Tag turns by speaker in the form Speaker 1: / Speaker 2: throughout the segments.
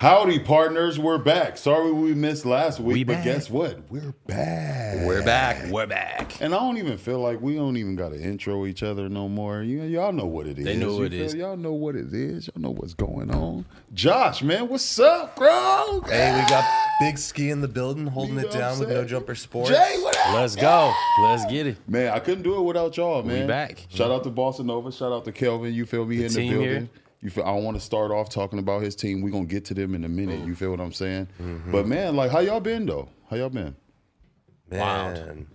Speaker 1: Howdy, partners. We're back. Sorry we missed last week, but guess what? We're back.
Speaker 2: We're back. We're back.
Speaker 1: And I don't even feel like we don't even got to intro each other no more. You y'all know what it is.
Speaker 2: know
Speaker 1: You
Speaker 2: what it
Speaker 1: feel-
Speaker 2: is.
Speaker 1: Y'all know what it is. Y'all know what's going on. Josh, man, what's up, bro?
Speaker 3: Hey, we got Big Ski in the building, holding
Speaker 1: You know
Speaker 3: it
Speaker 1: what I'm
Speaker 3: down with
Speaker 1: saying?
Speaker 3: No Jumper Sports.
Speaker 1: Jay, what up?
Speaker 2: Let's go. Let's get it.
Speaker 1: Man, I couldn't do it without y'all, man.
Speaker 2: back.
Speaker 1: Shout out to Boston Nova. Shout out to Kelvin. You feel me in the
Speaker 2: team
Speaker 1: building.
Speaker 2: here.
Speaker 1: You feel, I want to start off talking about his team. We're gonna get to them in a minute. You feel what I'm saying?
Speaker 2: Mm-hmm.
Speaker 1: But man, like how y'all been though? How y'all been?
Speaker 3: Man,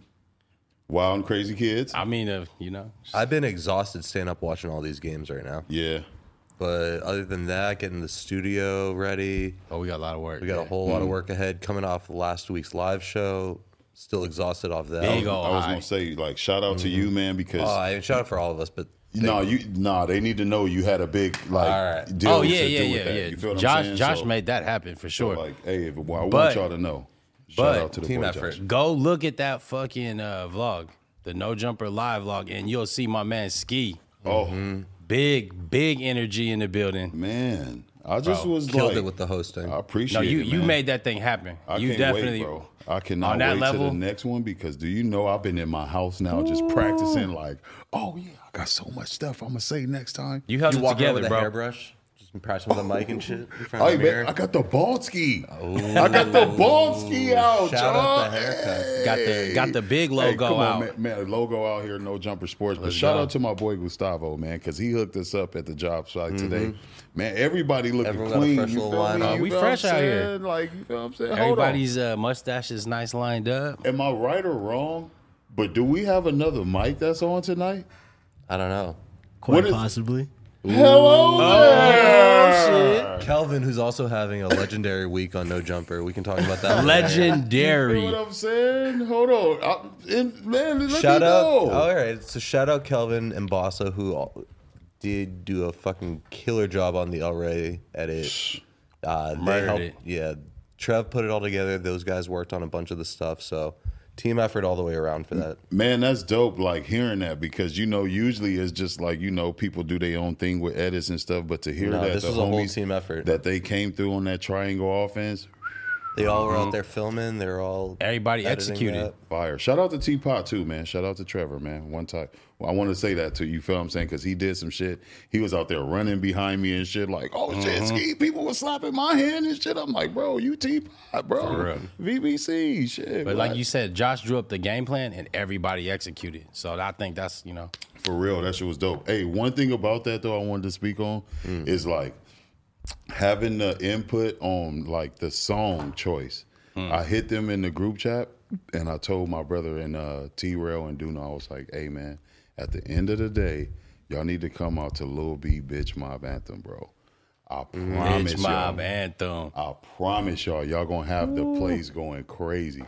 Speaker 1: Wild and crazy kids.
Speaker 2: I mean, uh, you know,
Speaker 3: I've been exhausted staying up watching all these games right now.
Speaker 1: yeah.
Speaker 3: But other than that, getting the studio ready,
Speaker 2: oh, we got a lot of work.
Speaker 3: we got a whole lot of
Speaker 1: Mm-hmm.
Speaker 3: work ahead. Coming off last week's live show, still exhausted off that.
Speaker 2: Big ol'
Speaker 1: I was
Speaker 2: high.
Speaker 1: gonna say, like, shout out
Speaker 2: Mm-hmm.
Speaker 1: to you, man, because
Speaker 3: Oh, I shout out for all of us, but
Speaker 1: no, you nah, they need to know you had a big like
Speaker 3: All right.
Speaker 1: deal.
Speaker 2: Oh yeah,
Speaker 1: to
Speaker 2: yeah,
Speaker 1: do with
Speaker 2: yeah,
Speaker 1: that.
Speaker 2: yeah.
Speaker 1: You feel what I'm
Speaker 2: Josh,
Speaker 1: saying?
Speaker 2: Josh
Speaker 1: So,
Speaker 2: made that happen for sure.
Speaker 1: like, hey, if, well, I
Speaker 2: But-
Speaker 1: want y'all to know. Shout
Speaker 2: but-
Speaker 1: out to the
Speaker 3: Team
Speaker 1: boy
Speaker 3: effort.
Speaker 1: Josh.
Speaker 2: Go look at that fucking uh, vlog, the No Jumper live vlog, and you'll see my man Ski.
Speaker 1: Oh
Speaker 2: Mm-hmm. Big, big energy in the building.
Speaker 1: man, I just was
Speaker 3: killed
Speaker 1: like, uh,
Speaker 3: it with the hosting.
Speaker 1: I appreciate
Speaker 2: No, you
Speaker 1: it,
Speaker 2: you
Speaker 1: man.
Speaker 2: made that thing happen.
Speaker 1: I
Speaker 2: you
Speaker 1: can't
Speaker 2: definitely.
Speaker 1: wait, bro. I cannot
Speaker 2: on that
Speaker 1: wait to
Speaker 2: level-
Speaker 1: the next one because do you know I've been in my house now just practicing like, oh yeah, I got so much stuff I'm gonna say next time.
Speaker 2: You held
Speaker 3: you
Speaker 2: it
Speaker 3: walking around
Speaker 2: together,
Speaker 3: with a
Speaker 2: bro.
Speaker 3: hairbrush, just impressing with a mic and shit. In front of
Speaker 1: Hey
Speaker 3: the mirror.
Speaker 1: man, Oh, I got the bald ski. I got the bald ski out,
Speaker 3: Shout out
Speaker 1: y'all.
Speaker 3: the haircut.
Speaker 2: Got the got the big logo
Speaker 1: Hey, come
Speaker 2: out.
Speaker 1: on, man, man, logo out here, no jumper sports. But shout
Speaker 2: go.
Speaker 1: out to my boy Gustavo, man, because he hooked us up at the job site today. Man, everybody looking
Speaker 3: Everyone got a
Speaker 1: clean.
Speaker 3: fresh
Speaker 1: you
Speaker 3: little
Speaker 1: feel
Speaker 3: line
Speaker 1: me?
Speaker 3: on.
Speaker 1: You
Speaker 2: We
Speaker 1: feel what
Speaker 2: fresh
Speaker 1: I'm
Speaker 2: out here.
Speaker 1: saying? Like you feel what I'm saying? Hold on.
Speaker 2: Everybody's uh, mustache is nice lined up.
Speaker 1: Am I right or wrong? But do we have another mic that's on tonight?
Speaker 3: I don't
Speaker 1: What
Speaker 3: know.
Speaker 4: Quite
Speaker 1: is-
Speaker 4: possibly.
Speaker 1: Hello
Speaker 3: Ah.
Speaker 1: there.
Speaker 3: Kelvin, who's also having a legendary week on No Jumper, we can talk about that. later.
Speaker 1: You feel
Speaker 2: Legendary.
Speaker 1: what I'm saying? Hold on, I, and, man. Let
Speaker 3: Shout
Speaker 1: me
Speaker 3: out!
Speaker 1: know.
Speaker 3: All right, so shout out Kelvin and Bossa who all, did do a fucking killer job on the El Rey edit. Uh,
Speaker 2: Murdered it.
Speaker 3: Yeah, Trev put it all together. Those guys worked on a bunch of the stuff, so team effort all the way around for that.
Speaker 1: Man, that's dope. Like hearing that because you know, usually it's just like you know, people do their own thing with edits and stuff. But to hear
Speaker 3: No,
Speaker 1: that
Speaker 3: this
Speaker 1: the
Speaker 3: was a whole
Speaker 1: homies
Speaker 3: team effort.
Speaker 1: that they came through on that triangle offense,
Speaker 3: They all were out there filming. They're all
Speaker 2: Mm-hmm. Everybody
Speaker 3: editing
Speaker 2: executed.
Speaker 3: that.
Speaker 1: fire. Shout out to Teapot too, man. Shout out to Trevor, man. One time, well, I want to say that to you. Feel what I'm saying? Because he did some shit. He was out there running behind me and shit. Like, oh shit, ski. People were slapping my hand and shit. I'm like, bro, you Teapot, bro. VBC, shit.
Speaker 2: But like you said, Josh drew up the game plan and everybody executed. So I think that's you know
Speaker 1: For real, that shit was dope. Hey, one thing about that though, I wanted to speak on
Speaker 2: Mm.
Speaker 1: is like having the input on like the song choice.
Speaker 2: Mm.
Speaker 1: I hit them in the group chat, and I told my brother and uh, T Rail and Duna, I was like, "Hey man, at the end of the day, y'all need to come out to Lil B Bitch Mob Anthem, bro. I promise
Speaker 2: bitch
Speaker 1: y'all,
Speaker 2: mob anthem.
Speaker 1: I promise y'all, y'all gonna have the plays going crazy.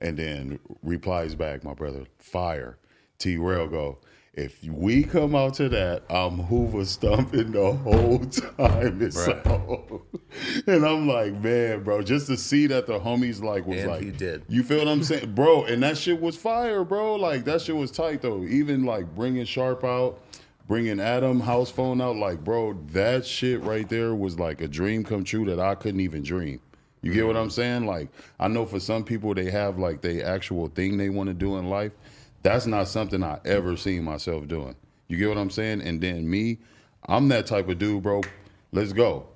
Speaker 1: And then replies back, my brother, fire. T Rail go, if we come out to that, I'm Hoover stumping the whole time. It's so. And I'm like, man, bro, just to see that the homies like was
Speaker 3: And
Speaker 1: like
Speaker 3: he did.
Speaker 1: you feel what I'm saying, bro? And that shit was fire, bro. Like that shit was tight though. Even like bringing Sharp out, bringing Adam House Phone out, like bro, that shit right there was like a dream come true that I couldn't even dream. You get
Speaker 3: Mm-hmm.
Speaker 1: what I'm saying? Like I know for some people they have like they actual thing they want to do in life. That's not something I ever seen myself doing. You get what I'm saying? And then me, I'm that type of dude, bro. Let's go.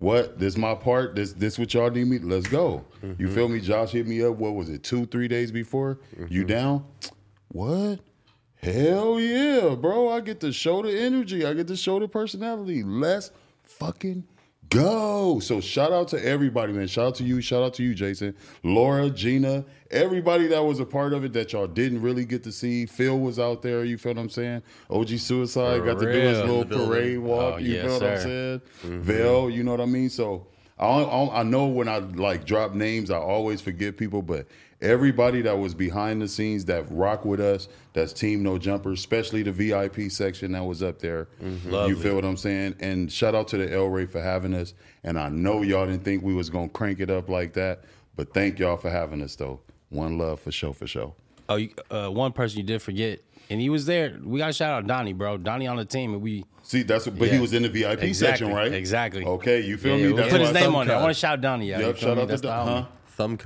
Speaker 1: What? This my part. This this what y'all need me. Let's go.
Speaker 3: Mm-hmm.
Speaker 1: You feel me? Josh hit me up. What was it? Two three days before. You
Speaker 3: Mm-hmm.
Speaker 1: down? What? Hell yeah, bro! I get to show the energy. I get to show the personality. Let's fucking go. So shout out to everybody, man. Shout out to you. Shout out to you, Jason, Laura, Gina, everybody that was a part of it that y'all didn't really get to see. Phil was out there. You feel what I'm saying? OG Suicide
Speaker 2: For
Speaker 1: got to do his
Speaker 2: real.
Speaker 1: little
Speaker 3: In the building.
Speaker 1: parade walk.
Speaker 2: Oh,
Speaker 1: you
Speaker 2: yes,
Speaker 1: feel what I'm
Speaker 2: sir. Mm-hmm.
Speaker 1: saying? Vail, you know what I mean? So I, don't- I, don't- I know when I like drop names, I always forget people, but everybody that was behind the scenes that rock with us, that's Team No Jumper, especially the VIP section that was up there.
Speaker 2: Mm-hmm.
Speaker 1: You feel what I'm saying? And shout out to the El Ray for having us. And I know y'all didn't think we was gonna crank it up like that, but thank y'all for having us though. One love for show for show.
Speaker 2: Oh, you, uh, one person you did forget, and he was there. We got to shout out Donnie, bro. Donnie on the team, and we
Speaker 1: See, that's but he
Speaker 2: Yeah.
Speaker 1: was in the VIP
Speaker 2: Exactly,
Speaker 1: section, right?
Speaker 2: exactly.
Speaker 1: Okay, you feel
Speaker 2: Yeah,
Speaker 1: me?
Speaker 2: we
Speaker 1: That's
Speaker 2: put
Speaker 1: why
Speaker 2: his
Speaker 1: I
Speaker 2: name
Speaker 1: thought-
Speaker 2: on there. I
Speaker 3: Thumb
Speaker 2: want to shout Donnie out.
Speaker 1: Yep,
Speaker 2: You feel
Speaker 1: shout
Speaker 2: me?
Speaker 1: out to
Speaker 2: That's
Speaker 1: the,
Speaker 2: the
Speaker 1: huh?
Speaker 2: homie.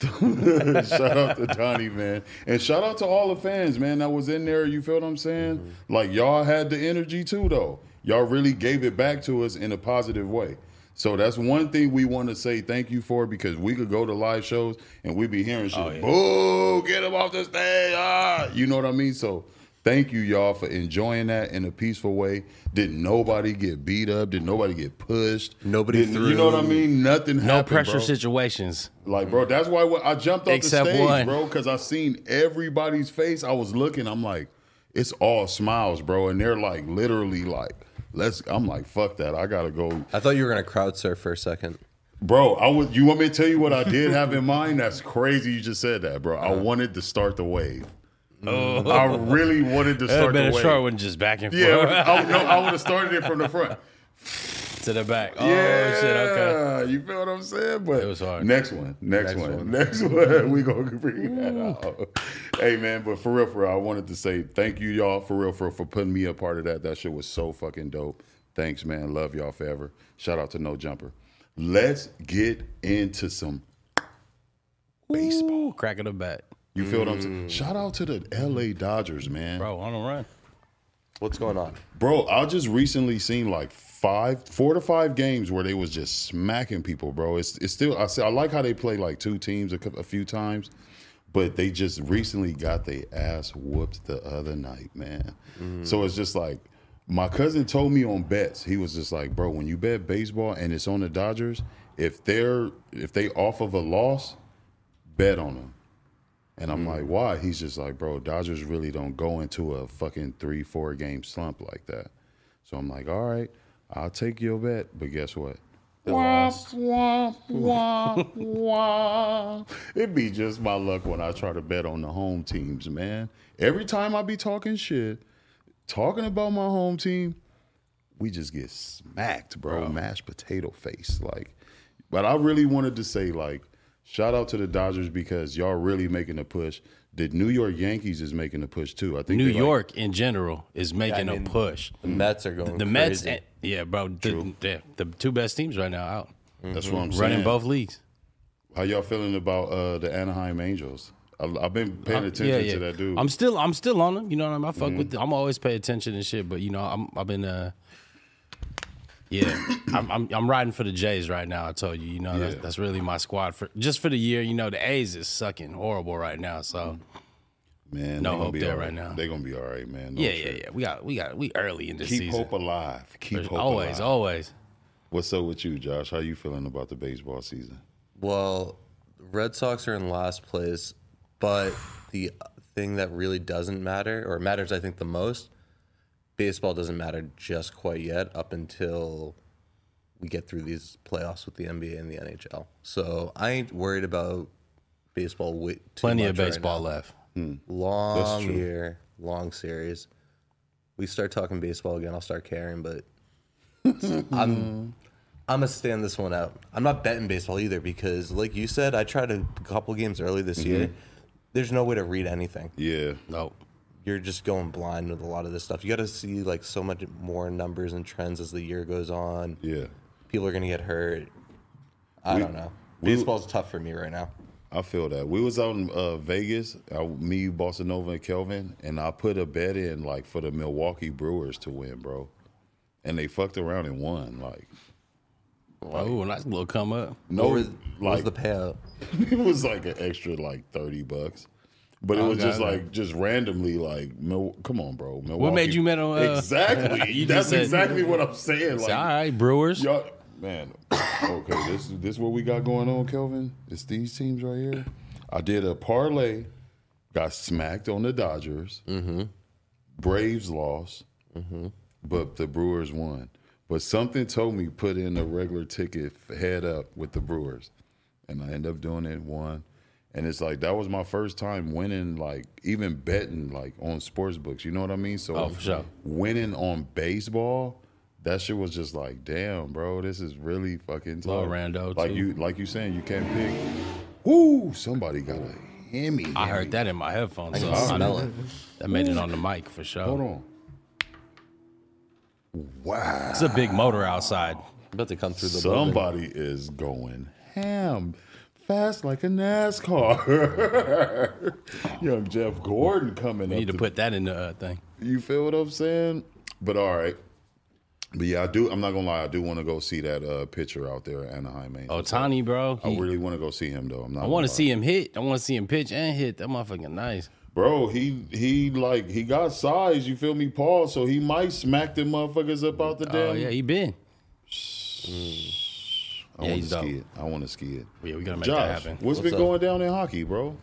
Speaker 3: Thumbka.
Speaker 1: shout out to Donnie, man. And shout out to all the fans, man, that was in there. You feel what I'm saying?
Speaker 3: Mm-hmm.
Speaker 1: Like, y'all had the energy too, though. Y'all really gave it back to us in a positive way. So that's one thing we want to say thank you for because we could go to live shows and we be hearing
Speaker 3: Oh,
Speaker 1: shit. Boo, get him off the stage. Ah, you know what I mean? So thank you, y'all, for enjoying that in a peaceful way. Didn't nobody get beat up? Did nobody get pushed?
Speaker 3: Nobody
Speaker 1: Didn't- You know what I
Speaker 3: threw-
Speaker 1: mean? Nothing
Speaker 2: No
Speaker 1: happened,
Speaker 2: pressure
Speaker 1: bro.
Speaker 2: situations.
Speaker 1: Like, bro, that's why when I jumped off
Speaker 2: Mm. Except
Speaker 1: the stage,
Speaker 2: one.
Speaker 1: bro, because I seen everybody's face. I was looking, I'm like, it's all smiles, bro. And they're like, literally, like, let's, I'm like, fuck that. I gotta go.
Speaker 3: I thought you were gonna crowd surf for a second.
Speaker 1: Bro, I was, you want me to tell you what I did have in mind? That's crazy you just said that, bro. I
Speaker 2: Uh-huh.
Speaker 1: wanted to start the wave.
Speaker 2: Oh.
Speaker 1: I really wanted to
Speaker 2: It would
Speaker 1: start
Speaker 2: been
Speaker 1: the
Speaker 2: a short
Speaker 1: wave.
Speaker 2: one, just back and
Speaker 1: Yeah,
Speaker 2: forth
Speaker 1: I, no, I would have started it from the front.
Speaker 2: to the back. Oh
Speaker 1: yeah,
Speaker 2: shit! Okay.
Speaker 1: you feel what I'm saying? But
Speaker 2: It was hard.
Speaker 1: Next one, next,
Speaker 3: Next
Speaker 1: one,
Speaker 3: one.
Speaker 1: next one. We gonna bring that out. Hey man, but for real, for real, I wanted to say thank you, y'all, for real, for for putting me a part of that. That shit was so fucking dope. Thanks, man. Love y'all forever. Shout out to No Jumper. Let's get into some.
Speaker 2: Baseball, crack of the bat,
Speaker 1: You feel what I'm saying? Shout out to the L.A. Dodgers, man.
Speaker 2: Mm. bro. On the run.
Speaker 3: What's going on?
Speaker 1: Bro, I just recently seen like five, four to five games where they was just smacking people, bro. It's it's still I say I like how they play like two teams a, cou- a few times, but they just recently got their ass whooped the other night, man. So it's just like my cousin told me on bets, he was just like, bro, when you bet baseball and it's on the Dodgers, if they're if they off of a loss, bet on them. And I'm like, why? He's just like, bro, Dodgers really don't go into a fucking three, four game slump like that. So I'm like, all right, I'll take your bet. But guess what? Womp, womp, womp, womp. It be just my luck when I try to bet on the home teams, man. Every time I be talking shit, talking about my home team, we just get smacked, bro. Mashed potato face. Like, but I really wanted to say, like, shout out to the Dodgers because y'all really making a push. The New York Yankees is making a push too. I think
Speaker 2: New
Speaker 1: they, like-
Speaker 2: York in general is making a push.
Speaker 3: The Mets are going.
Speaker 2: The Mets,
Speaker 3: crazy.
Speaker 2: and, yeah, bro. The, the, the two best teams right now out
Speaker 1: that's what I'm saying.
Speaker 2: Mm-hmm. running both leagues.
Speaker 1: How y'all feeling about uh, the Anaheim Angels? I, I've been paying attention to that dude. Mm-hmm.
Speaker 2: I'm still I'm still on them. You know what I mean? I fuck with. I'm always pay attention and shit. But you know, I'm I've been uh, yeah, I'm, I'm I'm riding for the Jays right now. I told you, you know, that's,
Speaker 1: Yeah.
Speaker 2: that's really my squad for just for the year. You know, the A's is sucking horrible right now. So
Speaker 1: man,
Speaker 2: no
Speaker 1: they gonna
Speaker 2: hope
Speaker 1: be
Speaker 2: there
Speaker 1: all
Speaker 2: right now.
Speaker 1: They're gonna be all right, man. No
Speaker 2: yeah, yeah,
Speaker 1: shit.
Speaker 2: yeah. We got we got we early in the
Speaker 1: Mm-hmm. Keep
Speaker 2: season.
Speaker 1: hope alive. Keep hope
Speaker 2: always,
Speaker 1: alive.
Speaker 2: always.
Speaker 1: What's up with you, Josh? How you feeling about the baseball season?
Speaker 3: Well, Red Sox are in last place, but the thing that really doesn't matter, or matters, I think, the most, baseball doesn't matter just quite yet up until we get through these playoffs with the NBA and the NHL. So I ain't worried about baseball. Wait, too
Speaker 2: Plenty
Speaker 3: much
Speaker 2: of
Speaker 3: right
Speaker 2: baseball
Speaker 3: now.
Speaker 2: left.
Speaker 3: long year, long series. We start talking baseball again. I'll start caring, but I'm I'm gonna stand this one out. I'm not betting baseball either because, like you said, I tried a couple games early this
Speaker 1: Mm-hmm.
Speaker 3: year. There's no way to read anything.
Speaker 1: Yeah,
Speaker 2: Nope.
Speaker 3: You're just going blind with a lot of this stuff. You got to see like so much more numbers and trends as the year goes on.
Speaker 1: yeah.
Speaker 3: People are gonna get hurt. I don't know.
Speaker 1: we-
Speaker 3: Baseball's tough for me right now.
Speaker 1: I feel that. We was out in uh, Vegas, I, me, Bossa Nova, and Kelvin, and I put a bet in like for the Milwaukee Brewers to win, bro. And they fucked around and won. Like,
Speaker 2: Oh, nice little come up.
Speaker 1: No,
Speaker 3: What was- what was
Speaker 1: like
Speaker 3: the payout?
Speaker 1: it was like an extra like thirty bucks, but it was
Speaker 2: Okay,
Speaker 1: just
Speaker 2: okay.
Speaker 1: like just randomly like, Mil- come on, bro. Milwaukee.
Speaker 2: made you mad on, uh,
Speaker 1: exactly?
Speaker 2: you
Speaker 1: That's
Speaker 2: just said-
Speaker 1: exactly what I'm saying. Like,
Speaker 2: Say, all right, Brewers.
Speaker 1: y'all, man. Okay, this this what we got going on, Kelvin. It's these teams right here. I did a parlay, got smacked on the Dodgers.
Speaker 2: Mm-hmm.
Speaker 1: Braves lost, but the Brewers won. But something told me put in a regular ticket head up with the Brewers, and I end up doing it one. And it's like that was my first time winning, like even betting, like on sports books. You know what I mean? So
Speaker 2: Oh, for sure.
Speaker 1: winning on baseball, that shit was just like, damn, bro, this is really fucking tough.
Speaker 2: Lil Rando,
Speaker 1: like
Speaker 2: too.
Speaker 1: you, like you saying, you can't pick. Woo! Somebody got a Hemi.
Speaker 2: I heard that in my headphones. so I
Speaker 3: Smell
Speaker 2: know-
Speaker 3: it.
Speaker 2: That made it on the mic for sure.
Speaker 1: Hold on. Wow.
Speaker 2: It's a big motor outside.
Speaker 3: About to come through the building.
Speaker 1: Somebody is going ham. Fast like a NASCAR. Young Jeff Gordon coming
Speaker 2: You
Speaker 1: up.
Speaker 2: need to
Speaker 1: the-
Speaker 2: put that in the uh, thing.
Speaker 1: you feel what I'm saying? But all right. But yeah, I do. I'm not gonna lie. I do want to go see that uh, pitcher out there, at Anaheim. Angels.
Speaker 2: Otani, bro.
Speaker 1: I
Speaker 2: he-
Speaker 1: really want to go see him though. I'm not.
Speaker 2: Oh, I want to see him hit. I want to see him pitch and hit. That motherfucking nice.
Speaker 1: bro. He he like he got size. You feel me, Paul? So he might smack them motherfuckers up out the damn.
Speaker 2: Oh yeah, he been.
Speaker 1: I
Speaker 2: yeah,
Speaker 1: want to
Speaker 2: he's dope.
Speaker 1: ski it. I want to ski it.
Speaker 2: oh, Yeah, we gotta make that
Speaker 1: Josh,
Speaker 2: happen.
Speaker 1: what's been
Speaker 3: What's up?
Speaker 1: going down in hockey, bro?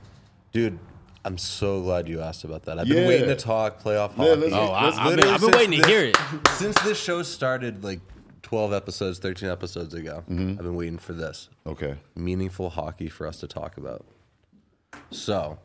Speaker 3: Dude, I'm so glad you asked about that. I've
Speaker 1: Yeah.
Speaker 3: been waiting to talk playoff
Speaker 1: Yeah,
Speaker 3: hockey.
Speaker 1: let's- Oh.
Speaker 2: Oh, I,
Speaker 1: That's
Speaker 2: I've been,
Speaker 3: literally
Speaker 2: I've been
Speaker 3: since
Speaker 2: waiting to
Speaker 3: this-
Speaker 2: hear it.
Speaker 3: Since this show started like 12 episodes, 13 episodes ago,
Speaker 1: Mm-hmm.
Speaker 3: I've been waiting for this
Speaker 1: Okay.
Speaker 3: meaningful hockey for us to talk about. So,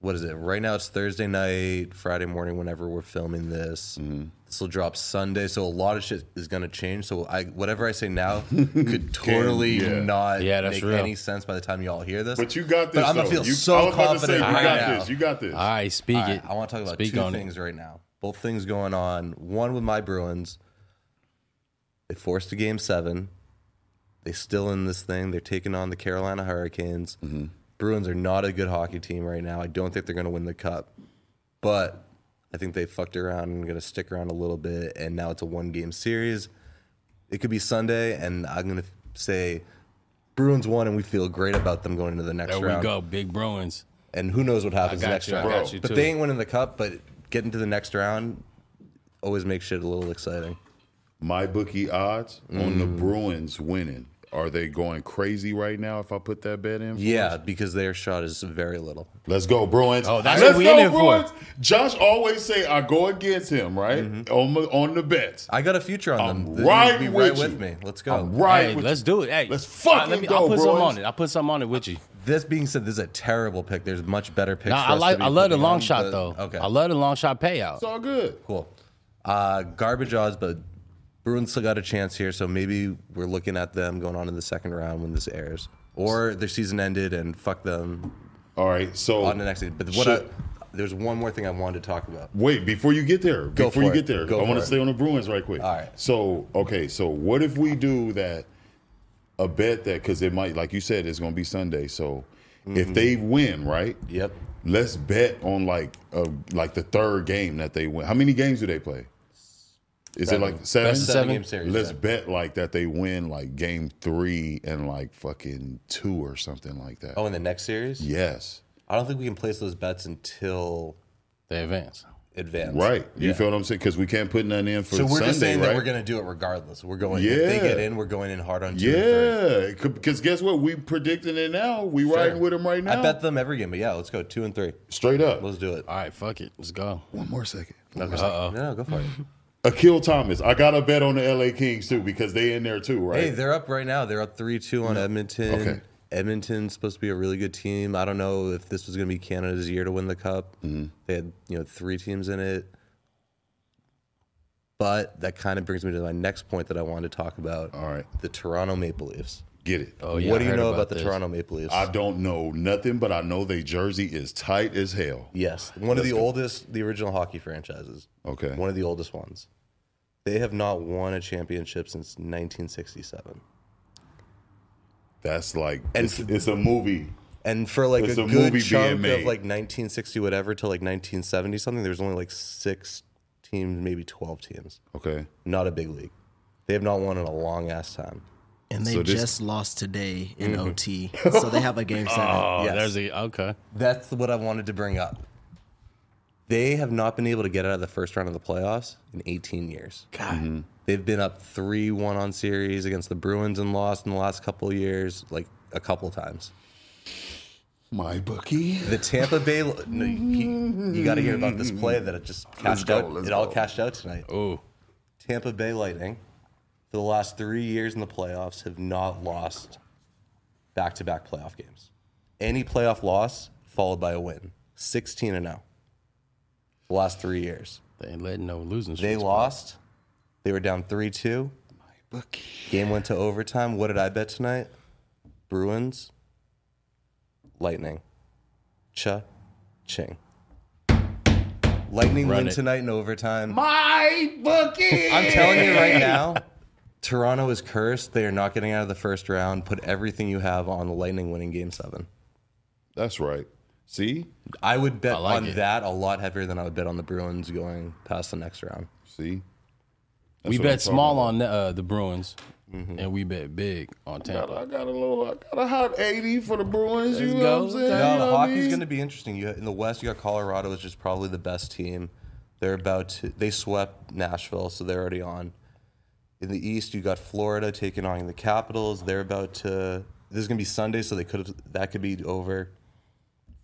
Speaker 3: what is it? Right now it's Thursday night, Friday morning, whenever we're filming this.
Speaker 1: Mm-hmm.
Speaker 3: This will drop Sunday, so a lot of shit is gonna change. So I, whatever I say now could totally
Speaker 1: yeah.
Speaker 3: not
Speaker 2: Yeah, that's
Speaker 3: make
Speaker 2: real.
Speaker 3: any sense by the time y'all hear this.
Speaker 1: But you got this.
Speaker 3: But I'm gonna
Speaker 1: though.
Speaker 3: feel
Speaker 1: you,
Speaker 3: so
Speaker 1: I was about to say,
Speaker 3: confident
Speaker 1: you
Speaker 3: right
Speaker 1: got
Speaker 3: now.
Speaker 1: this. You got this.
Speaker 2: All right, speak
Speaker 3: All
Speaker 2: it.
Speaker 3: right, I want to talk about
Speaker 2: Speak
Speaker 3: two
Speaker 2: on it.
Speaker 3: things right now. Both things going on. One with my Bruins. They forced a game seven. They still in this thing. They're taking on the Carolina Hurricanes.
Speaker 2: Mm-hmm.
Speaker 3: Bruins are not a good hockey team right now. I don't think they're going to win the cup, but I think they fucked around and going to stick around a little bit. And now it's a one game series. It could be Sunday, and I'm going to say Bruins won, and we feel great about them going into the next
Speaker 2: There
Speaker 3: round
Speaker 2: we go, big Bruins.
Speaker 3: and who knows what happens
Speaker 2: got
Speaker 3: next
Speaker 2: you, I
Speaker 3: round.
Speaker 2: got you,
Speaker 3: but
Speaker 2: too.
Speaker 3: they ain't winning the cup. But getting to the next round always makes shit a little exciting.
Speaker 1: My bookie odds on
Speaker 2: Mm.
Speaker 1: the Bruins winning. Are they going crazy right now? If I put that bet in,
Speaker 3: Yeah, because their shot is very little.
Speaker 1: let's go Bruins.
Speaker 2: Oh, that's
Speaker 1: let's
Speaker 2: what we
Speaker 1: go
Speaker 2: in it for.
Speaker 1: Josh always say I go against him, right?
Speaker 2: Mm-hmm.
Speaker 1: On the on the bets.
Speaker 3: I got a future on
Speaker 1: I'm
Speaker 3: them. They'll
Speaker 1: right
Speaker 3: be
Speaker 1: with
Speaker 3: right with
Speaker 1: you.
Speaker 3: me. Let's go.
Speaker 1: I'm right.
Speaker 2: Hey,
Speaker 1: with
Speaker 2: let's
Speaker 1: you.
Speaker 2: do it. Hey,
Speaker 1: Let's
Speaker 2: All right,
Speaker 1: fucking
Speaker 2: me-
Speaker 1: go,
Speaker 2: I'll put some
Speaker 1: Bruins.
Speaker 2: on it. I'll put some on it with you.
Speaker 3: This being said, this is a terrible pick. There's much better picks.
Speaker 2: Nah,
Speaker 3: for
Speaker 2: I
Speaker 3: us to
Speaker 2: like.
Speaker 3: be
Speaker 2: I love the
Speaker 3: picking
Speaker 2: long
Speaker 3: on,
Speaker 2: shot
Speaker 3: but-
Speaker 2: though.
Speaker 3: Okay,
Speaker 2: I love the long shot payout.
Speaker 1: It's all good.
Speaker 3: cool. Uh, garbage odds, but Bruins still got a chance here. So maybe we're looking at them going on in the second round when this airs, or their season ended and fuck them.
Speaker 1: All right. So
Speaker 3: on the next. But what I,
Speaker 1: Shit.
Speaker 3: there's one more thing I wanted to talk about.
Speaker 1: Wait, before you get there,
Speaker 3: Go
Speaker 1: before
Speaker 3: for
Speaker 1: you
Speaker 3: it.
Speaker 1: get there, I
Speaker 3: Go
Speaker 1: want
Speaker 3: for
Speaker 1: to
Speaker 3: it.
Speaker 1: stay on the Bruins right quick.
Speaker 3: All right.
Speaker 1: So, okay, so what if we do that? A bet that because it might, like you said, it's going to be Sunday. So, if they
Speaker 3: Mm-hmm.
Speaker 1: win, right?
Speaker 3: Yep.
Speaker 1: Let's bet on like uh, like the third game that they win. How many games do they play? Is
Speaker 3: Seven.
Speaker 1: it like seven?
Speaker 2: That's the
Speaker 3: Seven
Speaker 2: Seven?
Speaker 3: game series.
Speaker 1: Let's
Speaker 3: yeah.
Speaker 1: bet like that they win like game three and like fucking two or something like that.
Speaker 3: Oh, in the next series?
Speaker 1: yes.
Speaker 3: I don't think we can place those bets until
Speaker 2: They advance.
Speaker 3: advance.
Speaker 1: Right. You feel what I'm saying? Because we can't put nothing in for
Speaker 3: So we're
Speaker 1: Sunday,
Speaker 3: just saying
Speaker 1: right?
Speaker 3: that we're going to do it regardless. We're going. If they
Speaker 1: Yeah.
Speaker 3: get in, we're going in hard on two and
Speaker 1: Yeah, because guess what? We predicting it now. We riding with them right
Speaker 3: three.
Speaker 1: now.
Speaker 3: I bet them every game, but yeah, let's go two and three.
Speaker 1: straight up.
Speaker 3: Let's do it.
Speaker 2: All right, fuck it. Let's go.
Speaker 1: One more second.
Speaker 3: No,
Speaker 2: Uh-uh.
Speaker 3: no, go for it.
Speaker 1: Akil Thomas. I got a bet on the LA Kings too because they in there too, right?
Speaker 3: Hey, they're up right now. They're up three two on Edmonton.
Speaker 1: Okay.
Speaker 3: Edmonton's supposed to be a really good team. I don't know if this was going to be Canada's year to win the cup.
Speaker 1: Mm-hmm.
Speaker 3: They had you know three teams in it, but that kind of brings me to my next point that I wanted to talk about.
Speaker 1: All right,
Speaker 3: the Toronto Maple Leafs.
Speaker 1: get it.
Speaker 2: Oh yeah.
Speaker 3: what
Speaker 2: I
Speaker 3: do you
Speaker 2: heard
Speaker 3: know about, the
Speaker 2: this.
Speaker 3: Toronto Maple Leafs?
Speaker 1: I don't know nothing, but I know they jersey is tight as hell.
Speaker 3: yes, one of the oldest, the original hockey franchises.
Speaker 1: Okay.
Speaker 3: One of the oldest ones. They have not won a championship since 1967.
Speaker 1: That's like
Speaker 3: And-
Speaker 1: it's, it's a movie.
Speaker 3: And for like
Speaker 1: It's
Speaker 3: a,
Speaker 1: a movie
Speaker 3: good
Speaker 1: being
Speaker 3: chunk of
Speaker 1: made.
Speaker 3: like 1960 whatever to like 1970 something, there was only like six teams, maybe 12 teams.
Speaker 1: Okay.
Speaker 3: Not a big league. They have not won in a long ass time.
Speaker 4: And they
Speaker 1: So this-
Speaker 4: just lost today
Speaker 3: Mm-hmm.
Speaker 4: in OT. So they have a game seven.
Speaker 2: Oh,
Speaker 3: Yes.
Speaker 2: there's a okay.
Speaker 3: That's what I wanted to bring up. They have not been able to get out of the first round of the playoffs in 18 years. God. They've been up 3 1 on series against the Bruins and lost in the last couple of years, like a couple of times.
Speaker 1: My bookie.
Speaker 3: The Tampa Bay, no, you, got to hear about this play that it just cashed
Speaker 1: go,
Speaker 3: out.
Speaker 1: let's
Speaker 3: It all
Speaker 1: go.
Speaker 3: cashed out tonight.
Speaker 2: Oh,
Speaker 3: Tampa Bay Lightning, for the last three years in the playoffs, have not lost back to back playoff games. Any playoff loss followed by a win 16 and 0. The last three years.
Speaker 2: they ain't letting no losing.
Speaker 3: They
Speaker 2: streaks.
Speaker 3: lost. They were down 3 2. Game went to overtime. What did I bet tonight? Bruins, Lightning. Cha ching. Lightning
Speaker 2: Run
Speaker 3: win
Speaker 2: it.
Speaker 3: tonight in overtime.
Speaker 1: My bookie.
Speaker 3: I'm telling you right now, Toronto is cursed. They are not getting out of the first round. Put everything you have on the Lightning winning game seven.
Speaker 1: That's right. See,
Speaker 3: I would bet
Speaker 2: I like
Speaker 3: on
Speaker 2: it.
Speaker 3: that a lot heavier than I would bet on the Bruins going past the next round.
Speaker 1: see. That's
Speaker 2: We
Speaker 1: what I'm
Speaker 2: bet
Speaker 1: talking
Speaker 2: small
Speaker 1: about.
Speaker 2: on uh, the Bruins,
Speaker 3: Mm-hmm.
Speaker 2: and we bet big on Tampa.
Speaker 1: I got a little, I got a hot 80 for the Bruins. You
Speaker 2: Let's
Speaker 1: know
Speaker 2: go.
Speaker 1: what I'm saying?
Speaker 3: No,
Speaker 1: You know
Speaker 3: the
Speaker 1: what I
Speaker 3: hockey's
Speaker 1: mean?
Speaker 3: going to be interesting. You in the West, you got Colorado, which is probably the best team. They're about to. They swept Nashville, so they're already on. In the East, you got Florida taking on the Capitals. They're about to. This is going to be Sunday, so they could that could be over.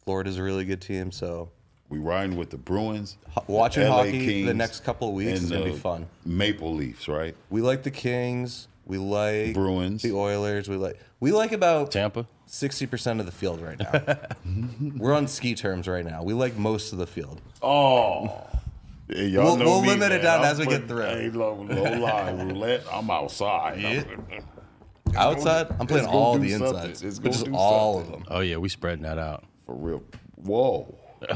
Speaker 3: Florida's a really good team, so
Speaker 1: We riding with the Bruins.
Speaker 3: Ho- watching
Speaker 1: the LA
Speaker 3: hockey for the
Speaker 1: Kings,
Speaker 3: next couple of weeks is
Speaker 1: and
Speaker 3: going to be
Speaker 1: the
Speaker 3: fun.
Speaker 1: Maple Leafs, right?
Speaker 3: We like the Kings. We like
Speaker 1: Bruins.
Speaker 3: the Oilers. We like we like about
Speaker 2: Tampa.
Speaker 3: sixty percent of the field right now. We're on ski terms right now. We like most of the field.
Speaker 1: Oh. Yeah, y'all
Speaker 3: We'll-
Speaker 1: know
Speaker 3: we'll
Speaker 1: me,
Speaker 3: limit it
Speaker 1: man.
Speaker 3: down
Speaker 1: I'm
Speaker 3: as we get
Speaker 1: putting-
Speaker 3: through.
Speaker 1: Hey, low, low lie, roulette. I'm outside.
Speaker 3: Outside, I'm playing
Speaker 1: Let's go
Speaker 3: all
Speaker 1: do
Speaker 3: the
Speaker 1: something.
Speaker 3: insides,
Speaker 1: Let's
Speaker 3: but
Speaker 1: go
Speaker 3: just
Speaker 1: do
Speaker 3: all
Speaker 1: something.
Speaker 3: of them.
Speaker 2: Oh yeah, we spreading that out.
Speaker 1: For real. Whoa.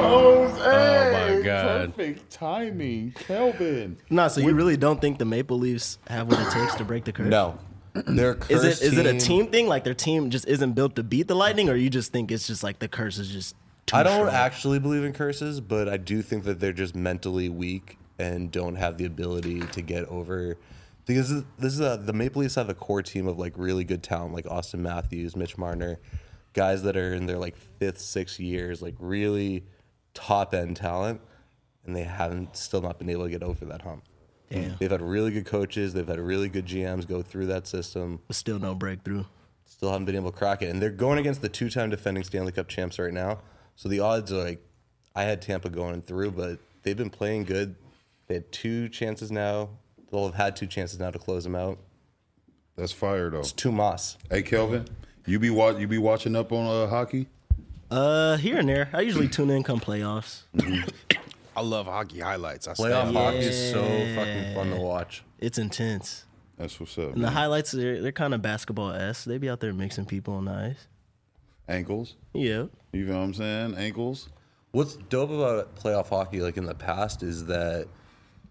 Speaker 1: oh,
Speaker 2: my
Speaker 1: hey,
Speaker 2: God.
Speaker 1: Perfect timing, Kelvin.
Speaker 4: No, so you really don't think the Maple Leafs have what it takes to break the curse?
Speaker 3: No, they're a
Speaker 4: Is it
Speaker 3: cursed
Speaker 4: is it a team thing? Like their team just isn't built to beat the Lightning, or you just think it's just like the curse is just too
Speaker 3: I don't
Speaker 4: strong?
Speaker 3: actually believe in curses, but I do think that they're just mentally weak and don't have the ability to get over. Because this- this is a, the Maple Leafs have a core team of like really good talent, like Austin Matthews, Mitch Marner, guys that are in their like fifth, sixth years, like really top end talent, and they haven't still not been able to get over that hump.
Speaker 4: Damn.
Speaker 3: They've had really good coaches, they've had really good GMs go through that system
Speaker 4: But still no breakthrough.
Speaker 3: still haven't been able to crack it. And they're going against the two-time defending Stanley Cup champs right now. So the odds are like I had Tampa going through, but they've been playing good. They had two chances now. They'll have had two chances now to close them out.
Speaker 1: That's fire, though.
Speaker 3: It's two Moss.
Speaker 1: Hey, Kelvin, you be watch, you be watching up on uh, hockey?
Speaker 4: Uh, here and there. I usually tune in come playoffs.
Speaker 2: I love hockey highlights. I
Speaker 3: Playoff
Speaker 2: stand by
Speaker 3: hockey is so fucking fun to watch.
Speaker 4: It's intense.
Speaker 1: That's what's up.
Speaker 4: And the
Speaker 1: man.
Speaker 4: highlights they're, they're kind of basketball s. They be out there mixing people on the ice.
Speaker 1: Ankles.
Speaker 4: Yeah.
Speaker 1: You know what I'm saying? Ankles.
Speaker 3: What's dope about playoff hockey, like in the past, is that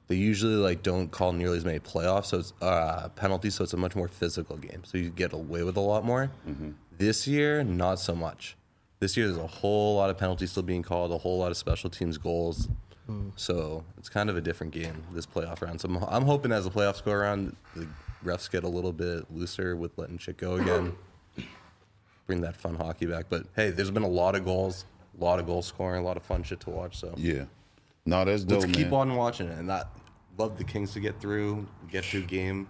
Speaker 3: they usually like don't call nearly as many playoffs, so it's uh, penalties, so it's a much more physical game. So you get away with a lot more. This year, not so much. This year, there's a whole lot of penalties still being called, a whole lot of special teams goals. So it's kind of a different game this playoff round. So I'm, I'm hoping as the playoffs go around, the refs get a little bit looser with letting shit go again, bring that fun hockey back. But hey, there's been a lot of goals, a lot of goal scoring, a lot of fun shit to watch. So
Speaker 1: Yeah. No, that's dope,
Speaker 3: let's
Speaker 1: man.
Speaker 3: keep on watching it. And I love the Kings to get through, get through game.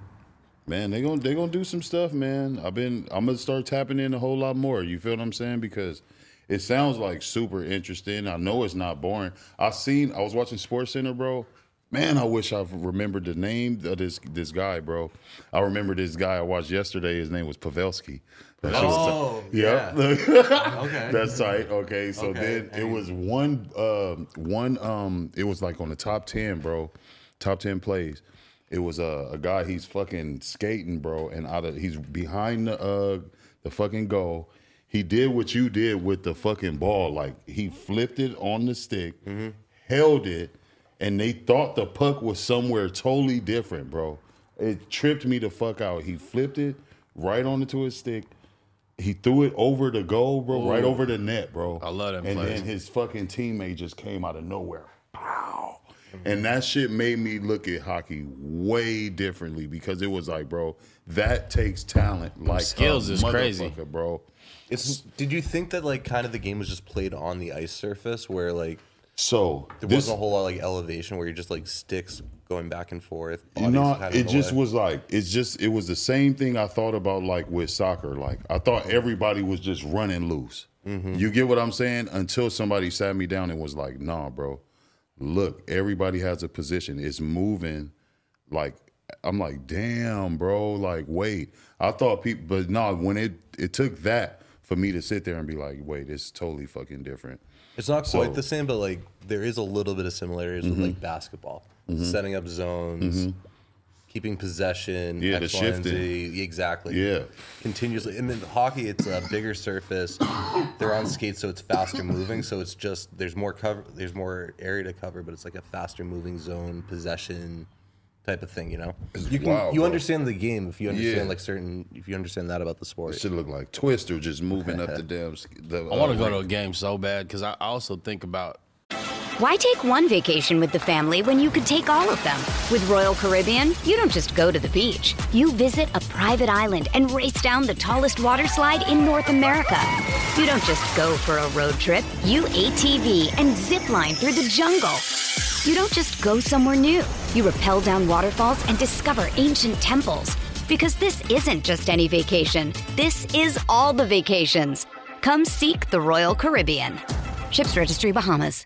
Speaker 1: Man, they gonna they gonna do some stuff, man. I've been I'm gonna start tapping in a whole lot more. You feel what I'm saying? Because it sounds like super interesting. I know it's not boring. I seen I was watching Sports Center, bro. Man, I wish I remembered the name of this this guy, bro. I remember this guy I watched yesterday. His name was Pavelski. That shit was-
Speaker 3: Oh,
Speaker 1: yeah.
Speaker 3: Okay.
Speaker 1: That's tight. Okay, so
Speaker 3: Okay,
Speaker 1: then it was one, um one. Um, it was like on the top ten, bro. Top ten plays. It was uh, a guy. He's fucking skating, bro, and out of he's behind the uh, the fucking goal. He did what you did with the fucking ball. Like he flipped it on the stick, held it, and they thought the puck was somewhere totally different, bro. It tripped me the fuck out. He flipped it right onto his stick. He threw it over the goal, bro, right over the net, bro.
Speaker 2: I love them
Speaker 1: And
Speaker 2: plays.
Speaker 1: then his fucking teammate just came out of nowhere. Pow! And that shit made me look at hockey way differently because it was like, bro, that takes talent. Like
Speaker 2: skills
Speaker 1: a
Speaker 2: is crazy.
Speaker 1: motherfucker, bro.
Speaker 3: It's. Did you think that like kind of the game was just played on the ice surface where like
Speaker 1: So
Speaker 3: there
Speaker 1: this,
Speaker 3: wasn't a whole lot like elevation where you're just like sticks going back and forth?
Speaker 1: you
Speaker 3: bodies
Speaker 1: know,
Speaker 3: kind of in
Speaker 1: it
Speaker 3: the
Speaker 1: just
Speaker 3: way?
Speaker 1: was like it's just it was the same thing I thought about like with soccer. Like I
Speaker 2: Uh-huh.
Speaker 1: thought everybody was just running loose.
Speaker 2: Mm-hmm.
Speaker 1: You get what I'm saying? Until somebody sat me down and was like, "Nah, bro, look, everybody has a position. It's moving." Like I'm like, "Damn, bro, like wait." I thought people, but no, when it it took that for me to sit there and be like, "Wait, it's totally fucking different."
Speaker 3: It's not
Speaker 1: So- Mm-hmm.
Speaker 3: quite the same, but like there is a little bit of similarities with like basketball, setting up zones, keeping possession,
Speaker 1: Yeah, the
Speaker 3: X, Y, and Z.
Speaker 1: shifting.
Speaker 3: exactly,
Speaker 1: Yeah.
Speaker 3: continuously. And then hockey, it's a bigger surface. They're on skates, so it's faster moving. So it's just there's more cover, there's more area to cover, but it's like a faster moving zone possession type of thing. You know, you can
Speaker 1: wild,
Speaker 3: you
Speaker 1: bro.
Speaker 3: understand the game if you understand
Speaker 1: Yeah.
Speaker 3: like certain if you understand that about the sport.
Speaker 1: Should look like Twister just moving up the damn. sk- The, uh,
Speaker 2: I want to go to a game so bad because I I also think about
Speaker 5: Why take one vacation with the family when you could take all of them? With Royal Caribbean, you don't just go to the beach. You visit a private island and race down the tallest water slide in North America. You don't just go for a road trip. You ATV and zip line through the jungle. You don't just go somewhere new. You rappel down waterfalls and discover ancient temples. Because this isn't just any vacation. This is all the vacations. Come seek the Royal Caribbean. Ships Registry Bahamas.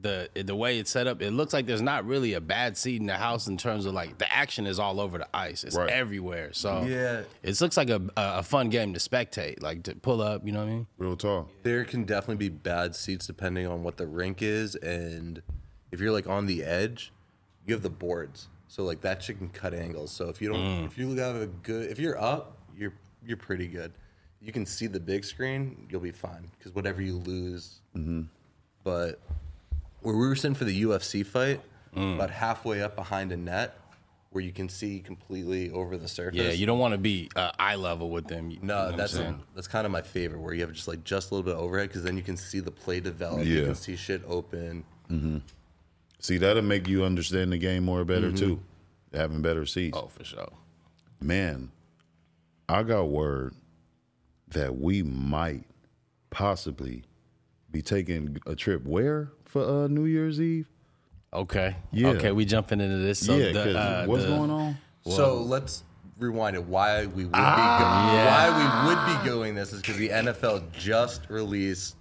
Speaker 2: the the way it's set up. It looks like there's not really a bad seat in the house in terms of like the action is all over the ice. It's
Speaker 1: Right.
Speaker 2: everywhere. So
Speaker 3: Yeah.
Speaker 2: it looks like a, a a fun game to spectate, like to pull up. You know what I mean?
Speaker 1: real talk.
Speaker 3: There can definitely be bad seats depending on what the rink is, and if you're like on the edge, you have the boards, so like that shit can cut angles. So if you don't,
Speaker 2: Mm.
Speaker 3: if you have a good, if you're up, you're you're pretty good. You can see the big screen, you'll be fine because whatever you lose.
Speaker 2: Mm-hmm.
Speaker 3: But where we were sitting for the UFC fight,
Speaker 2: Mm.
Speaker 3: about halfway up behind a net, where you can see completely over the surface.
Speaker 2: Yeah, you don't want to be uh, eye level with them. you know
Speaker 3: No,
Speaker 2: what I'm
Speaker 3: that's
Speaker 2: saying?
Speaker 3: that's kind of my favorite, where you have just like just a little bit of overhead, because then you can see the play develop.
Speaker 1: Yeah.
Speaker 3: You can see shit open.
Speaker 1: See, that'll make you understand the game more better too. Having better seats.
Speaker 2: Mm-hmm. oh for sure.
Speaker 1: Man, I got word that we might possibly be taking a trip where for uh, New Year's Eve?
Speaker 2: Okay.
Speaker 1: Yeah.
Speaker 2: Okay, we jumping into this. So
Speaker 1: yeah,
Speaker 2: the,
Speaker 1: because
Speaker 2: uh,
Speaker 1: what's
Speaker 2: the-
Speaker 1: going on?
Speaker 3: So let's rewind it. Why we would be
Speaker 2: Ah,
Speaker 3: go- why we would be going this is because the NFL just released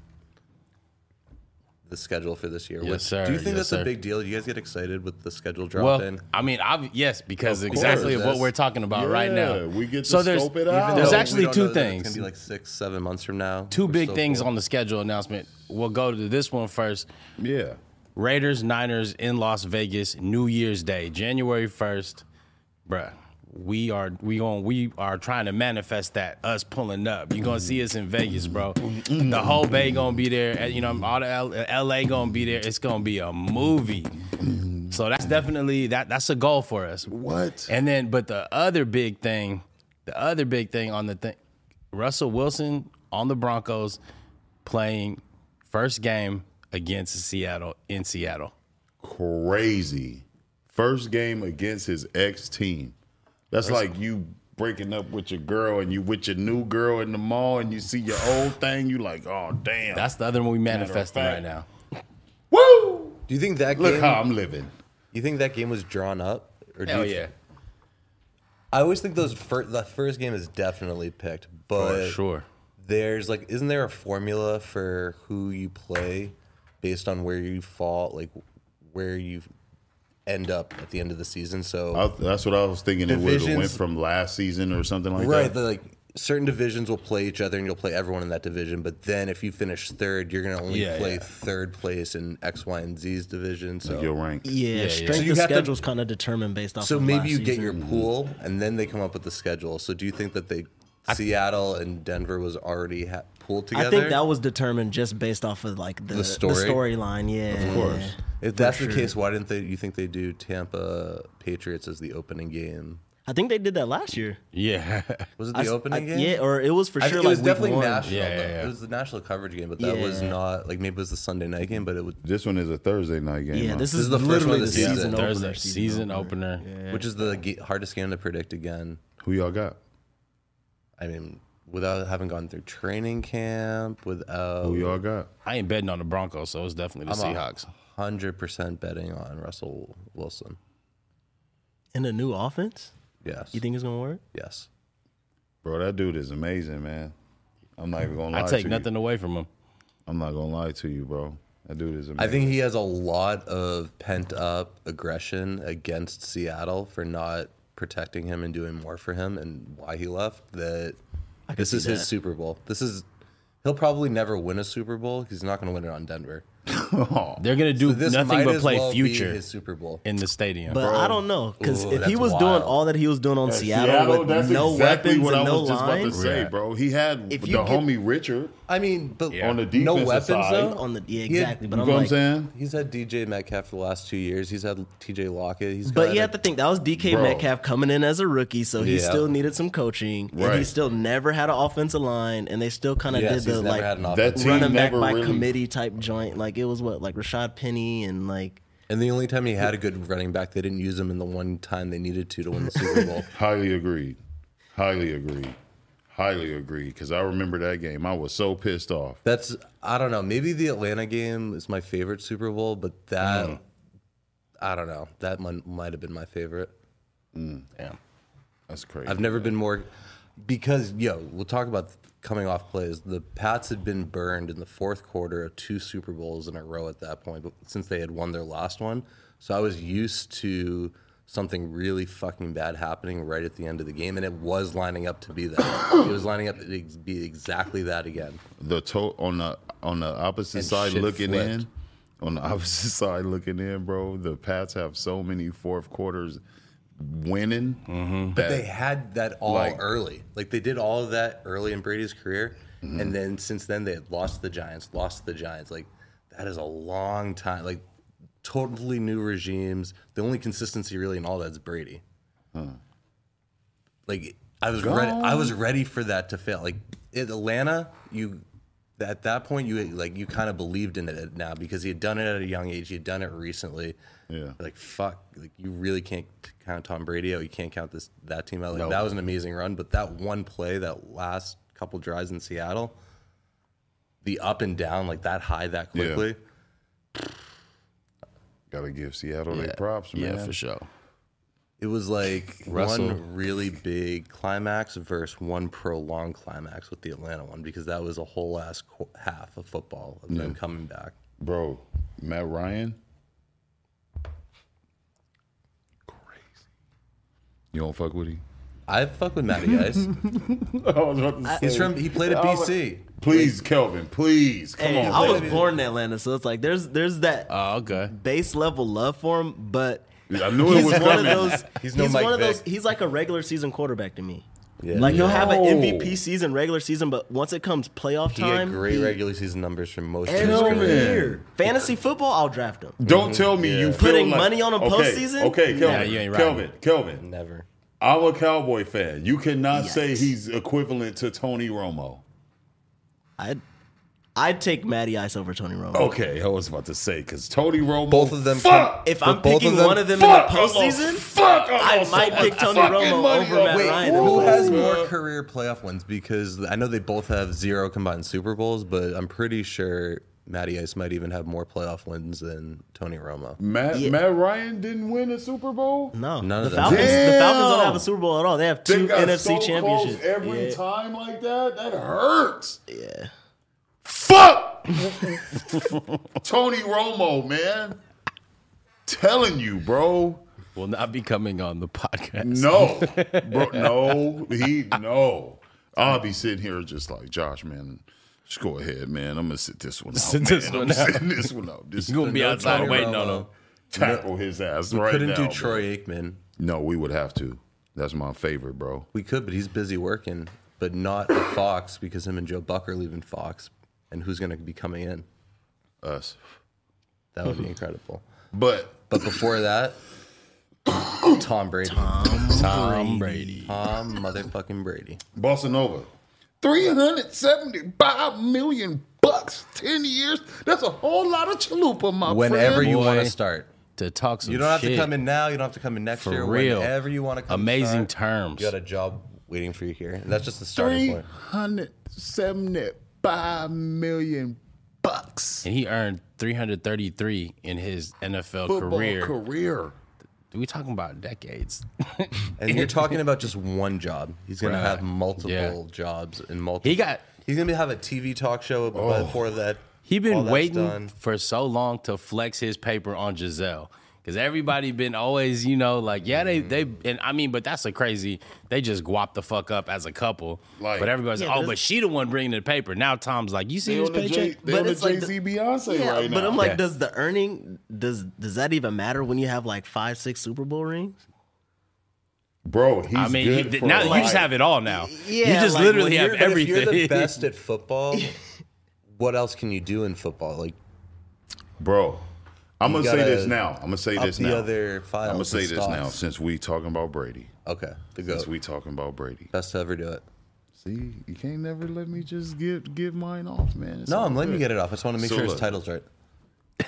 Speaker 3: the schedule for this year. which-
Speaker 2: sir,
Speaker 3: Do you think that's
Speaker 2: yes, sir.
Speaker 3: a big deal? Do you guys get excited with the schedule
Speaker 2: Well,
Speaker 3: dropping?
Speaker 2: I mean, I've, yes, because
Speaker 3: Of
Speaker 2: exactly
Speaker 3: course.
Speaker 2: of what we're talking about right
Speaker 1: Yeah,
Speaker 2: now.
Speaker 1: we get to
Speaker 2: so there's,
Speaker 1: scope it out.
Speaker 2: There's
Speaker 3: Though we
Speaker 2: actually
Speaker 3: don't
Speaker 2: two
Speaker 3: know that
Speaker 2: things.
Speaker 3: It's gonna be like six, seven months from now.
Speaker 2: two
Speaker 3: We're
Speaker 2: big
Speaker 3: still
Speaker 2: things
Speaker 3: cool.
Speaker 2: on the schedule announcement. We'll go to this one first.
Speaker 1: Yeah.
Speaker 2: Raiders Niners in Las Vegas, New Year's Day, January first, bruh. We are we going we are trying to manifest that us pulling up. You're gonna see us in Vegas, bro. The whole bay gonna be there. and, You know, all the L- LA gonna be there. It's gonna be a movie. So that's definitely that that's a goal for us.
Speaker 1: What?
Speaker 2: And then, but the other big thing, the other big thing on the thing, Russell Wilson on the Broncos playing first game against Seattle in Seattle.
Speaker 1: Crazy. First game against his ex team. That's like you breaking up with your girl and you with your new girl in the mall and you see your old thing, you like, oh damn.
Speaker 2: That's the other one we manifesting right now.
Speaker 1: Woo!
Speaker 3: Do you think that
Speaker 1: Look
Speaker 3: game?
Speaker 1: how I'm living.
Speaker 3: You think that game was drawn up? Or do
Speaker 2: Hell
Speaker 3: you-
Speaker 2: yeah,
Speaker 3: I always think those fir- the first game is definitely picked,
Speaker 2: for
Speaker 3: but
Speaker 2: sure.
Speaker 3: there's like, isn't there a formula for who you play based on where you fall, like where you end up at the end of the season? So
Speaker 1: I, that's what I was thinking. It would have went
Speaker 3: Divisions-
Speaker 1: from last season or something like
Speaker 3: right,
Speaker 1: that.
Speaker 3: the, like certain divisions will play each other and you'll play everyone in that division. But then if you finish third, you're going to only
Speaker 2: Yeah,
Speaker 3: play
Speaker 2: yeah.
Speaker 3: third place in X, Y, and Z's division. So,
Speaker 1: your rank.
Speaker 4: Yeah, strength
Speaker 3: So you
Speaker 4: of
Speaker 3: have to-
Speaker 4: schedule's kind of determined based off.
Speaker 3: so
Speaker 4: of
Speaker 3: maybe
Speaker 4: last
Speaker 3: you get
Speaker 4: season.
Speaker 3: your pool and then they come up with the schedule. So do you think that they, Seattle and Denver was already ha- pooled together?
Speaker 4: I think that was determined just based off of like the, the
Speaker 3: story?
Speaker 4: storyline. Yeah, of course.
Speaker 3: If that's the case, why didn't they? You think they do Tampa Patriots as the opening game?
Speaker 4: I think they did that last year.
Speaker 2: Yeah.
Speaker 3: Was it
Speaker 4: I
Speaker 3: the
Speaker 4: s-
Speaker 3: opening
Speaker 4: I-
Speaker 3: game?
Speaker 4: Yeah, or it was for
Speaker 3: I
Speaker 4: sure.
Speaker 3: think
Speaker 4: like
Speaker 3: it was
Speaker 4: week
Speaker 3: definitely
Speaker 4: one.
Speaker 3: national.
Speaker 2: Yeah, yeah,
Speaker 3: though.
Speaker 2: yeah.
Speaker 3: It was the national coverage game, but that was
Speaker 4: Yeah.
Speaker 3: not like maybe it was the Sunday night game, but it was
Speaker 1: This one is a Thursday night game.
Speaker 4: Yeah,
Speaker 1: huh?
Speaker 4: this
Speaker 3: This
Speaker 4: is
Speaker 3: is the first
Speaker 4: literally
Speaker 3: one
Speaker 4: the
Speaker 3: of the season.
Speaker 4: season. opener,
Speaker 2: Thursday season opener.
Speaker 3: which is the ge- hardest game to predict again.
Speaker 1: who y'all got?
Speaker 3: I mean, without having gone through training camp, without
Speaker 1: Who y'all got?
Speaker 2: I ain't betting on the Broncos, so it's definitely the
Speaker 3: I'm a
Speaker 2: Seahawks.
Speaker 3: hundred percent betting on Russell Wilson.
Speaker 4: in a new offense.
Speaker 3: Yes,
Speaker 4: You think it's gonna work?
Speaker 3: yes.
Speaker 1: Bro, that dude is amazing, man. I'm not even gonna
Speaker 2: I
Speaker 1: lie
Speaker 2: take
Speaker 1: to
Speaker 2: nothing
Speaker 1: you.
Speaker 2: away from him.
Speaker 1: I'm not gonna lie to you, bro. That dude is amazing.
Speaker 3: I think he has a lot of pent up aggression against Seattle for not protecting him and doing more for him and why he left. That this
Speaker 4: see
Speaker 3: is
Speaker 4: that.
Speaker 3: his Super Bowl. This is he'll probably never win a Super Bowl. 'cause He's not going to win it on Denver.
Speaker 2: They're gonna do
Speaker 3: This
Speaker 2: nothing
Speaker 3: might
Speaker 2: but
Speaker 3: as
Speaker 2: play
Speaker 3: well be
Speaker 2: future
Speaker 3: his Super Bowl.
Speaker 2: in the stadium.
Speaker 4: But I don't know because
Speaker 3: Ooh,
Speaker 4: if he
Speaker 3: that's
Speaker 4: was doing
Speaker 3: wild.
Speaker 4: all that he was doing on Seattle, with
Speaker 1: that's
Speaker 4: no
Speaker 1: exactly
Speaker 4: weapons
Speaker 1: what
Speaker 4: and
Speaker 1: I
Speaker 4: no
Speaker 1: was just
Speaker 4: line
Speaker 1: about to say,
Speaker 2: Yeah.
Speaker 1: bro. He had
Speaker 4: If
Speaker 1: the
Speaker 4: you get-
Speaker 1: homie Richard.
Speaker 3: I mean, but
Speaker 2: Yeah. On the
Speaker 3: no
Speaker 1: defensive
Speaker 3: weapons
Speaker 1: side.
Speaker 3: though.
Speaker 4: on the yeah
Speaker 3: He had-
Speaker 4: exactly.
Speaker 1: You
Speaker 4: but
Speaker 1: know
Speaker 4: I'm
Speaker 1: what I'm
Speaker 4: like,
Speaker 1: saying?
Speaker 3: He's had DJ Metcalf for the last two years. He's had TJ Lockett. He's
Speaker 4: But
Speaker 3: got
Speaker 4: you
Speaker 3: a-
Speaker 4: have to think that was DK
Speaker 1: Bro.
Speaker 4: Metcalf coming in as a rookie, so he
Speaker 3: Yeah.
Speaker 4: still needed some coaching. And he
Speaker 1: Right.
Speaker 4: still never had an offensive line, and they still kind of
Speaker 3: Yes,
Speaker 4: did the
Speaker 3: he's never
Speaker 4: like
Speaker 3: had an
Speaker 1: That
Speaker 3: offense.
Speaker 1: team
Speaker 4: running back
Speaker 1: never
Speaker 4: by
Speaker 1: really-
Speaker 4: committee type joint. Like it was what like Rashad Penny and like
Speaker 3: And the only time he had a good running back, they didn't use him in the one time they needed to to win the Super Bowl.
Speaker 1: Highly agreed. Highly agreed. Highly agreed. Because I remember that game. I was so pissed off.
Speaker 3: That's I don't know. Maybe the Atlanta game is my favorite Super Bowl, but that I don't know. That one might have been my favorite.
Speaker 2: Damn.
Speaker 1: That's crazy.
Speaker 3: I've never been more because yo, we'll talk about coming off plays. The Pats had been burned in the fourth quarter of two Super Bowls in a row at that point, but since they had won their last one, so I was used to something really fucking bad happening right at the end of the game, and it was lining up to be that. it was lining up to be exactly that again.
Speaker 1: the toe on the on the opposite
Speaker 3: And
Speaker 1: side
Speaker 3: shit
Speaker 1: looking
Speaker 3: flipped.
Speaker 1: in. On the opposite side looking in, bro. The Pats have so many fourth quarters winning. That,
Speaker 3: they had that all
Speaker 1: Like-
Speaker 3: early. Like they did all of that early in Brady's career, and then since then they had lost the Giants, lost the Giants. Like that is a long time. Like totally new regimes. The only consistency really in all that's Brady. Like I was ready. I was ready for that to fail. Like in Atlanta, you at that point you like you kind of believed in it now because he had done it at a young age. He had done it recently.
Speaker 1: Yeah.
Speaker 3: Like fuck, like you really can't count Tom Brady out. You can't count this that team out. Like that was an amazing run, but that one play, that last couple drives in Seattle, the up and down like that high that
Speaker 1: Yeah.
Speaker 3: quickly.
Speaker 1: Gotta give Seattle their props, man.
Speaker 2: Yeah, for sure.
Speaker 3: It was like
Speaker 2: Russell.
Speaker 3: one really big climax versus one prolonged climax with the Atlanta one because that was a whole last qu- half of football of them coming back.
Speaker 1: Bro, Matt Ryan. Crazy. You don't fuck with him?
Speaker 3: I fuck with Matty Ice. He's from he played
Speaker 4: Oh.
Speaker 3: at BC.
Speaker 1: Please, Kelvin, please. Come
Speaker 4: Hey,
Speaker 1: on.
Speaker 4: I was
Speaker 1: baby.
Speaker 4: born in Atlanta, so it's like there's there's that
Speaker 3: Uh,
Speaker 2: Oh, okay.
Speaker 4: base level love for him, but
Speaker 1: I knew it
Speaker 4: he's
Speaker 1: was
Speaker 4: one
Speaker 1: coming.
Speaker 4: of those. He's,
Speaker 3: He's no Mike
Speaker 4: one of those.
Speaker 3: Vick.
Speaker 4: He's like a regular season quarterback to me. Like he'll have an
Speaker 1: No.
Speaker 4: MVP season, regular season, but once it comes playoff
Speaker 3: He
Speaker 4: time,
Speaker 3: had great
Speaker 4: he-
Speaker 3: regular season numbers for most of his
Speaker 4: every
Speaker 3: career.
Speaker 1: Kelvin.
Speaker 4: year. Fantasy football, I'll draft him.
Speaker 1: Don't tell me you feel
Speaker 4: Putting
Speaker 1: like-
Speaker 4: money on a
Speaker 1: okay,
Speaker 4: postseason?
Speaker 1: Okay, Kelvin.
Speaker 2: Nah, you ain't right.
Speaker 1: Kelvin, Kelvin.
Speaker 3: Never.
Speaker 1: I'm a Cowboy fan. You cannot say
Speaker 4: Yikes.
Speaker 1: he's equivalent to Tony Romo.
Speaker 4: I'd I'd take Matty Ice over Tony Romo.
Speaker 1: Okay, I was about to say because Tony Romo.
Speaker 3: Both of them
Speaker 1: Fuck.
Speaker 4: If
Speaker 3: But
Speaker 4: I'm
Speaker 3: both of
Speaker 4: picking
Speaker 3: them-
Speaker 4: one of them
Speaker 1: fuck.
Speaker 4: in
Speaker 1: I
Speaker 4: the
Speaker 1: lost-
Speaker 4: postseason,
Speaker 1: Fuck.
Speaker 4: I
Speaker 1: lost
Speaker 4: might
Speaker 1: so
Speaker 4: pick
Speaker 1: much
Speaker 4: Tony
Speaker 1: fucking
Speaker 4: Romo
Speaker 1: money
Speaker 4: over Matt
Speaker 1: on-
Speaker 4: Wait, Ryan.
Speaker 3: Who
Speaker 4: Ooh.
Speaker 3: has more career playoff wins? Because I know they both have zero combined Super Bowls, but I'm pretty sure Matty Ice might even have more playoff wins than Tony Romo.
Speaker 1: Matt, Matt Ryan didn't win a Super Bowl.
Speaker 4: no,
Speaker 3: None
Speaker 4: the
Speaker 3: of them.
Speaker 4: Falcons. The Falcons don't
Speaker 1: Damn.
Speaker 4: have a Super Bowl at all. They have
Speaker 1: They
Speaker 4: two
Speaker 1: got
Speaker 4: NFC
Speaker 1: so
Speaker 4: championships.
Speaker 1: Close every
Speaker 4: Yeah.
Speaker 1: time like that, that hurts. Yeah. Fuck. Tony Romo, man. Telling you, bro.
Speaker 2: Will not be coming on the podcast.
Speaker 1: No, bro. No, he no. I'll be sitting here just like Josh, man. Just go ahead, man. I'm gonna sit this one out.
Speaker 2: Sit
Speaker 1: man.
Speaker 2: this one
Speaker 1: I'm
Speaker 2: out.
Speaker 1: sitting this one out. This
Speaker 2: You gonna be
Speaker 3: No
Speaker 2: outside
Speaker 3: Tony
Speaker 2: waiting on
Speaker 3: Romo.
Speaker 2: him.
Speaker 1: tackle his ass
Speaker 3: We
Speaker 1: right
Speaker 3: couldn't
Speaker 1: now.
Speaker 3: do
Speaker 1: bro.
Speaker 3: Troy Aikman.
Speaker 1: No, we would have to. That's my favorite, bro.
Speaker 3: We could, but he's busy working, but not at Fox because him and Joe Buck are leaving Fox, and who's going to be coming in?
Speaker 1: Us.
Speaker 3: That would
Speaker 2: Hmm.
Speaker 3: be incredible.
Speaker 1: But
Speaker 3: But before that, Tom Brady,
Speaker 2: Tom Brady.
Speaker 3: Tom motherfucking Brady.
Speaker 1: Bossa Nova, 375 million bucks, 10 years. That's a whole lot of chalupa, my
Speaker 3: Whenever
Speaker 1: friend.
Speaker 3: you want
Speaker 2: Boy.
Speaker 3: to start,
Speaker 2: To talk some
Speaker 3: you don't have
Speaker 2: shit.
Speaker 3: to come in now. You don't have to come in next
Speaker 2: For
Speaker 3: year.
Speaker 2: real.
Speaker 3: Whenever you want to come,
Speaker 2: Amazing
Speaker 3: start,
Speaker 2: terms.
Speaker 3: You got a job waiting for you here, and that's just the starting point.
Speaker 1: 375 million bucks.
Speaker 2: and he earned 333 in his NFL
Speaker 1: Football
Speaker 2: career.
Speaker 1: career.
Speaker 2: We talking about decades.
Speaker 3: And you're talking about just one job. He's going
Speaker 2: Right.
Speaker 3: to have multiple
Speaker 2: Yeah.
Speaker 3: jobs and multiple.
Speaker 2: He got- Oh.
Speaker 3: He's going to have a TV talk show before that.
Speaker 2: He
Speaker 3: all
Speaker 2: been
Speaker 3: that's
Speaker 2: waiting
Speaker 3: done.
Speaker 2: for so long to flex his paper on Giselle. Cause everybody been always, you know, like, yeah, they they and I mean, but that's a crazy they just guap the fuck up as a couple.
Speaker 1: Like-
Speaker 2: but everybody's like, oh, but she the one bringing the paper. Now Tom's like, you see
Speaker 1: They
Speaker 2: this
Speaker 1: on the
Speaker 2: paycheck?
Speaker 1: Jay Z
Speaker 4: But it's like the-
Speaker 1: Beyonce
Speaker 4: Yeah,
Speaker 1: right now.
Speaker 4: but I'm like,
Speaker 2: Yeah.
Speaker 4: does the earning does does that even matter when you have like five, six Super Bowl rings?
Speaker 1: bro, he's
Speaker 2: I mean, he,
Speaker 1: good
Speaker 2: did-
Speaker 1: for
Speaker 2: now you
Speaker 1: life.
Speaker 2: just have it all now.
Speaker 4: Yeah,
Speaker 2: you just
Speaker 4: like,
Speaker 2: literally have
Speaker 4: when
Speaker 3: But
Speaker 2: everything.
Speaker 3: If you're the best at football, what else can you do in football? Like
Speaker 1: Bro, I'm
Speaker 3: You
Speaker 1: going to say
Speaker 3: gotta
Speaker 1: this now. I'm going to say
Speaker 3: up
Speaker 1: this
Speaker 3: the
Speaker 1: now.
Speaker 3: other
Speaker 1: I'm
Speaker 3: files.
Speaker 1: going to say
Speaker 3: and
Speaker 1: this now
Speaker 3: stocks.
Speaker 1: since we talking about Brady.
Speaker 3: Okay, the
Speaker 1: Since
Speaker 3: goat.
Speaker 1: we talking about Brady.
Speaker 3: Best to ever do it.
Speaker 1: See, you can't never let me just give give mine off, man. It's
Speaker 3: No,
Speaker 1: all
Speaker 3: I'm letting you
Speaker 1: good.
Speaker 3: get it off. I just want to make
Speaker 1: So
Speaker 3: sure
Speaker 1: look.
Speaker 3: his title's right.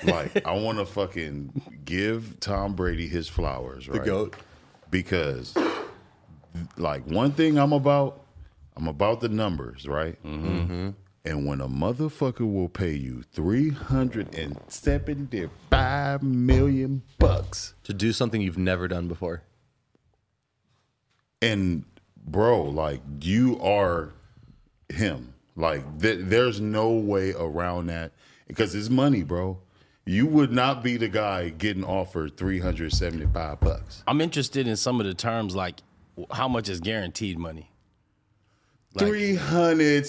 Speaker 1: Like, I want to fucking give Tom Brady his flowers, right?
Speaker 3: The goat.
Speaker 1: Because, like, one thing I'm about, I'm about the numbers, right? Mm-hmm. And when a motherfucker will pay you 375 million bucks,
Speaker 3: To do something you've never done before.
Speaker 1: and bro, like, you are him. Like, th- there's no way around that because it's money, bro. You would not be the guy getting offered 375 bucks.
Speaker 2: I'm interested in some of the terms like w- how much is guaranteed money.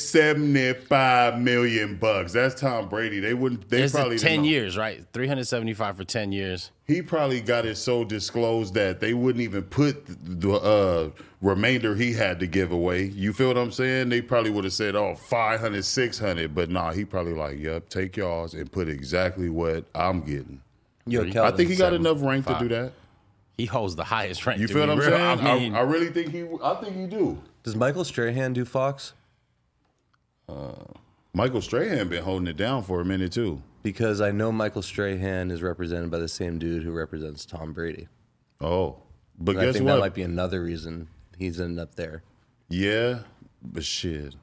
Speaker 1: 375 million bucks. That's Tom Brady. They wouldn't they
Speaker 2: It's
Speaker 1: probably
Speaker 2: a
Speaker 1: didn't
Speaker 2: ten
Speaker 1: know.
Speaker 2: years, right? Three hundred seventy five for ten years.
Speaker 1: He probably got it so disclosed that they wouldn't even put the uh, remainder he had to give away. You feel what I'm saying? They probably would have said, "Oh, 500, 600." But nah, he probably like, "Yep, take yours and put exactly what I'm getting."
Speaker 3: Yo,
Speaker 1: I think he got
Speaker 2: Seven,
Speaker 1: enough rank to
Speaker 2: five.
Speaker 1: do that.
Speaker 2: He holds the highest rank.
Speaker 1: You
Speaker 2: to
Speaker 1: feel
Speaker 2: be
Speaker 1: what I'm
Speaker 2: real.
Speaker 1: saying?
Speaker 2: I mean,
Speaker 1: I, I really think he I think he do.
Speaker 3: Does Michael Strahan do Fox?
Speaker 1: Michael Strahan been holding it down for a minute too.
Speaker 3: Because I know Michael Strahan is represented by the same dude who represents Tom Brady.
Speaker 1: Oh. But
Speaker 3: And I
Speaker 1: guess
Speaker 3: think
Speaker 1: what?
Speaker 3: that might be another reason he's ended up there.
Speaker 1: Yeah, but shit,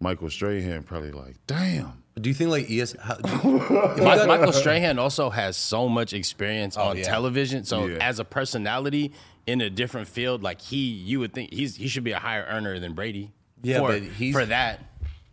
Speaker 1: Michael Strahan probably like, damn.
Speaker 3: But do you think like ES? How,
Speaker 2: Mi- Michael Strahan also has so much experience on
Speaker 3: yeah.
Speaker 2: television. So
Speaker 1: Oh, Yeah.
Speaker 2: as a personality in a different field, like he, you would think he's he should be a higher earner than Brady.
Speaker 3: Yeah,
Speaker 2: for,
Speaker 3: but he's-
Speaker 2: for that.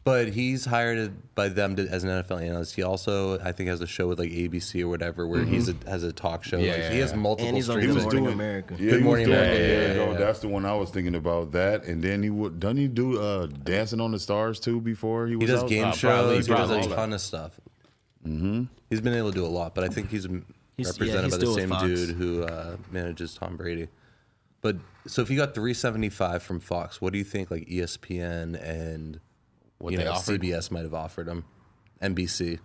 Speaker 3: but he's hired by them to, as an NFL analyst. He also, I think, has a show with like ABC or whatever where he's a, has a talk show.
Speaker 2: Yeah,
Speaker 3: like,
Speaker 2: yeah,
Speaker 3: he has
Speaker 2: yeah.
Speaker 3: multiple.
Speaker 4: And he's on
Speaker 3: streams.
Speaker 4: Good Morning America.
Speaker 1: Yeah,
Speaker 3: Good
Speaker 1: he
Speaker 3: Morning
Speaker 1: was doing it.
Speaker 3: America. Yeah,
Speaker 1: There
Speaker 3: yeah,
Speaker 1: you go.
Speaker 3: yeah.
Speaker 1: That's the one I was thinking about. That and then he would. Doesn't he do uh, Dancing on the Stars too? Before he was
Speaker 3: He does
Speaker 1: out?
Speaker 3: game
Speaker 2: Uh,
Speaker 3: shows.
Speaker 2: probably-
Speaker 3: he
Speaker 2: probably.
Speaker 3: does a ton of stuff. Mm-hmm. He's been able to do a lot, but I think he's,
Speaker 4: He's- yeah,
Speaker 3: represented
Speaker 4: he's
Speaker 3: by
Speaker 4: still
Speaker 3: the same
Speaker 4: with Fox.
Speaker 3: dude who uh, manages Tom Brady. But so if you got 375 from Fox, what do you think like E ESPN and
Speaker 2: What
Speaker 3: you
Speaker 2: they
Speaker 3: know,
Speaker 2: offered.
Speaker 3: CBS might have offered him? NBC.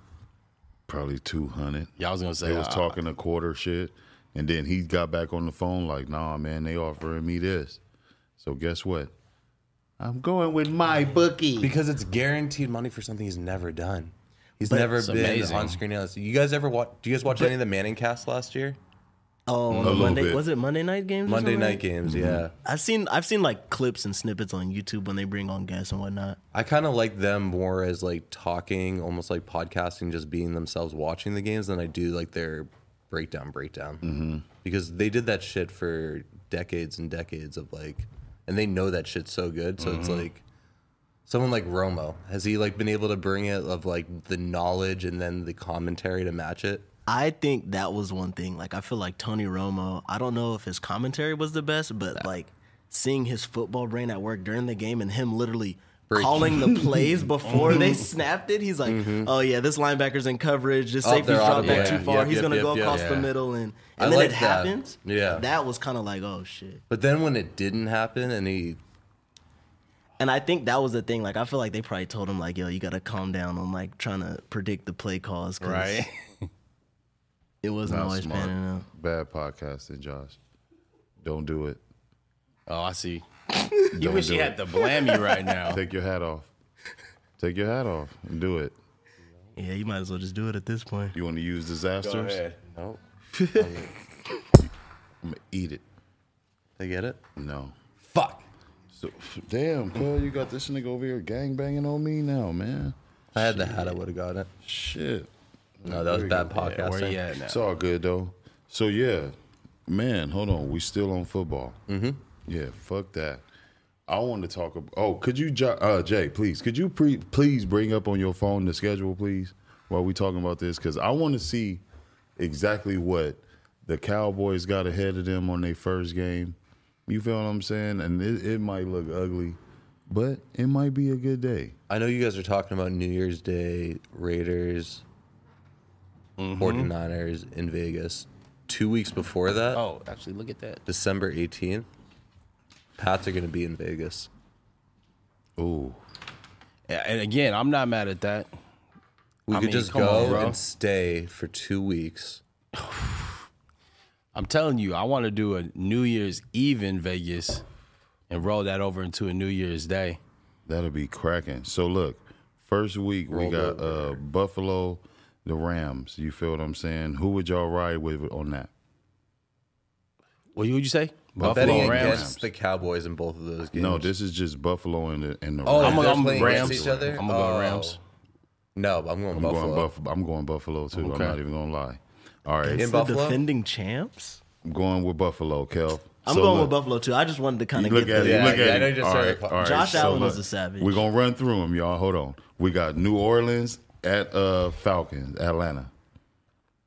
Speaker 1: Probably two hundred.
Speaker 2: Y'all was gonna say
Speaker 1: They was
Speaker 2: uh,
Speaker 1: talking a quarter shit, and then he got back on the phone like, "Nah, man, they offering me this." So guess what? I'm going with my bookie.
Speaker 3: Because it's guaranteed money for something he's never done. He's never
Speaker 2: It's
Speaker 3: been
Speaker 2: amazing.
Speaker 3: on screen analyst. You guys ever watch? Do you guys watch any of the Manning cast last year?
Speaker 4: Oh,
Speaker 1: little
Speaker 4: Monday
Speaker 1: bit.
Speaker 4: was Mm-hmm. it Monday night games? or
Speaker 3: Monday
Speaker 4: something
Speaker 3: night
Speaker 4: like-
Speaker 3: games, yeah.
Speaker 4: I've seen I've seen like clips and snippets on YouTube when they bring on guests and whatnot.
Speaker 3: I kind of like them more as like talking, almost like podcasting, just being themselves watching the games than I do like their breakdown breakdown. Mm-hmm. Because they did that shit for decades and decades of like, and they know that shit so good. So it's like someone like Romo has he like been able to bring it of like the knowledge and then the commentary to match it.
Speaker 4: I think that was one thing. Like I feel like Tony Romo. I don't know if his commentary was the best, but like seeing his football brain at work during the game and him literally
Speaker 3: Break.
Speaker 4: calling the plays before they
Speaker 3: Mm-hmm.
Speaker 4: snapped it. He's like, oh yeah, this linebacker's in coverage. This safety's
Speaker 3: they're out
Speaker 4: dropped
Speaker 3: of
Speaker 4: back
Speaker 3: it.
Speaker 4: too
Speaker 3: Yeah,
Speaker 4: far.
Speaker 3: yep,
Speaker 4: He's
Speaker 3: yep,
Speaker 4: gonna
Speaker 3: yep,
Speaker 4: go
Speaker 3: yep,
Speaker 4: across the
Speaker 3: yeah.
Speaker 4: middle, and
Speaker 3: I
Speaker 4: and then
Speaker 3: like
Speaker 4: it
Speaker 3: that.
Speaker 4: happens.
Speaker 3: Yeah.
Speaker 4: that was kind of like, oh shit.
Speaker 3: But then when it didn't happen, and he
Speaker 4: And I think that was the thing. Like, I feel like they probably told him like, yo, you gotta calm down on like trying to predict the play calls. 'cause
Speaker 2: right?
Speaker 4: It wasn't
Speaker 1: Not
Speaker 4: always
Speaker 1: smart.
Speaker 4: panning out.
Speaker 1: Bad podcasting, Josh. Don't do it.
Speaker 2: Oh, I see. You
Speaker 1: Don't
Speaker 2: wish
Speaker 1: do
Speaker 2: you
Speaker 1: it.
Speaker 2: had the blammy right now.
Speaker 1: Take your hat off. Take your hat off and do it.
Speaker 4: Yeah, you might as well just do it at this point.
Speaker 1: You want to use
Speaker 2: Go
Speaker 1: disasters?
Speaker 2: ahead.
Speaker 3: no,
Speaker 1: I'm gonna eat it.
Speaker 3: they get it.
Speaker 1: No.
Speaker 3: Fuck.
Speaker 1: So damn, Cole, you got this nigga over here gang banging on me now, man.
Speaker 3: If I had the hat, I would have got it.
Speaker 1: Shit.
Speaker 3: No, that was bad podcasting.
Speaker 2: Where you at now?
Speaker 1: It's all good though. So yeah, man, hold on. We still on football. Mm-hmm. Yeah, fuck that. I want to talk about. Oh, could you, Jo- uh, Jay? Please, could you pre- please bring up on your phone the schedule, please, while we talking about this? Because I want to see exactly what the Cowboys got ahead of them on their first game. You feel what I'm saying? And it, it might look ugly, but it might be a good day.
Speaker 3: I know you guys are talking about New Year's Day, Raiders, Mm-hmm. 49ers in Vegas. Two weeks before that,
Speaker 2: Oh, actually, look at that.
Speaker 3: December 18th, Pats are going to be in Vegas.
Speaker 1: Ooh,
Speaker 2: Yeah, And again, I'm not mad at that.
Speaker 3: We
Speaker 2: I
Speaker 3: could
Speaker 2: mean,
Speaker 3: just
Speaker 2: come
Speaker 3: go
Speaker 2: on, bro.
Speaker 3: and stay for two weeks.
Speaker 2: I'm telling you, I want to do a New Year's Eve in Vegas and roll that over into a New Year's Day.
Speaker 1: That'll be cracking. So look, first week we got uh, Buffalo, the Rams. You feel what I'm saying? Who would y'all ride with on that?
Speaker 2: What would you say?
Speaker 3: Betting
Speaker 2: Buffalo Rams.
Speaker 3: against the Cowboys in both of those games.
Speaker 1: No, this is just Buffalo and the and the
Speaker 3: Oh,
Speaker 1: Rams.
Speaker 2: I'm gonna-
Speaker 3: they're
Speaker 2: I'm
Speaker 3: playing
Speaker 2: Rams.
Speaker 3: against each other.
Speaker 2: I'm gonna go
Speaker 3: Oh.
Speaker 2: Rams.
Speaker 3: No, I'm going
Speaker 1: I'm
Speaker 3: Buffalo.
Speaker 1: going Buffalo. I'm going Buffalo too.
Speaker 2: Okay.
Speaker 1: I'm not even gonna lie. All right,
Speaker 3: In
Speaker 4: The
Speaker 3: Buffalo?
Speaker 4: defending champs.
Speaker 1: I'm going with Buffalo, Kel.
Speaker 4: I'm
Speaker 1: So,
Speaker 4: going
Speaker 1: look,
Speaker 4: with Buffalo too. I just wanted to kind
Speaker 1: You
Speaker 4: of
Speaker 1: look
Speaker 4: get
Speaker 1: at
Speaker 4: the
Speaker 1: it. You look
Speaker 3: Yeah,
Speaker 1: at
Speaker 3: yeah, I
Speaker 1: it.
Speaker 3: know you just
Speaker 1: All
Speaker 3: started
Speaker 1: right,
Speaker 3: cl-
Speaker 1: all right.
Speaker 4: Josh Allen is
Speaker 1: look,
Speaker 4: a savage.
Speaker 1: We're gonna run through them, y'all. Hold on. We got New Orleans at uh, Falcons, Atlanta.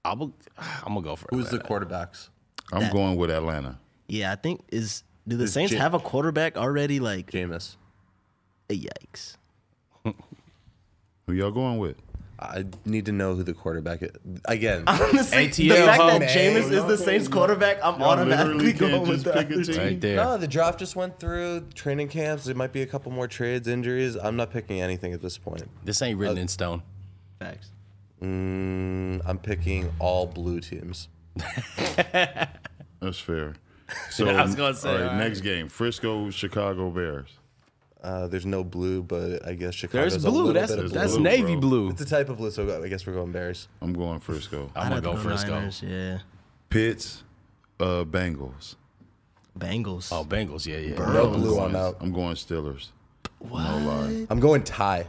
Speaker 2: I'm gonna I'm gonna go for
Speaker 3: Who's the
Speaker 2: Atlanta.
Speaker 3: quarterbacks?
Speaker 1: I'm going with Atlanta.
Speaker 4: Yeah, I think is do the Saints
Speaker 3: J-
Speaker 4: have a quarterback already? Like eh,
Speaker 3: Jameis.
Speaker 4: yikes.
Speaker 1: Who y'all going with?
Speaker 3: I need to know who the quarterback is. Again,
Speaker 4: Honestly, the
Speaker 2: ATL
Speaker 4: fact that
Speaker 2: Hawks.
Speaker 4: Jameis is the Saints quarterback, I'm
Speaker 1: Y'all literally
Speaker 4: automatically
Speaker 1: can't
Speaker 4: going with
Speaker 1: just pick a
Speaker 4: that.
Speaker 1: team.
Speaker 2: right there?
Speaker 3: No, the draft just went through training camps. There might be a couple more trades, injuries. I'm not picking anything at this point.
Speaker 2: This ain't written in stone.
Speaker 4: Facts.
Speaker 3: Mm, I'm picking all blue teams.
Speaker 1: That's fair. So
Speaker 2: I was gonna say,
Speaker 1: all right,
Speaker 2: all right.
Speaker 1: next game, Frisco Chicago Bears.
Speaker 3: Uh, there's no blue, but I guess Chicago's
Speaker 2: There's
Speaker 3: a little
Speaker 2: blue. That's
Speaker 3: bit of
Speaker 2: that's
Speaker 3: blue.
Speaker 1: blue,
Speaker 2: navy
Speaker 1: bro.
Speaker 2: blue.
Speaker 3: It's a type of blue, so I guess we're going Bears.
Speaker 1: I'm going Frisco.
Speaker 2: I'm gonna go Frisco.
Speaker 4: Yeah.
Speaker 1: Pitts, uh, Bengals.
Speaker 4: Bengals.
Speaker 2: Oh, Bengals. Yeah, yeah.
Speaker 3: No blue on
Speaker 1: I'm
Speaker 3: out.
Speaker 1: I'm going Steelers. No lie.
Speaker 3: I'm going tie.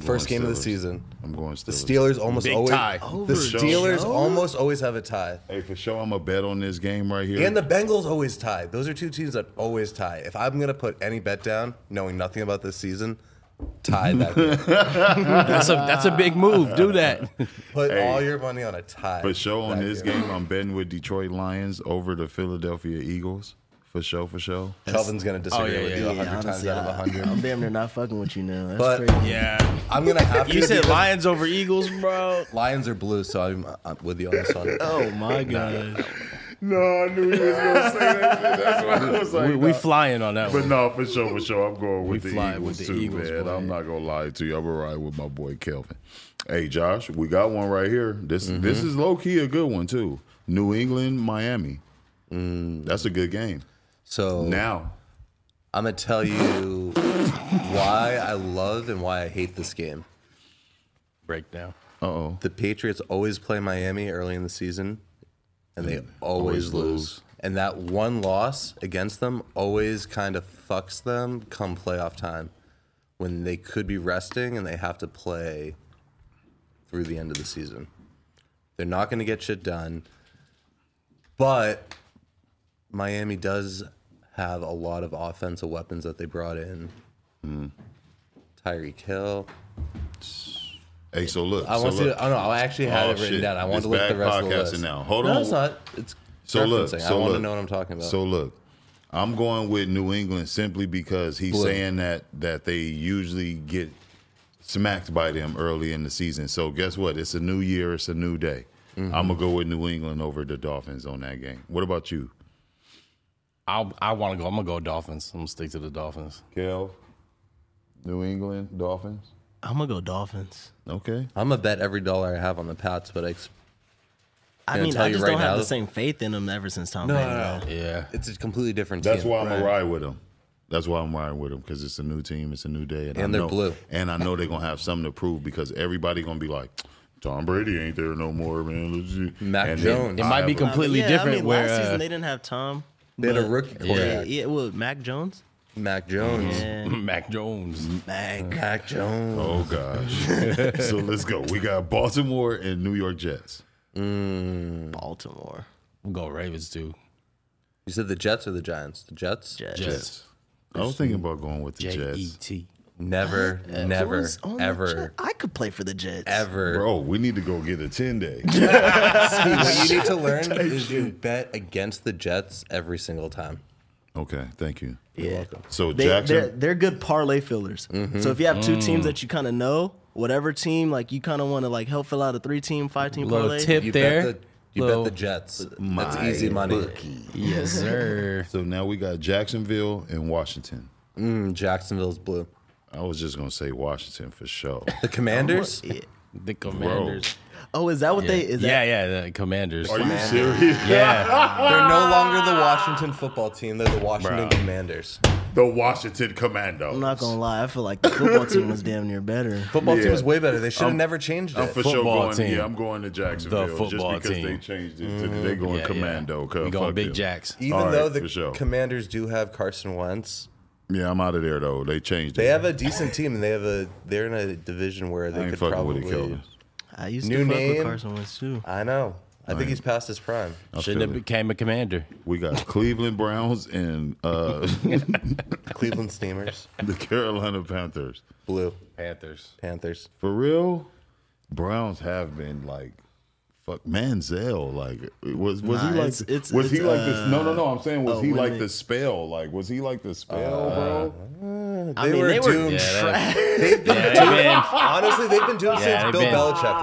Speaker 3: First
Speaker 1: going
Speaker 3: game of the
Speaker 1: Steelers.
Speaker 3: season.
Speaker 1: I'm going
Speaker 3: The
Speaker 1: Steelers.
Speaker 3: Steelers almost
Speaker 2: Big
Speaker 3: always.
Speaker 2: tie.
Speaker 3: The Steelers almost always have a tie.
Speaker 1: Hey, for sure, I'm a bet on this game right here.
Speaker 3: And the Bengals always tie. Those are two teams that always tie. If I'm gonna put any bet down, knowing nothing about this season, tie that. game.
Speaker 2: That's a that's a big move. Do that.
Speaker 3: Put all your money on a tie.
Speaker 1: for sure on
Speaker 3: that
Speaker 1: this game, I'm betting with Detroit Lions over the Philadelphia Eagles. For sure, for sure.
Speaker 3: Calvin's gonna disagree
Speaker 2: Oh, yeah,
Speaker 3: with
Speaker 2: yeah,
Speaker 3: you
Speaker 2: yeah,
Speaker 3: a hundred times out of hundred.
Speaker 4: I'm damn near not fucking with you now. That's
Speaker 3: But-
Speaker 4: crazy.
Speaker 2: Yeah.
Speaker 3: I'm gonna have to.
Speaker 2: You said
Speaker 3: because
Speaker 2: Lions over Eagles, bro.
Speaker 3: Lions are blue, so I'm, I'm with you on this one.
Speaker 4: Oh my god.
Speaker 1: No, I knew he was gonna say that. That's why I was like,
Speaker 2: We, we flying on that
Speaker 1: But
Speaker 2: one.
Speaker 1: no, for sure, for sure. I'm going with
Speaker 2: We
Speaker 1: the
Speaker 2: fly
Speaker 1: Eagles
Speaker 2: with the
Speaker 1: too,
Speaker 2: Eagles,
Speaker 1: man.
Speaker 2: boy.
Speaker 1: I'm not gonna lie to you. I'm gonna ride with my boy Kelvin. Hey Josh, we got one right here. This
Speaker 3: Mm-hmm.
Speaker 1: this is low key a good one too. New England, Miami.
Speaker 3: Mm.
Speaker 1: That's a good game.
Speaker 3: So
Speaker 1: Now,
Speaker 3: I'm gonna tell you why I love and why I hate this game.
Speaker 2: Breakdown.
Speaker 1: uh oh,
Speaker 3: The Patriots always play Miami early in the season, and they always,
Speaker 1: always
Speaker 3: lose.
Speaker 1: lose.
Speaker 3: And that one loss against them always kind of fucks them come playoff time when they could be resting and they have to play through the end of the season. They're not going to get shit done. But Miami does have a lot of offensive weapons that they brought in. Tyreek Hill.
Speaker 1: hey, so look.
Speaker 3: I
Speaker 1: so
Speaker 3: want to.
Speaker 1: look.
Speaker 3: I don't know. I actually had
Speaker 1: Oh,
Speaker 3: it written
Speaker 1: shit.
Speaker 3: down. I wanted
Speaker 1: It's
Speaker 3: to look at the
Speaker 1: bad
Speaker 3: rest of the
Speaker 1: podcasting
Speaker 3: list.
Speaker 1: now. Hold
Speaker 3: no,
Speaker 1: on.
Speaker 3: it's not. It's
Speaker 1: So look,
Speaker 3: referencing.
Speaker 1: so
Speaker 3: I want to
Speaker 1: look.
Speaker 3: know what I'm talking about.
Speaker 1: So look, I'm going with New England simply because he's saying that that they usually get smacked by them early in the season. So guess what? It's a new year. It's a new day. I'm gonna go with New England over the Dolphins on that game. What about you,
Speaker 2: I'll, I want to go. I'm gonna go Dolphins. I'm gonna stick to the Dolphins.
Speaker 1: Kel? New England Dolphins.
Speaker 4: I'm gonna go Dolphins.
Speaker 1: Okay.
Speaker 3: I'm gonna bet every dollar I have on the Pats, but I, ex-
Speaker 4: I
Speaker 3: Gonna
Speaker 4: mean,
Speaker 3: tell
Speaker 4: I
Speaker 3: you
Speaker 4: just
Speaker 3: right
Speaker 4: don't have
Speaker 3: now-
Speaker 4: the same faith in them ever since Tom Brady. left.
Speaker 2: Yeah,
Speaker 3: it's a completely different
Speaker 1: That's
Speaker 3: team.
Speaker 1: why I'm gonna ride with them. That's why I'm riding with them because it's a new team, it's a new day, and, I
Speaker 3: And they're
Speaker 1: know-
Speaker 3: blue.
Speaker 1: And I know they're gonna have something to prove because everybody gonna be like, Tom Brady ain't there no more, man. Let's see."
Speaker 3: Mac
Speaker 1: And
Speaker 3: Jones.
Speaker 2: it
Speaker 3: I
Speaker 2: might be
Speaker 1: would-
Speaker 2: completely
Speaker 4: yeah,
Speaker 2: different.
Speaker 4: I mean,
Speaker 2: where
Speaker 4: last
Speaker 2: uh,
Speaker 4: season they didn't have Tom.
Speaker 3: They had a
Speaker 4: but-
Speaker 3: rookie
Speaker 4: Yeah,
Speaker 3: quarterback,
Speaker 4: yeah, with Mac Jones.
Speaker 3: Mac Jones.
Speaker 4: Yeah.
Speaker 2: Mac Jones.
Speaker 4: Mac.
Speaker 3: Mac Jones.
Speaker 1: Oh gosh. so let's go. We got Baltimore and New York Jets.
Speaker 4: Baltimore.
Speaker 2: We'll go Ravens too.
Speaker 3: You said the Jets or the Giants? The Jets.
Speaker 4: Jets.
Speaker 2: Jets.
Speaker 1: I was thinking about going with the
Speaker 2: J E
Speaker 1: Jets,
Speaker 2: T.
Speaker 3: Never, never,
Speaker 4: Who's on the Jets?
Speaker 3: ever,
Speaker 4: I could play for the Jets.
Speaker 3: ever.
Speaker 1: bro. We need to go get a ten day.
Speaker 3: what you need to learn is you bet against the Jets every single time.
Speaker 1: okay, thank you.
Speaker 4: Yeah.
Speaker 1: So
Speaker 4: They,
Speaker 1: Jackson,
Speaker 4: they're, they're good parlay fillers.
Speaker 3: Mm-hmm.
Speaker 4: So if you have two teams that you kind of know, whatever team, like you kind of want to like help fill out a three team, five team
Speaker 2: Little
Speaker 4: parlay.
Speaker 2: tip
Speaker 3: You
Speaker 2: there.
Speaker 3: bet the you
Speaker 2: Little-
Speaker 3: bet the Jets. That's easy money.
Speaker 2: yes, sir.
Speaker 1: so now we got Jacksonville and Washington.
Speaker 3: Mm, Jacksonville's blue.
Speaker 1: I was just gonna say Washington for sure.
Speaker 3: The Commanders.
Speaker 4: Yeah.
Speaker 2: The Commanders.
Speaker 4: Oh, is that what they? Is
Speaker 2: Yeah,
Speaker 4: that?
Speaker 2: yeah, the Commanders.
Speaker 1: Are you serious?
Speaker 2: yeah,
Speaker 3: They're no longer the Washington football team. They're the Washington Commanders.
Speaker 1: The Washington Commandos.
Speaker 4: I'm not gonna lie. I feel like the football team was damn near better.
Speaker 3: Football
Speaker 1: Yeah.
Speaker 3: team is way better. They should have never changed
Speaker 1: I'm
Speaker 3: it.
Speaker 1: for sure
Speaker 2: Football
Speaker 1: going.
Speaker 2: team.
Speaker 1: Yeah, I'm going to Jacksonville
Speaker 2: football
Speaker 1: just because
Speaker 2: team.
Speaker 1: they changed it. To, They going
Speaker 2: Yeah,
Speaker 1: commando.
Speaker 2: Yeah.
Speaker 1: cuz
Speaker 2: We
Speaker 1: fuck
Speaker 2: going Big
Speaker 1: them.
Speaker 2: Jacks.
Speaker 3: Even
Speaker 1: All right,
Speaker 3: though
Speaker 1: for
Speaker 3: the
Speaker 1: sure.
Speaker 3: Commanders do have Carson Wentz,
Speaker 1: Yeah, I'm out of there though. They changed
Speaker 3: they
Speaker 1: it.
Speaker 3: have a decent team, and they have a they're in a division where
Speaker 1: I
Speaker 3: they
Speaker 1: ain't
Speaker 3: could
Speaker 1: fucking with it,
Speaker 3: probably.
Speaker 1: Kelvin.
Speaker 4: I used
Speaker 3: New
Speaker 4: to fuck
Speaker 3: name.
Speaker 4: with Carson Wentz too.
Speaker 3: I know. I think he's past his prime.
Speaker 2: Shouldn't have became a commander.
Speaker 1: We got Cleveland Browns and uh,
Speaker 3: Cleveland Steamers,
Speaker 1: the Carolina Panthers.
Speaker 3: blue
Speaker 2: Panthers.
Speaker 3: Panthers.
Speaker 1: For real, Browns have been like fuck Manziel. Like was was
Speaker 4: Nah,
Speaker 1: he like
Speaker 4: it's- it's-
Speaker 1: was he
Speaker 4: it's,
Speaker 1: like this? No, no, no. I'm saying was
Speaker 4: oh,
Speaker 1: he
Speaker 4: when
Speaker 1: like
Speaker 4: they-
Speaker 1: the spell? Like was he like the spell, bro?
Speaker 4: I mean, they were.
Speaker 3: doomed.
Speaker 2: Yeah,
Speaker 3: They've been
Speaker 2: that- yeah,
Speaker 3: honestly, they've been doing since
Speaker 2: Yeah, they've
Speaker 3: Bill
Speaker 2: been-
Speaker 3: Belichick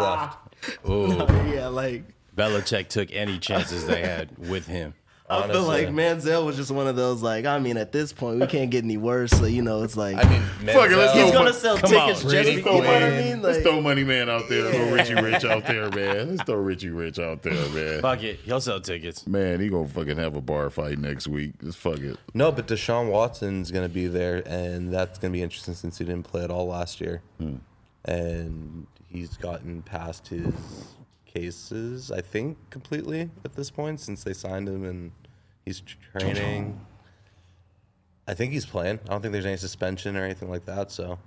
Speaker 3: left.
Speaker 4: Yeah, like
Speaker 2: Belichick took any chances they had with him.
Speaker 4: I feel like Manziel was just one of those. Like, I mean, at this point, we can't get any worse. So you know, it's like
Speaker 3: I mean,
Speaker 1: Fuck it, let's
Speaker 3: Manziel-
Speaker 4: he's
Speaker 1: go.
Speaker 4: gonna sell
Speaker 2: Come
Speaker 4: tickets
Speaker 2: on,
Speaker 4: just
Speaker 1: Let's
Speaker 4: you
Speaker 1: throw,
Speaker 4: know what I
Speaker 1: money-
Speaker 4: mean.
Speaker 1: let's
Speaker 4: Like,
Speaker 1: throw Money Man out there. Throw Richie Rich out there, man. Let's throw Richie Rich out there, man.
Speaker 2: Fuck it, he'll sell tickets.
Speaker 1: Man, he gonna fucking have a bar fight next week. Just fuck it.
Speaker 3: No, but Deshaun Watson's going to be there, and that's going to be interesting since he didn't play at all last year.
Speaker 1: Hmm.
Speaker 3: And he's gotten past his cases, I think, completely at this point since they signed him and he's training. I think he's playing. I don't think there's any suspension or anything like that. So,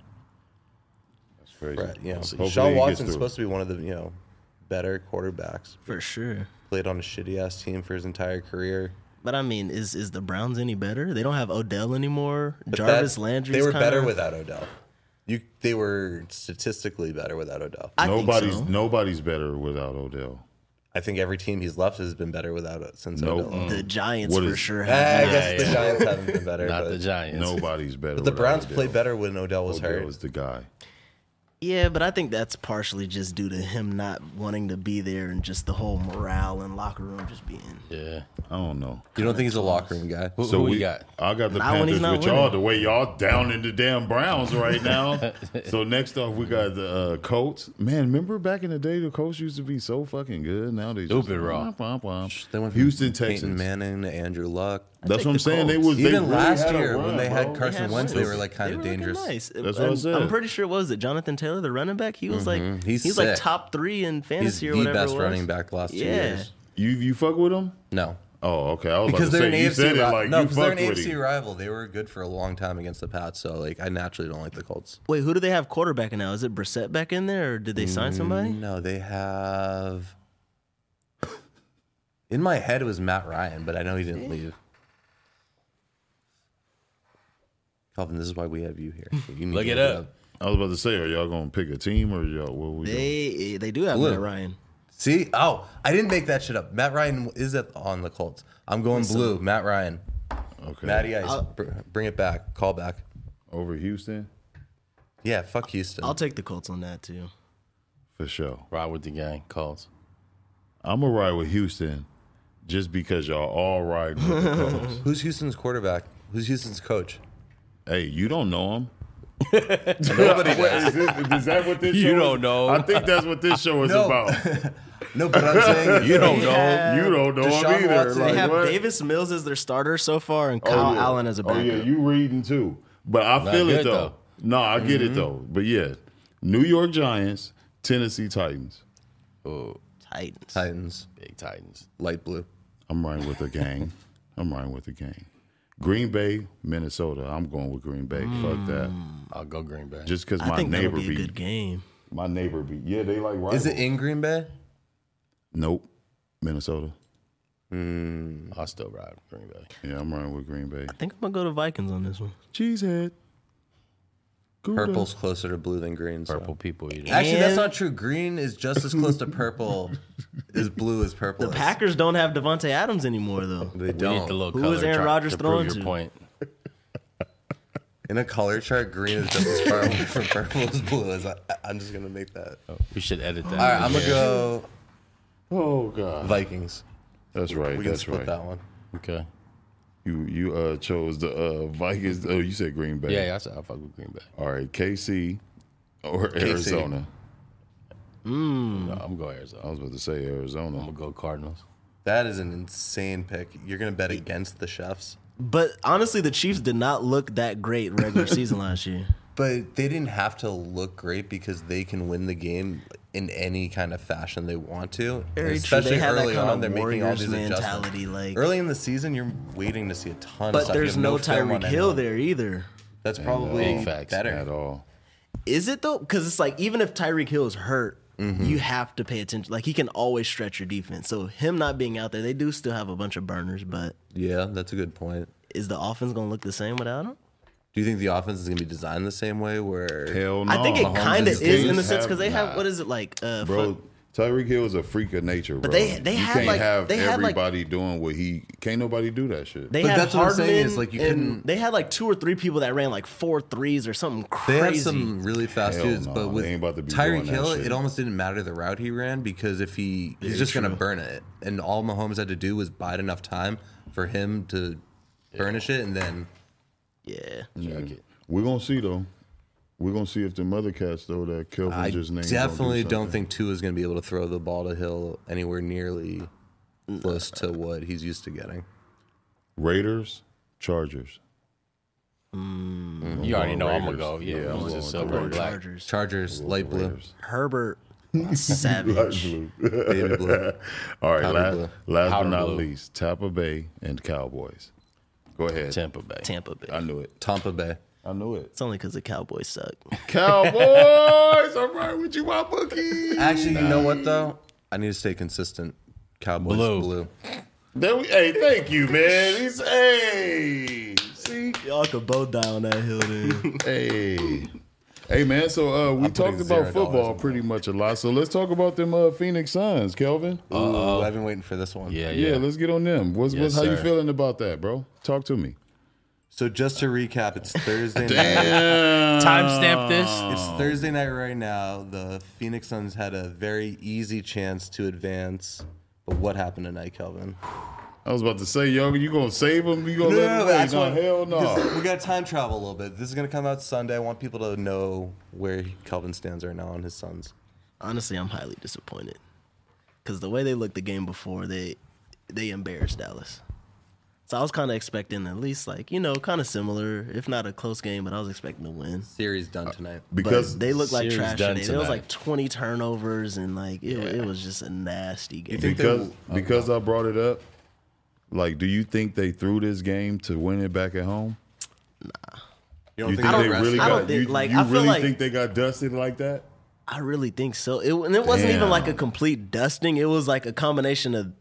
Speaker 1: That's crazy.
Speaker 3: Brett, you know,
Speaker 1: Hopefully he
Speaker 3: Deshaun
Speaker 1: gets
Speaker 3: Watson's
Speaker 1: through
Speaker 3: supposed to be one of the, you know, better quarterbacks.
Speaker 4: for sure.
Speaker 3: Played on a shitty ass team for his entire career.
Speaker 4: But I mean, is is the Browns any better? They don't have Odell anymore.
Speaker 3: But
Speaker 4: Jarvis
Speaker 3: that-
Speaker 4: Landry.
Speaker 3: They were better without Odell. You, they were statistically better without Odell.
Speaker 4: I think
Speaker 1: Nobody's
Speaker 4: so.
Speaker 1: nobody's better without Odell.
Speaker 3: I think every team he's left has been better without it since
Speaker 1: Nope. Mm.
Speaker 3: Odell.
Speaker 4: the Giants
Speaker 1: What
Speaker 4: for
Speaker 1: is-
Speaker 4: sure.
Speaker 3: Eh,
Speaker 4: Have
Speaker 3: I guess the Giants haven't been better.
Speaker 2: Not
Speaker 3: but,
Speaker 2: the Giants.
Speaker 1: Nobody's better.
Speaker 3: but the
Speaker 1: without
Speaker 3: Browns
Speaker 1: Odell.
Speaker 3: played better when Odell was
Speaker 1: Odell
Speaker 3: hurt.
Speaker 1: was the guy.
Speaker 4: Yeah, but I think that's partially just due to him not wanting to be there and just the whole morale and locker room just being.
Speaker 2: Yeah.
Speaker 1: I don't know.
Speaker 3: you don't think he's a locker room guy?
Speaker 2: Who, who we, got?
Speaker 1: I got the
Speaker 4: Not
Speaker 1: Panthers
Speaker 4: when he's
Speaker 1: with
Speaker 4: not
Speaker 1: y'all.
Speaker 4: winning.
Speaker 1: The way y'all down in the damn Browns right now. so next off, we got the uh, Colts. Man, remember back in the day, the Colts used to be so fucking good. Now they just,
Speaker 2: Stupid raw.
Speaker 1: Womp, womp, womp.
Speaker 3: They went from
Speaker 1: Houston
Speaker 3: Peyton
Speaker 1: Texans.
Speaker 3: Manning to Andrew Luck.
Speaker 1: That's
Speaker 4: take
Speaker 1: what I'm
Speaker 4: the
Speaker 1: saying. They
Speaker 4: Colts.
Speaker 1: was they
Speaker 3: Even
Speaker 1: really
Speaker 3: last
Speaker 1: had a
Speaker 3: year when
Speaker 1: run,
Speaker 3: they had
Speaker 1: bro.
Speaker 3: Carson
Speaker 4: had
Speaker 3: Wentz, they
Speaker 4: wins.
Speaker 3: were like kind
Speaker 4: They
Speaker 3: of
Speaker 4: were looking
Speaker 3: dangerous.
Speaker 4: Nice.
Speaker 1: That's what I
Speaker 4: I'm-
Speaker 1: said.
Speaker 4: I'm pretty sure what was it, Jonathan Taylor, the running back? He was like
Speaker 3: Mm-hmm. He's
Speaker 4: he's, like
Speaker 3: sick.
Speaker 4: top three in
Speaker 3: He's
Speaker 4: fantasy or
Speaker 3: the
Speaker 4: whatever.
Speaker 3: best
Speaker 4: it was.
Speaker 3: running back the last two
Speaker 4: Yeah.
Speaker 3: years.
Speaker 1: You you fuck with them?
Speaker 3: No.
Speaker 1: Oh, okay. I was
Speaker 3: Because
Speaker 1: about
Speaker 3: they're
Speaker 1: to
Speaker 3: an
Speaker 1: say you said
Speaker 3: AFC
Speaker 1: it
Speaker 3: rival.
Speaker 1: like
Speaker 3: no,
Speaker 1: you
Speaker 3: because they're an
Speaker 1: fucked with
Speaker 3: AFC
Speaker 1: him.
Speaker 3: rival. They were good for a long time against the Pats, so like I naturally don't like the Colts.
Speaker 4: Wait, who do they have quarterbacking now? Is it Brissett back in there, or did they sign somebody?
Speaker 3: No, they have. In my head, it was Matt Ryan, but I know he didn't leave. Calvin, this is why we have you here. You need
Speaker 2: Look
Speaker 3: to
Speaker 2: it up.
Speaker 1: I was about to say, are y'all gonna pick a team or y'all what we doing?
Speaker 4: They they do have
Speaker 3: Blue.
Speaker 4: Matt Ryan.
Speaker 3: See, oh, I didn't make that shit up. Matt Ryan is at, on the Colts. I'm going blue. Matt Ryan.
Speaker 1: Okay.
Speaker 3: Matty Ice, br- bring it back. Call back.
Speaker 1: Over Houston?
Speaker 3: Yeah, fuck Houston.
Speaker 4: I'll take the Colts on that too.
Speaker 1: For sure.
Speaker 2: Ride with the gang. Colts.
Speaker 1: I'm going to ride with Houston just because y'all all ride with the Colts.
Speaker 3: Who's Houston's quarterback? Who's Houston's coach?
Speaker 1: hey, you don't know him.
Speaker 3: Nobody
Speaker 1: Is,
Speaker 3: does.
Speaker 1: this, is that what this
Speaker 2: You
Speaker 1: show
Speaker 2: don't
Speaker 1: is?
Speaker 2: know.
Speaker 1: I think that's what this show is
Speaker 3: No.
Speaker 1: about.
Speaker 3: No, but I'm saying
Speaker 1: You don't
Speaker 4: Yeah.
Speaker 1: know. You don't know
Speaker 3: Deshaun
Speaker 1: him either.
Speaker 3: Watson,
Speaker 4: They
Speaker 1: Like,
Speaker 4: have
Speaker 1: what?
Speaker 4: Davis Mills as their starter so far, and Kyle
Speaker 1: yeah.
Speaker 4: Allen as a
Speaker 1: Oh
Speaker 4: backup.
Speaker 1: yeah, you reading too. But I feel it
Speaker 2: good,
Speaker 1: though. Mm-hmm.
Speaker 2: though.
Speaker 1: No, I get it though. But yeah, New York Giants, Tennessee Titans.
Speaker 4: Titans.
Speaker 3: Titans,
Speaker 2: Big Titans.
Speaker 3: light blue.
Speaker 1: I'm riding with a gang. I'm riding with a gang. Green Bay, Minnesota. I'm going with Green Bay. Fuck that.
Speaker 2: Hmm. I'll go Green Bay.
Speaker 1: Just because
Speaker 4: I
Speaker 1: my
Speaker 4: think that'll
Speaker 1: neighbor
Speaker 4: be a
Speaker 1: beat
Speaker 4: good game.
Speaker 1: my neighbor beat. Yeah, they like rivals.
Speaker 3: Is it in Green Bay?
Speaker 1: Nope. Minnesota.
Speaker 2: I'll Hmm. still ride with Green Bay.
Speaker 1: Yeah, I'm riding with Green Bay.
Speaker 4: I think I'm gonna go to Vikings on this one.
Speaker 1: Cheesehead. Gouda.
Speaker 3: Purple's closer to blue than green. so-
Speaker 2: Purple people eating.
Speaker 3: Actually, that's
Speaker 4: Mm-hmm. And-
Speaker 3: not true. Green is just as close to purple as blue as purple.
Speaker 4: The
Speaker 3: is.
Speaker 4: Packers don't have Devonte Adams anymore though.
Speaker 3: They
Speaker 2: We need the
Speaker 3: don't.
Speaker 2: little
Speaker 4: Who
Speaker 2: color
Speaker 4: is Aaron
Speaker 2: chart
Speaker 4: Rodgers
Speaker 2: to prove
Speaker 4: throwing
Speaker 2: your
Speaker 4: to?
Speaker 2: point.
Speaker 3: In a color chart, green is just as far away from purple as blue is. I, I'm just gonna make that. All
Speaker 2: We should edit that.
Speaker 3: right, I'm gonna go
Speaker 1: Oh god.
Speaker 3: Vikings.
Speaker 1: That's right.
Speaker 3: We can
Speaker 1: That's
Speaker 3: split
Speaker 1: right.
Speaker 3: that one.
Speaker 2: Okay.
Speaker 1: You you uh chose the uh Vikings. Oh, you said Green Bay.
Speaker 2: Yeah, yeah, I said I fuck with Green Bay.
Speaker 1: All right, KC or Arizona.
Speaker 4: Mm.
Speaker 2: No, I'm going Arizona.
Speaker 1: I was about to say Arizona.
Speaker 2: I'm gonna go Cardinals.
Speaker 3: That is an insane pick. You're gonna bet against the chefs,
Speaker 4: But honestly, the Chiefs did not look that great regular season last year.
Speaker 3: but they didn't have to look great because they can win the game in any kind of fashion they want to.
Speaker 4: Very true.
Speaker 3: Especially
Speaker 4: They had that
Speaker 3: early
Speaker 4: kind
Speaker 3: on,
Speaker 4: of
Speaker 3: they're making all
Speaker 4: Warriors
Speaker 3: these
Speaker 4: mentality,
Speaker 3: adjustments.
Speaker 4: like-
Speaker 3: early in the season, you're waiting to see a ton. of
Speaker 4: But
Speaker 3: stuff. You
Speaker 4: there's
Speaker 3: have
Speaker 4: no
Speaker 3: film on
Speaker 4: Tyreek Hill
Speaker 3: anyone.
Speaker 4: there either.
Speaker 3: That's probably
Speaker 2: Big facts.
Speaker 3: better.
Speaker 1: at all.
Speaker 4: Is it though? Because it's like even if Tyreek Hill is hurt,
Speaker 1: Mm-hmm.
Speaker 4: you have to pay attention. Like he can always stretch your defense. So him not being out there, they do still have a bunch of burners. But
Speaker 3: Yeah, that's a good point.
Speaker 4: is the offense gonna look the same without him?
Speaker 3: Do you think the offense is going to be designed the same way? Where
Speaker 1: Hell no.
Speaker 4: I think it
Speaker 3: Mahomes
Speaker 4: kind
Speaker 3: is
Speaker 4: of is in
Speaker 3: dudes
Speaker 4: the sense because they
Speaker 1: have-
Speaker 4: have what is it like? Uh,
Speaker 1: bro.
Speaker 4: fu-
Speaker 1: Tyreek Hill is a freak of nature, bro.
Speaker 4: they- they
Speaker 1: you
Speaker 4: had,
Speaker 1: can't
Speaker 4: like-
Speaker 1: have
Speaker 4: they had, like-
Speaker 1: everybody doing what he can't nobody do that shit.
Speaker 4: they
Speaker 3: But
Speaker 4: had
Speaker 3: that's what I'm
Speaker 4: Hardman.
Speaker 3: saying is, like, you
Speaker 4: and
Speaker 3: couldn't-
Speaker 4: They had like two or three people that ran like four threes or something
Speaker 3: they
Speaker 4: crazy.
Speaker 3: had some really fast
Speaker 1: Hell
Speaker 3: dudes,
Speaker 1: no,
Speaker 3: but
Speaker 1: they
Speaker 3: with
Speaker 1: ain't about to be
Speaker 3: Tyreek
Speaker 1: doing that
Speaker 3: Hill,
Speaker 1: shit.
Speaker 3: it almost didn't matter the route he ran because if he he's just going to burn it, and all Mahomes had to do was bide enough time for him to burnish it, and then
Speaker 4: yeah.
Speaker 1: We're gonna see though. We're gonna see if the mother cats though that Kelvin
Speaker 3: I
Speaker 1: just named.
Speaker 3: definitely don't think Tua is going to be able to throw the ball to Hill anywhere nearly close to what he's used to getting.
Speaker 1: Raiders, Chargers.
Speaker 2: You already know I'm gonna
Speaker 1: Raiders.
Speaker 2: go. Yeah,
Speaker 1: Yeah,
Speaker 2: I'm
Speaker 1: I'm
Speaker 2: just
Speaker 1: going
Speaker 2: silver and black.
Speaker 4: Chargers.
Speaker 3: Chargers, light blue,
Speaker 1: Raiders.
Speaker 4: Herbert Savage.
Speaker 1: Blue.
Speaker 3: baby blue.
Speaker 1: All right,
Speaker 3: Powder
Speaker 1: last,
Speaker 3: blue.
Speaker 1: last but
Speaker 2: Powder
Speaker 1: not
Speaker 2: blue.
Speaker 1: least, Tampa Bay and Cowboys. Go ahead.
Speaker 2: Tampa Bay.
Speaker 4: Tampa Bay.
Speaker 1: I knew it.
Speaker 3: Tampa Bay.
Speaker 1: I knew it.
Speaker 4: It's only because the Cowboys suck.
Speaker 1: Cowboys. All right, with you, my bookie.
Speaker 3: Actually, you know what though? I need to stay consistent. Cowboys
Speaker 2: Blue.
Speaker 3: blue.
Speaker 1: There we, hey, thank you, man. He's hey, see,
Speaker 4: Y'all could both die on that hill, then.
Speaker 1: hey, hey, man. So uh, we talked
Speaker 3: zero
Speaker 1: about
Speaker 3: dollars
Speaker 1: football
Speaker 3: on
Speaker 1: pretty much a lot. So let's talk about them uh, Phoenix Suns, Kelvin.
Speaker 3: Ooh, I've been waiting for this one.
Speaker 2: Yeah,
Speaker 1: yeah.
Speaker 2: yeah.
Speaker 1: let's get on them. What's, what's
Speaker 2: Yes,
Speaker 1: how you
Speaker 2: sir.
Speaker 1: feeling about that, bro? Talk to me.
Speaker 3: So just to recap, it's Thursday night.
Speaker 2: Timestamp this.
Speaker 3: It's Thursday night right now. The Phoenix Suns had a very easy chance to advance. But what happened tonight, Kelvin?
Speaker 1: I was about to say, yo, you gonna save them? You gonna
Speaker 3: No,
Speaker 1: let
Speaker 3: no,
Speaker 1: them
Speaker 3: no,
Speaker 1: wait?
Speaker 3: that's
Speaker 1: No,
Speaker 3: what-
Speaker 1: hell no.
Speaker 3: because We got to time travel a little bit. This is gonna come out Sunday. I want people to know where Kelvin stands right now on his sons.
Speaker 4: Honestly, I'm highly disappointed because the way they looked the game before, they they embarrassed Dallas. So I was kind of expecting at least like you know kind of similar, if not a close game, but I was expecting to win.
Speaker 3: Series done tonight.
Speaker 1: Because
Speaker 4: But they looked like
Speaker 2: series
Speaker 4: trash
Speaker 2: done
Speaker 4: today. There was
Speaker 2: tonight.
Speaker 4: like 20 turnovers and like it, it was just a nasty game.
Speaker 3: think they-
Speaker 1: because because I brought it up. Like, do you think they threw this game to win it back at home?
Speaker 3: You
Speaker 1: You
Speaker 3: don't
Speaker 1: think
Speaker 3: think
Speaker 1: they
Speaker 3: the
Speaker 1: really
Speaker 3: rest-
Speaker 4: I don't
Speaker 1: got?
Speaker 4: think-
Speaker 1: you
Speaker 4: like,
Speaker 1: you
Speaker 4: I feel
Speaker 1: really
Speaker 4: like-
Speaker 1: think they got dusted like that?
Speaker 4: I really think so. It, and it wasn't
Speaker 1: Damn.
Speaker 4: even like a complete dusting. It was like a combination of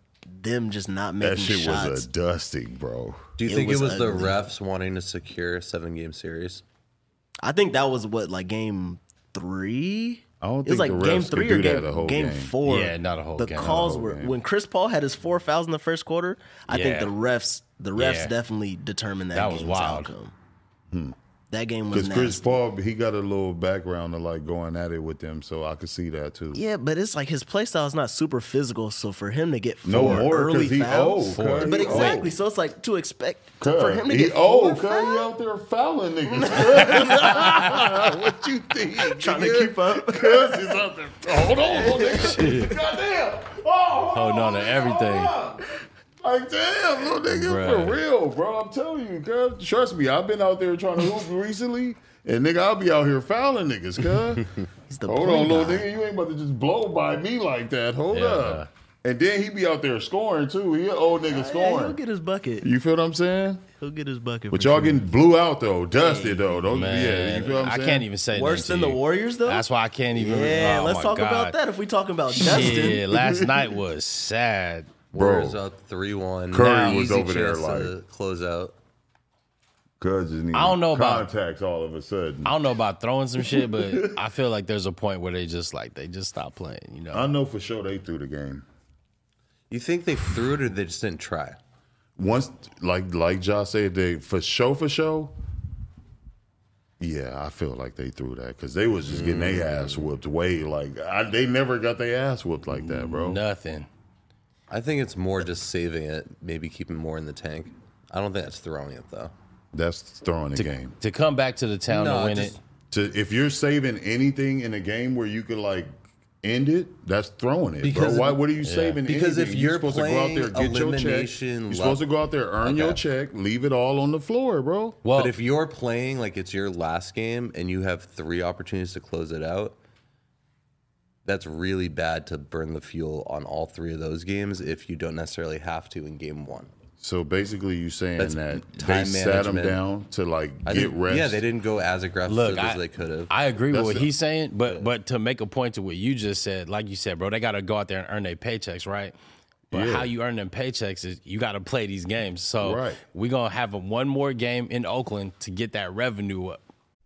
Speaker 4: them just not making
Speaker 1: That shit
Speaker 4: shots.
Speaker 1: was a dusting, bro.
Speaker 3: Do you
Speaker 4: It
Speaker 3: think
Speaker 4: was
Speaker 3: it was the
Speaker 4: ugly.
Speaker 3: refs wanting to secure a seven game series?
Speaker 4: I think that was what like game three.
Speaker 1: I don't
Speaker 4: It was
Speaker 1: think
Speaker 4: like
Speaker 1: the refs
Speaker 4: game
Speaker 1: could
Speaker 4: three
Speaker 1: do
Speaker 4: or
Speaker 1: that
Speaker 4: game,
Speaker 1: the whole
Speaker 4: game
Speaker 1: game.
Speaker 4: four.
Speaker 2: Yeah, not a whole
Speaker 4: The
Speaker 2: game. Not a
Speaker 4: calls
Speaker 1: whole
Speaker 4: were
Speaker 1: game.
Speaker 4: when Chris Paul had his four fouls in the first quarter. I think
Speaker 2: Yeah.
Speaker 4: the refs the refs
Speaker 2: Yeah.
Speaker 4: definitely determined that,
Speaker 2: That was
Speaker 4: game's
Speaker 2: wild.
Speaker 4: outcome. That game was
Speaker 1: Because
Speaker 4: nasty.
Speaker 1: Chris Paul, he got a little background of like going at it with them, so I could see that too.
Speaker 4: Yeah, but it's like his play style is not super physical, so for him to get four
Speaker 1: No more, 'cause
Speaker 4: early
Speaker 1: he
Speaker 4: fouls,
Speaker 1: old, cuz.
Speaker 4: but
Speaker 1: He old.
Speaker 4: exactly, so it's like to expect
Speaker 1: Cuz,
Speaker 4: for him to
Speaker 1: he
Speaker 4: get
Speaker 1: old,
Speaker 4: four
Speaker 1: cuz
Speaker 4: fouls.
Speaker 1: he out there fouling niggas. what you think?
Speaker 4: Trying to
Speaker 1: nigga?
Speaker 4: keep up.
Speaker 1: Cuz he's out there. Hold on, hold on, nigga. Goddamn. Oh,
Speaker 2: Hold on to
Speaker 1: nigga,
Speaker 2: everything.
Speaker 1: hold on. Like damn, little nigga,
Speaker 2: Bruh.
Speaker 1: for real, bro. I'm telling you, cuz. Trust me, I've been out there trying to hoop recently, and nigga, I'll be out here fouling niggas, cuz.
Speaker 4: He's the
Speaker 1: Hold
Speaker 4: point
Speaker 1: on, little
Speaker 4: guard.
Speaker 1: nigga. You ain't about to just blow by me like that. Hold
Speaker 2: Yeah.
Speaker 1: up. And then he be out there scoring too. He an old nigga
Speaker 4: Yeah, he'll
Speaker 1: scoring.
Speaker 4: get his bucket.
Speaker 1: you feel what I'm saying?
Speaker 4: He'll get his bucket.
Speaker 1: But
Speaker 4: for
Speaker 1: y'all
Speaker 4: sure.
Speaker 1: getting blew out though, dusted though. Don't
Speaker 2: Man,
Speaker 1: yeah. You feel what I'm
Speaker 2: I
Speaker 1: saying?
Speaker 2: can't even say
Speaker 4: worse than
Speaker 2: nothing to
Speaker 4: the
Speaker 2: you.
Speaker 4: Warriors though.
Speaker 2: That's why I can't even.
Speaker 4: Yeah,
Speaker 2: oh
Speaker 4: let's
Speaker 2: my
Speaker 4: talk about
Speaker 2: God.
Speaker 4: that. If we talking about Dustin,
Speaker 2: Yeah, last night was sad.
Speaker 3: Warriors
Speaker 1: Bro.
Speaker 3: up three one.
Speaker 1: Curry was over there, like-
Speaker 3: close out.
Speaker 1: Cuz just need
Speaker 2: I don't know about-
Speaker 1: contacts all of a sudden.
Speaker 2: I don't know about throwing some shit, but I feel like there's a point where they just like they just stop playing. You know,
Speaker 1: I know for sure they threw the game.
Speaker 3: You think they threw it or they just didn't try?
Speaker 1: Once like like Josh said, they for show for show. Yeah, I feel like they threw that because they was just getting their
Speaker 3: Mm.
Speaker 1: ass whooped way like I, they never got their ass whooped like that, bro.
Speaker 2: nothing.
Speaker 3: I think it's more just saving it, maybe keeping more in the tank. I don't think that's throwing it though.
Speaker 1: That's throwing the game.
Speaker 2: To come back to the town
Speaker 3: No,
Speaker 2: to win
Speaker 3: just-
Speaker 2: it,
Speaker 1: To if you're saving anything in a game where you could like end it, that's throwing it,
Speaker 3: Because
Speaker 1: bro. Why? What are you saving?
Speaker 3: Because if
Speaker 1: anything?
Speaker 3: you're playing
Speaker 1: You're
Speaker 3: elimination
Speaker 1: supposed to
Speaker 3: level-
Speaker 1: go out there, earn your
Speaker 3: Okay.
Speaker 1: check, leave it all on the floor, bro.
Speaker 2: well,
Speaker 3: but if you're playing like it's your last game and you have three opportunities to close it out, that's really bad to burn the fuel on all three of those games if you don't necessarily have to in game one.
Speaker 1: So basically, you saying
Speaker 3: That's
Speaker 1: that they
Speaker 3: time
Speaker 1: sat them
Speaker 3: management.
Speaker 1: down to like
Speaker 3: I
Speaker 1: get
Speaker 3: think-
Speaker 1: rest.
Speaker 3: Yeah, they didn't go as aggressive
Speaker 2: look,
Speaker 3: as
Speaker 2: I,
Speaker 3: they could have.
Speaker 2: I agree
Speaker 1: That's
Speaker 2: with what
Speaker 1: it.
Speaker 2: he's saying, but but to make a point to what you just said, like you said, bro, they got to go out there and earn their paychecks, right? But
Speaker 1: Yeah.
Speaker 2: how you earn them paychecks is you got to play these games. So
Speaker 1: Right.
Speaker 2: we're gonna have a, one more game in Oakland to get that revenue up.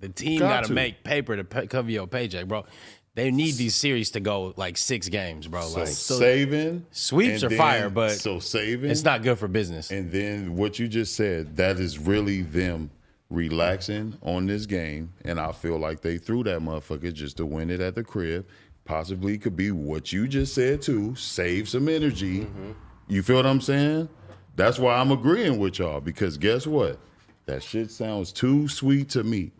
Speaker 2: The team
Speaker 1: Got
Speaker 2: got to
Speaker 1: to.
Speaker 2: make paper to pay, cover your paycheck, bro. They need these series to go like six games, bro.
Speaker 1: So
Speaker 2: like
Speaker 1: saving
Speaker 2: Sweeps
Speaker 1: and
Speaker 2: are
Speaker 1: then-
Speaker 2: fire, but
Speaker 1: so saving
Speaker 2: it's not good for business.
Speaker 1: And then what you just said, that is really them relaxing on this game. And I feel like they threw that motherfucker just to win it at the crib. Possibly could be what you just said too. Save some energy.
Speaker 2: Mm-hmm.
Speaker 1: You feel what I'm saying? That's why I'm agreeing with y'all because guess what? That shit sounds too sweet to me.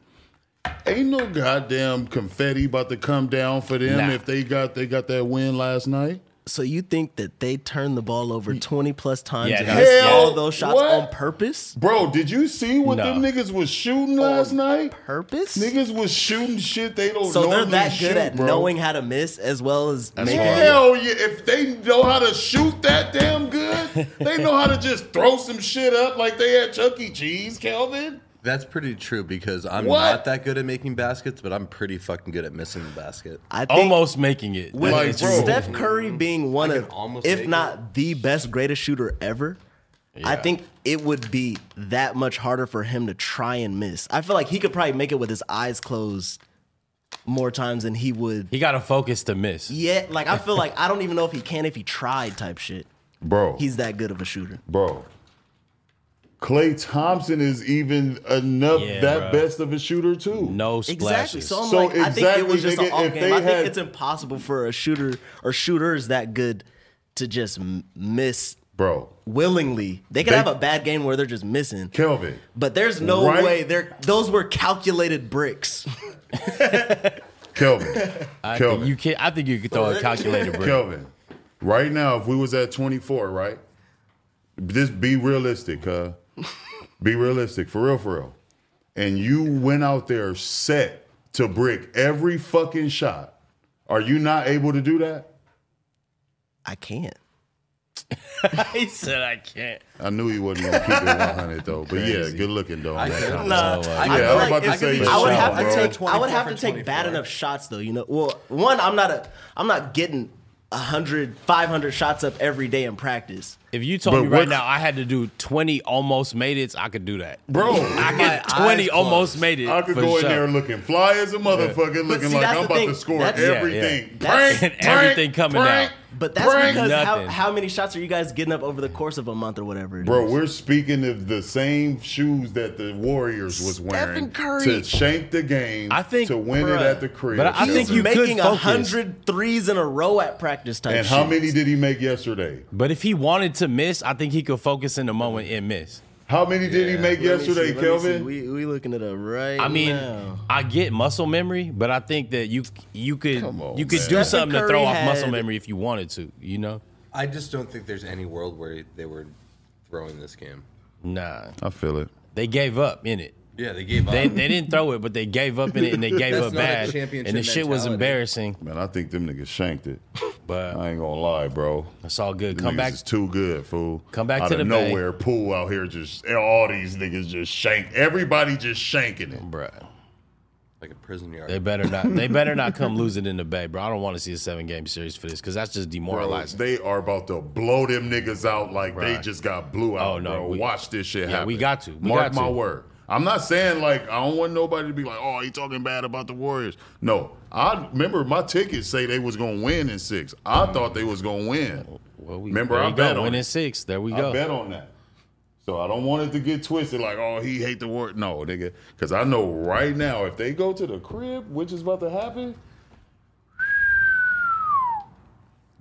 Speaker 1: Ain't no goddamn confetti about to come down for them
Speaker 2: Nah.
Speaker 1: if they got they got that win last night.
Speaker 4: so you think that they turned the ball over twenty plus times
Speaker 2: Yeah,
Speaker 4: and
Speaker 2: that's-
Speaker 4: missed
Speaker 2: yeah.
Speaker 4: all those shots
Speaker 1: What?
Speaker 4: on purpose?
Speaker 1: Bro, did you see what
Speaker 2: No.
Speaker 1: them niggas was shooting last night?
Speaker 4: Purpose?
Speaker 1: Niggas was shooting shit they don't
Speaker 4: Oh, so they're
Speaker 1: normally
Speaker 4: that good
Speaker 1: shoot,
Speaker 4: at
Speaker 1: bro.
Speaker 4: knowing how to miss as well as making.
Speaker 1: Hell
Speaker 4: it.
Speaker 1: yeah! If they know how to shoot that damn good, they know how to just throw some shit up like they had Chuck E. Cheese, Kelvin.
Speaker 3: That's pretty true because I'm
Speaker 1: What?
Speaker 3: not that good at making baskets, but I'm pretty fucking good at missing the basket.
Speaker 4: I
Speaker 1: Oh
Speaker 4: think
Speaker 2: Almost making it.
Speaker 4: with
Speaker 1: Like,
Speaker 2: That's
Speaker 1: bro.
Speaker 2: true.
Speaker 4: Steph Curry being one of,
Speaker 3: almost
Speaker 4: if
Speaker 3: make
Speaker 4: not the best, greatest shooter ever. I think it would be that much harder for him to try and miss. I feel like he could probably make it with his eyes closed more times than he would.
Speaker 2: he got to focus to miss.
Speaker 4: Yeah, like I feel like I don't even know if he can if he tried type shit.
Speaker 1: Bro,
Speaker 4: He's that good of a shooter.
Speaker 1: bro. Clay Thompson is even enough
Speaker 2: Yeah,
Speaker 1: that
Speaker 2: bro.
Speaker 1: best of a shooter too.
Speaker 2: No
Speaker 4: Exactly.
Speaker 2: splashes.
Speaker 4: So I'm
Speaker 1: So
Speaker 4: like, I think it was
Speaker 1: exactly,
Speaker 4: just an
Speaker 1: nigga,
Speaker 4: off
Speaker 1: if
Speaker 4: game.
Speaker 1: they
Speaker 4: I think
Speaker 1: had-
Speaker 4: it's impossible for a shooter or shooters that good to just m- miss
Speaker 1: bro.
Speaker 4: willingly. They could
Speaker 1: They-
Speaker 4: have a bad game where they're just missing.
Speaker 1: Kelvin,
Speaker 4: But there's no
Speaker 1: Right.
Speaker 4: way there. Those were calculated bricks.
Speaker 1: Kelvin,
Speaker 2: I
Speaker 1: Kelvin.
Speaker 2: think you can. I think you could throw a calculator, bro.
Speaker 1: Kelvin, right now, if we was at 24, right? This be realistic, uh, be realistic, for real, for real. And you went out there set to brick every fucking shot. Are you not able to do that?
Speaker 4: I can't.
Speaker 2: he said I can't.
Speaker 1: I knew he wasn't gonna keep it 100 though. But yeah, good looking though. on that comment.
Speaker 3: I
Speaker 1: yeah, I was
Speaker 3: like-
Speaker 1: about to
Speaker 3: I could
Speaker 1: say
Speaker 3: be
Speaker 1: you're
Speaker 4: I would
Speaker 3: Wow,
Speaker 4: have
Speaker 1: sharp,
Speaker 4: to
Speaker 1: bro.
Speaker 4: take. I
Speaker 3: 24
Speaker 4: would have to
Speaker 3: for
Speaker 4: take bad
Speaker 3: 24.
Speaker 4: enough shots, though. You know, well, one, I'm not a, I'm not getting 100, 500 shots up every day in practice.
Speaker 2: If you told
Speaker 1: But
Speaker 2: me right
Speaker 1: what-
Speaker 2: now I had to do 20 almost made it, I could do that.
Speaker 1: Bro,
Speaker 2: I could 20 almost made it.
Speaker 1: I could
Speaker 2: for
Speaker 1: go in
Speaker 2: sure.
Speaker 1: there looking fly as a motherfucker, looking
Speaker 4: see,
Speaker 1: like
Speaker 4: that's
Speaker 1: I'm
Speaker 4: the
Speaker 1: about
Speaker 4: thing.
Speaker 1: to score
Speaker 4: That's- Yeah,
Speaker 2: yeah.
Speaker 1: everything.
Speaker 4: That's-
Speaker 1: Prank,
Speaker 2: Everything
Speaker 1: prank,
Speaker 2: coming
Speaker 1: prank,
Speaker 2: out.
Speaker 4: But that's
Speaker 1: prank.
Speaker 4: because how,
Speaker 2: Nothing.
Speaker 4: how many shots are you guys getting up over the course of a month or whatever? it is?
Speaker 1: Bro, we're speaking of the same shoes that the Warriors was wearing
Speaker 4: Curry.
Speaker 1: to shank the game,
Speaker 2: I think-
Speaker 1: to win it
Speaker 4: Bruh.
Speaker 1: at the crib.
Speaker 2: But I
Speaker 1: Sheldon.
Speaker 2: think you could
Speaker 4: making a
Speaker 2: focus.
Speaker 4: hundred threes in a row at practice type.
Speaker 1: And how
Speaker 4: shit.
Speaker 1: many did he make yesterday?
Speaker 2: But if he wanted to miss, I think he could focus in the moment and miss.
Speaker 1: How many did he make
Speaker 4: Let me see,
Speaker 1: yesterday,
Speaker 4: let me see.
Speaker 1: Kelvin?
Speaker 4: We we looking it up right.
Speaker 2: I mean,
Speaker 4: now.
Speaker 2: I get muscle memory, but I think that you you could
Speaker 1: Come on,
Speaker 2: you could
Speaker 1: man.
Speaker 2: do
Speaker 4: Stephen
Speaker 2: something to
Speaker 4: Curry
Speaker 2: throw off
Speaker 4: had-
Speaker 2: muscle memory if you wanted to, you know?
Speaker 3: I just don't think there's any world where they were throwing this game.
Speaker 2: Nah.
Speaker 1: I feel it.
Speaker 2: They gave up in it.
Speaker 3: Yeah, they gave up.
Speaker 2: They, they didn't throw it, but they gave up in it and they gave
Speaker 3: That's
Speaker 2: up
Speaker 3: not a
Speaker 2: bad. And the
Speaker 3: championship
Speaker 2: shit was
Speaker 3: mentality.
Speaker 2: embarrassing,
Speaker 1: Man, I think them niggas shanked it.
Speaker 2: but
Speaker 1: I ain't gonna lie, bro.
Speaker 2: it's all good.
Speaker 1: Them
Speaker 2: Come
Speaker 1: niggas
Speaker 2: back
Speaker 1: is too good, fool.
Speaker 2: Come back
Speaker 1: out
Speaker 2: to
Speaker 1: of
Speaker 2: the Bay.
Speaker 1: nowhere. Pool out here, just all these niggas just shank. Everybody just shanking it.
Speaker 2: bruh.
Speaker 3: like a prison yard.
Speaker 2: They better not. They better not come losing in the Bay, bro. I don't want to see a seven game series for this because that's just
Speaker 1: Bro,
Speaker 2: demoralizing.
Speaker 1: they are about to blow them niggas out like they just got blew out.
Speaker 2: Oh, no,
Speaker 1: bro.
Speaker 2: we-
Speaker 1: watch this shit
Speaker 2: Yeah,
Speaker 1: happen.
Speaker 2: we got to. We
Speaker 1: Mark
Speaker 2: got
Speaker 1: my
Speaker 2: to.
Speaker 1: word. I'm not saying like I don't want nobody to be like, oh, he talking bad about the Warriors. No, I remember my tickets say they was gonna win in six. I thought they was gonna win.
Speaker 2: Well, we,
Speaker 1: remember
Speaker 2: there
Speaker 1: I
Speaker 2: you
Speaker 1: bet
Speaker 2: go.
Speaker 1: on
Speaker 2: winning
Speaker 1: it.
Speaker 2: six. There we
Speaker 1: I
Speaker 2: go.
Speaker 1: bet on that. So I don't want it to get twisted like, oh, he hate the word. No, nigga. Because I know right now, if they go to the crib, which is about to happen,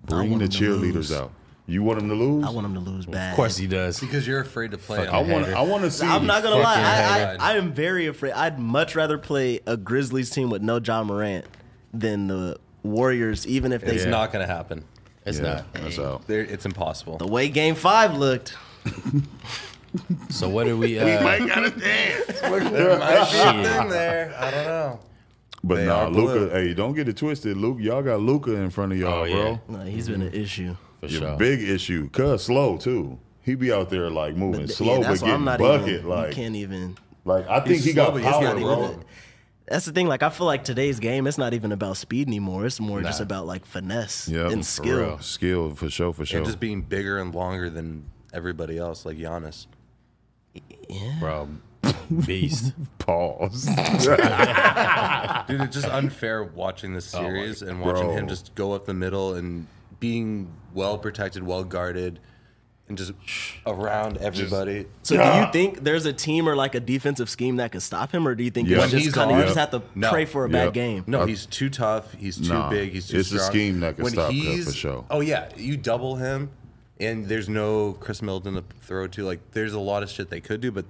Speaker 1: bring the cheerleaders out. You want them to lose?
Speaker 4: I want them to lose bad.
Speaker 2: Of course he does.
Speaker 3: because you're afraid to play.
Speaker 1: I
Speaker 3: on
Speaker 1: want. I want to see.
Speaker 4: I'm not gonna
Speaker 3: Fucking
Speaker 4: lie. I,
Speaker 3: hated.
Speaker 4: I, I am very afraid. I'd much rather play a Grizzlies team with no John Morant than the Warriors, even if they.
Speaker 3: It's not going to happen.
Speaker 2: It's
Speaker 1: Yeah,
Speaker 2: not.
Speaker 1: that's out.
Speaker 3: There, it's impossible.
Speaker 4: The way Game Five looked,
Speaker 2: So what are we?
Speaker 1: We
Speaker 2: Uh,
Speaker 1: might gotta dance.
Speaker 3: thing there. I don't know.
Speaker 1: But
Speaker 3: They
Speaker 1: nah,
Speaker 3: are blue.
Speaker 1: Luca. Hey, don't get it twisted, Luke. Y'all got Luca in front of y'all,
Speaker 2: Oh, yeah.
Speaker 1: bro.
Speaker 4: no, he's been an issue.
Speaker 2: for
Speaker 1: Your
Speaker 2: sure.
Speaker 1: big issue. Cuz slow too. He be out there like moving
Speaker 4: Th-
Speaker 1: slow,
Speaker 4: yeah,
Speaker 1: but
Speaker 4: that's why
Speaker 1: getting
Speaker 4: I'm not
Speaker 1: bucket.
Speaker 4: even.
Speaker 1: like,
Speaker 4: you can't even.
Speaker 1: like I think he
Speaker 3: slow,
Speaker 1: got
Speaker 3: but he's
Speaker 1: power,
Speaker 3: not even-
Speaker 1: bro.
Speaker 4: That's the thing. Like I feel like today's game, it's not even about speed anymore. It's more just about like finesse
Speaker 1: Yeah,
Speaker 4: and skill.
Speaker 1: skill for sure, for sure.
Speaker 3: And just being bigger and longer than everybody else, like Giannis.
Speaker 2: bro. Beast.
Speaker 1: pause.
Speaker 3: Dude, it's just unfair watching this
Speaker 2: Oh
Speaker 3: series and watching him just go up the middle and being well protected, well guarded, and just around everybody.
Speaker 4: So do you think there's a team or like a defensive scheme that could stop him, or do you think
Speaker 1: Yeah.
Speaker 4: it's
Speaker 3: When
Speaker 4: just
Speaker 3: he's
Speaker 4: kind of
Speaker 3: on,
Speaker 4: you just have to
Speaker 3: no.
Speaker 4: pray for a
Speaker 1: Yeah.
Speaker 4: bad game?
Speaker 3: no, he's too tough. He's too
Speaker 1: Uh, Nah,
Speaker 3: big. He's too
Speaker 1: it's a
Speaker 3: strong.
Speaker 1: scheme that can
Speaker 3: When
Speaker 1: stop that
Speaker 3: he's-
Speaker 1: for sure.
Speaker 3: Oh yeah, you double him, and there's no Chris Middleton to throw to. Like, there's a lot of shit they could do, but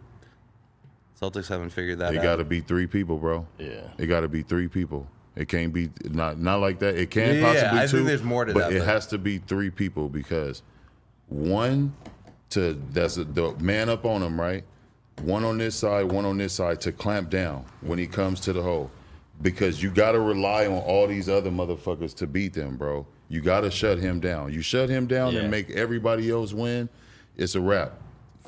Speaker 3: Celtics haven't figured that
Speaker 1: it
Speaker 3: out.
Speaker 1: got to be three people, bro.
Speaker 2: Yeah.
Speaker 1: It got to be three people. It can't be not not like that. It can
Speaker 3: Yeah, yeah, yeah.
Speaker 1: possibly
Speaker 3: I
Speaker 1: two.
Speaker 3: think there's more to
Speaker 1: but
Speaker 3: that,
Speaker 1: It
Speaker 3: but-
Speaker 1: has to be three people because one to that's a, the man up on him, right? One on this side, one on this side to clamp down when he comes to the hole, because you got to rely on all these other motherfuckers to beat them, bro. You got to shut him down. You shut him down
Speaker 2: Yeah.
Speaker 1: and make everybody else win. It's a wrap.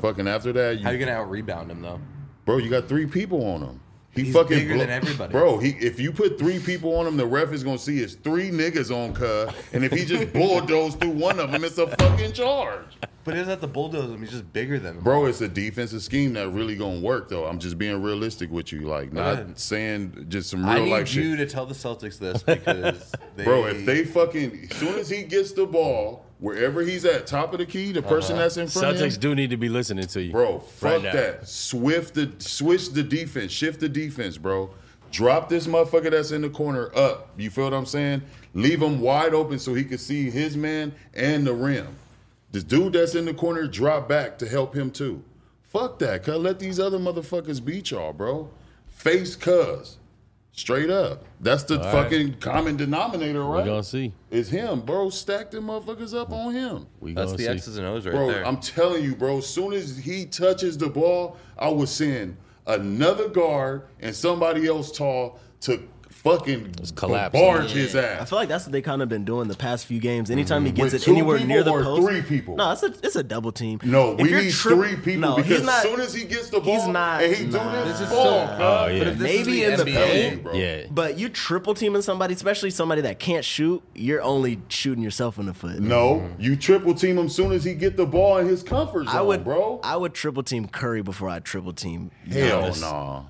Speaker 1: Fucking after that,
Speaker 3: How you gonna out rebound him though?
Speaker 1: Bro, you got three people on him. He
Speaker 3: He's
Speaker 1: fucking
Speaker 3: bigger than everybody.
Speaker 1: Bro, he if you put three people on him, the ref is gonna see it's three niggas on cuz. And if he just bulldozed through one of them, it's a fucking charge.
Speaker 3: But is that the bulldoze him? He's just bigger than him.
Speaker 1: Bro, it's a defensive scheme that really gonna work though. I'm just being realistic with you. Like not
Speaker 3: ahead.
Speaker 1: saying just some
Speaker 3: I
Speaker 1: real
Speaker 3: need
Speaker 1: life
Speaker 3: you
Speaker 1: shit.
Speaker 3: to tell the Celtics this because they,
Speaker 1: Bro, if they fucking as soon as he gets the ball, wherever he's at, top of the key,
Speaker 3: Uh-huh.
Speaker 1: the person that's in front of him.
Speaker 2: Celtics do need to be listening to you,
Speaker 1: Bro,
Speaker 2: Right
Speaker 1: fuck
Speaker 2: now.
Speaker 1: that. Swift the switch the defense, shift the defense, bro. Drop this motherfucker that's in the corner up. You feel what I'm saying? Leave him wide open so he can see his man and the rim. The dude that's in the corner, drop back to help him too. Fuck that, cuz. Let these other motherfuckers beat y'all, bro. Face cuz. Straight up. That's the fucking common denominator,
Speaker 2: We
Speaker 1: right?
Speaker 2: gonna see.
Speaker 1: Is him, bro. Stack them motherfuckers up on him.
Speaker 2: We
Speaker 3: That's
Speaker 2: gonna
Speaker 3: the
Speaker 2: see.
Speaker 3: X's and O's right
Speaker 1: Bro,
Speaker 3: there.
Speaker 1: I'm telling you, bro. As soon as he touches the ball, I was seeing another guard and somebody else tall to fucking
Speaker 2: collapsed.
Speaker 1: barge his
Speaker 4: I
Speaker 1: ass.
Speaker 4: feel like that's what they kind of been doing the past few games. Anytime he gets
Speaker 1: With Mm-hmm.
Speaker 4: it
Speaker 1: two
Speaker 4: anywhere
Speaker 1: people
Speaker 4: near the
Speaker 1: or
Speaker 4: post,
Speaker 1: three people?
Speaker 4: No, it's a it's a double team.
Speaker 1: No,
Speaker 4: If
Speaker 1: we
Speaker 4: you're
Speaker 1: need
Speaker 4: tri-
Speaker 1: three people
Speaker 4: no,
Speaker 1: because
Speaker 4: he's not-
Speaker 1: as soon as he gets the ball
Speaker 4: he's not-
Speaker 1: and he do
Speaker 4: nah.
Speaker 1: this,
Speaker 3: This is
Speaker 1: ball,
Speaker 3: so-
Speaker 1: dog.
Speaker 2: Oh, yeah.
Speaker 3: But if this
Speaker 4: Maybe
Speaker 3: is
Speaker 4: in the
Speaker 3: the
Speaker 1: Hey,
Speaker 3: NBA,
Speaker 1: bro.
Speaker 2: Yeah.
Speaker 4: But you triple teaming somebody, especially somebody that can't shoot, you're only shooting yourself in the foot.
Speaker 1: No,
Speaker 3: Mm-hmm.
Speaker 1: you triple team him soon as he get the ball in his comfort zone,
Speaker 4: I would,
Speaker 1: bro.
Speaker 4: I would triple team Curry before I triple team.
Speaker 1: Hell no.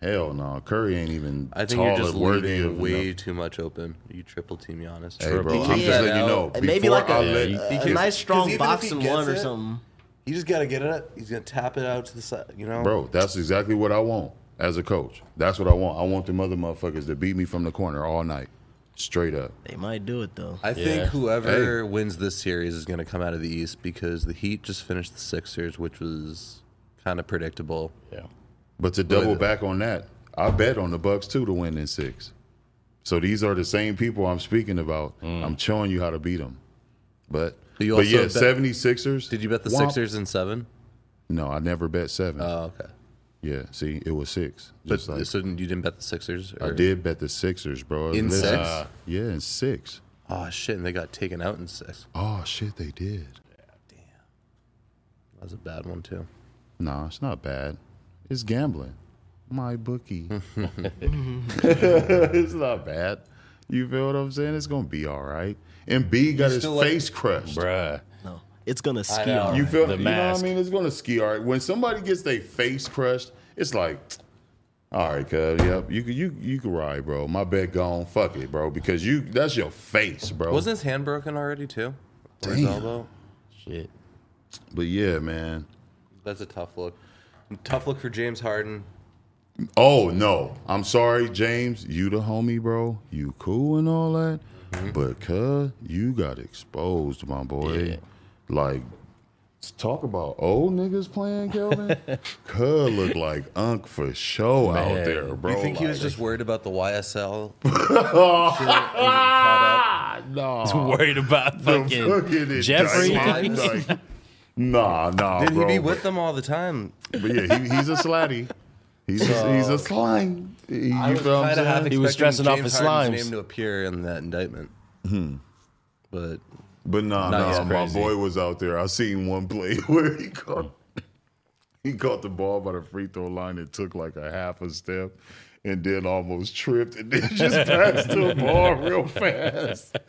Speaker 1: Hell no. Curry ain't even
Speaker 3: I think
Speaker 1: tall
Speaker 3: you're just
Speaker 1: or worthy of
Speaker 3: leaving way
Speaker 1: enough-
Speaker 3: too much open. You triple team Giannis.
Speaker 1: Hey, bro,
Speaker 3: Triple
Speaker 1: I'm
Speaker 3: team
Speaker 1: just letting
Speaker 3: that
Speaker 1: you
Speaker 3: out.
Speaker 1: know.
Speaker 4: And maybe
Speaker 1: before
Speaker 4: like a-
Speaker 1: I let-
Speaker 3: Yeah,
Speaker 4: A
Speaker 3: Because-
Speaker 4: nice
Speaker 3: because
Speaker 4: strong
Speaker 3: even if
Speaker 4: box
Speaker 3: he
Speaker 4: and
Speaker 3: gets
Speaker 4: one or
Speaker 3: it-
Speaker 4: something.
Speaker 3: You just gotta get it up. He's gonna tap it out to the side. You know,
Speaker 1: Bro, that's exactly what I want as a coach. That's what I want. I want them other motherfuckers to beat me from the corner all night. Straight up.
Speaker 4: They might do it though.
Speaker 3: I think whoever wins this series is going to come out of the East because the Heat just finished the Sixers, which was kind of predictable.
Speaker 2: Yeah.
Speaker 1: But to
Speaker 3: uh,
Speaker 1: double back on that, I bet on the Bucks too to win in six. So these are the same people I'm speaking about. I'm showing you how to beat them. But,
Speaker 3: But Mm. you
Speaker 1: but
Speaker 3: also
Speaker 1: yeah,
Speaker 3: bet-
Speaker 1: 76ers.
Speaker 3: Did you bet the
Speaker 1: Womp.
Speaker 3: Sixers in seven?
Speaker 1: No, I never bet seven.
Speaker 3: Oh, okay.
Speaker 1: yeah, see, it was six.
Speaker 3: But
Speaker 1: Just like-
Speaker 3: so you didn't bet the Sixers?
Speaker 1: I
Speaker 3: or-
Speaker 1: did bet the Sixers, bro.
Speaker 3: In
Speaker 1: Listen. uh,
Speaker 3: six?
Speaker 1: yeah, in six.
Speaker 3: Oh shit! And they got taken out in six.
Speaker 1: Oh shit, they did.
Speaker 3: That was a bad one too.
Speaker 1: Nah, it's not bad. It's gambling. My bookie. it's not bad. You feel what I'm saying? It's gonna be all right. And B got his
Speaker 3: still like-
Speaker 1: face crushed.
Speaker 2: Bruh.
Speaker 4: No, it's gonna ski
Speaker 3: know.
Speaker 4: on.
Speaker 1: You feel
Speaker 2: The
Speaker 1: you know what I
Speaker 2: mask.
Speaker 1: mean? It's gonna ski all right. When somebody gets their face crushed, it's like, all right, cuz, yep, you can you you can ride, bro. My bet gone. Fuck it, bro. Because you that's your face, bro.
Speaker 3: Wasn't his hand broken already too? Or his
Speaker 1: Damn.
Speaker 3: elbow?
Speaker 2: Shit.
Speaker 1: but yeah, man.
Speaker 3: That's a tough look. Tough look for James Harden.
Speaker 1: Oh no, I'm sorry, James. You the homie, bro. You cool and all that,
Speaker 3: Mm-hmm.
Speaker 1: but cuz you got exposed, my boy. Like, s- talk about old niggas playing Kelvin. cuz look like Unc for show out there, bro.
Speaker 3: you think he was
Speaker 1: Like,
Speaker 3: just worried about the YSL?
Speaker 1: ah, nah.
Speaker 2: Worried about
Speaker 1: The
Speaker 2: fucking,
Speaker 1: fucking
Speaker 2: Jeffrey.
Speaker 1: indictment, like, Nah, nah,
Speaker 3: Did he
Speaker 1: bro.
Speaker 3: be with them all the time?
Speaker 1: But yeah, he, he's a slatty. He's a, he's a slime. You
Speaker 3: I was
Speaker 1: feel what I'm
Speaker 3: kinda half
Speaker 1: saying?
Speaker 2: He was
Speaker 3: expecting
Speaker 2: dressing off
Speaker 3: James
Speaker 2: as
Speaker 3: Harden's
Speaker 2: slimes. Hmm.
Speaker 3: Name to appear in that indictment. But
Speaker 1: But nah,
Speaker 3: Nah,
Speaker 1: nah,
Speaker 3: it's
Speaker 1: my
Speaker 3: crazy.
Speaker 1: boy was out there. I seen one play where he caught he caught the ball by the free throw line and took like a half a step and then almost tripped and then just passed the ball real fast.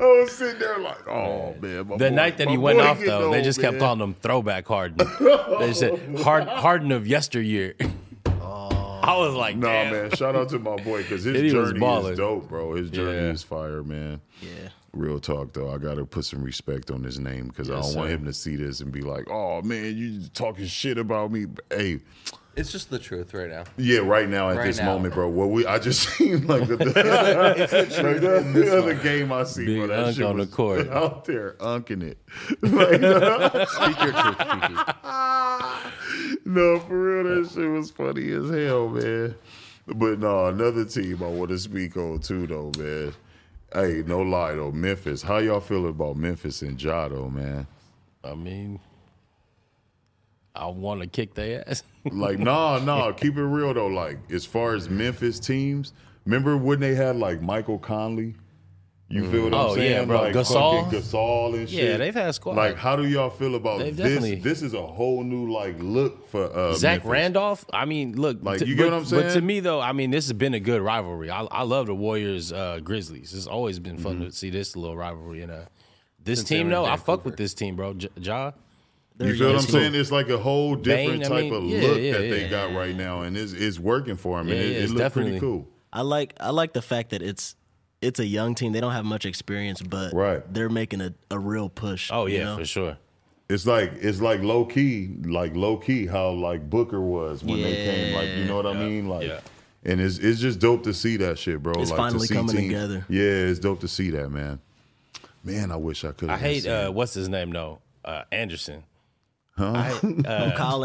Speaker 1: I was sitting there like, oh man. my
Speaker 2: The
Speaker 1: boy-
Speaker 2: night that he
Speaker 1: my
Speaker 2: went
Speaker 1: boy
Speaker 2: off,
Speaker 1: getting
Speaker 2: though, they
Speaker 1: old,
Speaker 2: just kept
Speaker 1: man.
Speaker 2: calling him Throwback Harden. they said Hard, Harden of yesteryear. Oh. I was like,
Speaker 1: Nah,
Speaker 2: damn.
Speaker 1: man. Shout out to my boy because his
Speaker 2: And he was
Speaker 1: journey
Speaker 2: balling.
Speaker 1: is dope, bro. His journey
Speaker 2: Yeah.
Speaker 1: is fire, man.
Speaker 4: Yeah.
Speaker 1: Real talk though, I gotta put some respect on his name because I don't want him to see this and be like, "Oh man, you talking shit about me." Hey,
Speaker 3: it's just the truth right now.
Speaker 1: Yeah, right now at
Speaker 3: Right
Speaker 1: this
Speaker 3: now.
Speaker 1: moment, bro. What we I just seen like the, like, the, the other game I see, bro.
Speaker 2: Big
Speaker 1: That
Speaker 2: Unk
Speaker 1: shit
Speaker 2: on the
Speaker 1: was
Speaker 2: court.
Speaker 1: out there unking it. Like,
Speaker 3: Speak your truth, Kiki.
Speaker 1: no, for real, that shit was funny as hell, man. But no, another team I want to speak on too, though, man. Hey, no lie though, Memphis. How y'all feel about Memphis and Jotto, man?
Speaker 2: I mean, I want to kick their ass.
Speaker 1: Like, nah, nah. Keep it real though. Like, as far as Memphis teams, remember when they had like Michael Conley? You feel what I'm
Speaker 2: Oh, yeah,
Speaker 1: saying?
Speaker 2: bro.
Speaker 1: Like
Speaker 2: Gasol?
Speaker 1: fucking Gasol and
Speaker 2: Yeah,
Speaker 1: shit.
Speaker 2: they've had squad.
Speaker 1: Like, how do y'all feel about
Speaker 2: They've
Speaker 1: this?
Speaker 2: definitely-
Speaker 1: This is a whole new like look for uh,
Speaker 2: Zach
Speaker 1: Memphis.
Speaker 2: Randolph. I mean, look,
Speaker 1: Like,
Speaker 2: t-
Speaker 1: you get
Speaker 2: but,
Speaker 1: what I'm
Speaker 2: But to
Speaker 1: saying?
Speaker 2: me, though, I mean, this has been a good rivalry. I, I love the Warriors uh, Grizzlies. It's always been
Speaker 1: Mm-hmm.
Speaker 2: fun to see this little rivalry. And uh, this
Speaker 3: they
Speaker 2: team,
Speaker 3: were in
Speaker 2: though, I fuck
Speaker 3: Vancouver.
Speaker 2: with this team, bro. J- Ja,
Speaker 1: You feel what I'm
Speaker 2: young.
Speaker 1: saying? It's like a whole different
Speaker 2: Bane, I
Speaker 1: type
Speaker 2: mean,
Speaker 1: of
Speaker 2: yeah,
Speaker 1: look
Speaker 2: yeah,
Speaker 1: that they
Speaker 2: yeah.
Speaker 1: got right now, and it's, it's working for them.
Speaker 2: Yeah,
Speaker 1: and it,
Speaker 2: yeah,
Speaker 1: it
Speaker 2: it's
Speaker 1: looked
Speaker 2: definitely-
Speaker 1: pretty cool.
Speaker 4: I like I like the fact that it's it's a young team. They don't have much experience, but
Speaker 1: Right.
Speaker 4: they're making a, a real push.
Speaker 2: Oh yeah,
Speaker 4: you know?
Speaker 2: for sure.
Speaker 1: It's like it's like low key, like low key how like Booker was when they came, like you know what I mean, like.
Speaker 2: yeah.
Speaker 1: And it's it's just dope to see that shit, bro.
Speaker 4: It's
Speaker 1: like, to
Speaker 4: finally
Speaker 1: see
Speaker 4: coming
Speaker 1: teams-
Speaker 4: together.
Speaker 1: Yeah, it's dope to see that, man. Man, I wish I could.
Speaker 2: I hate uh, what's his name though, uh, Anderson.
Speaker 4: Oh, Kyle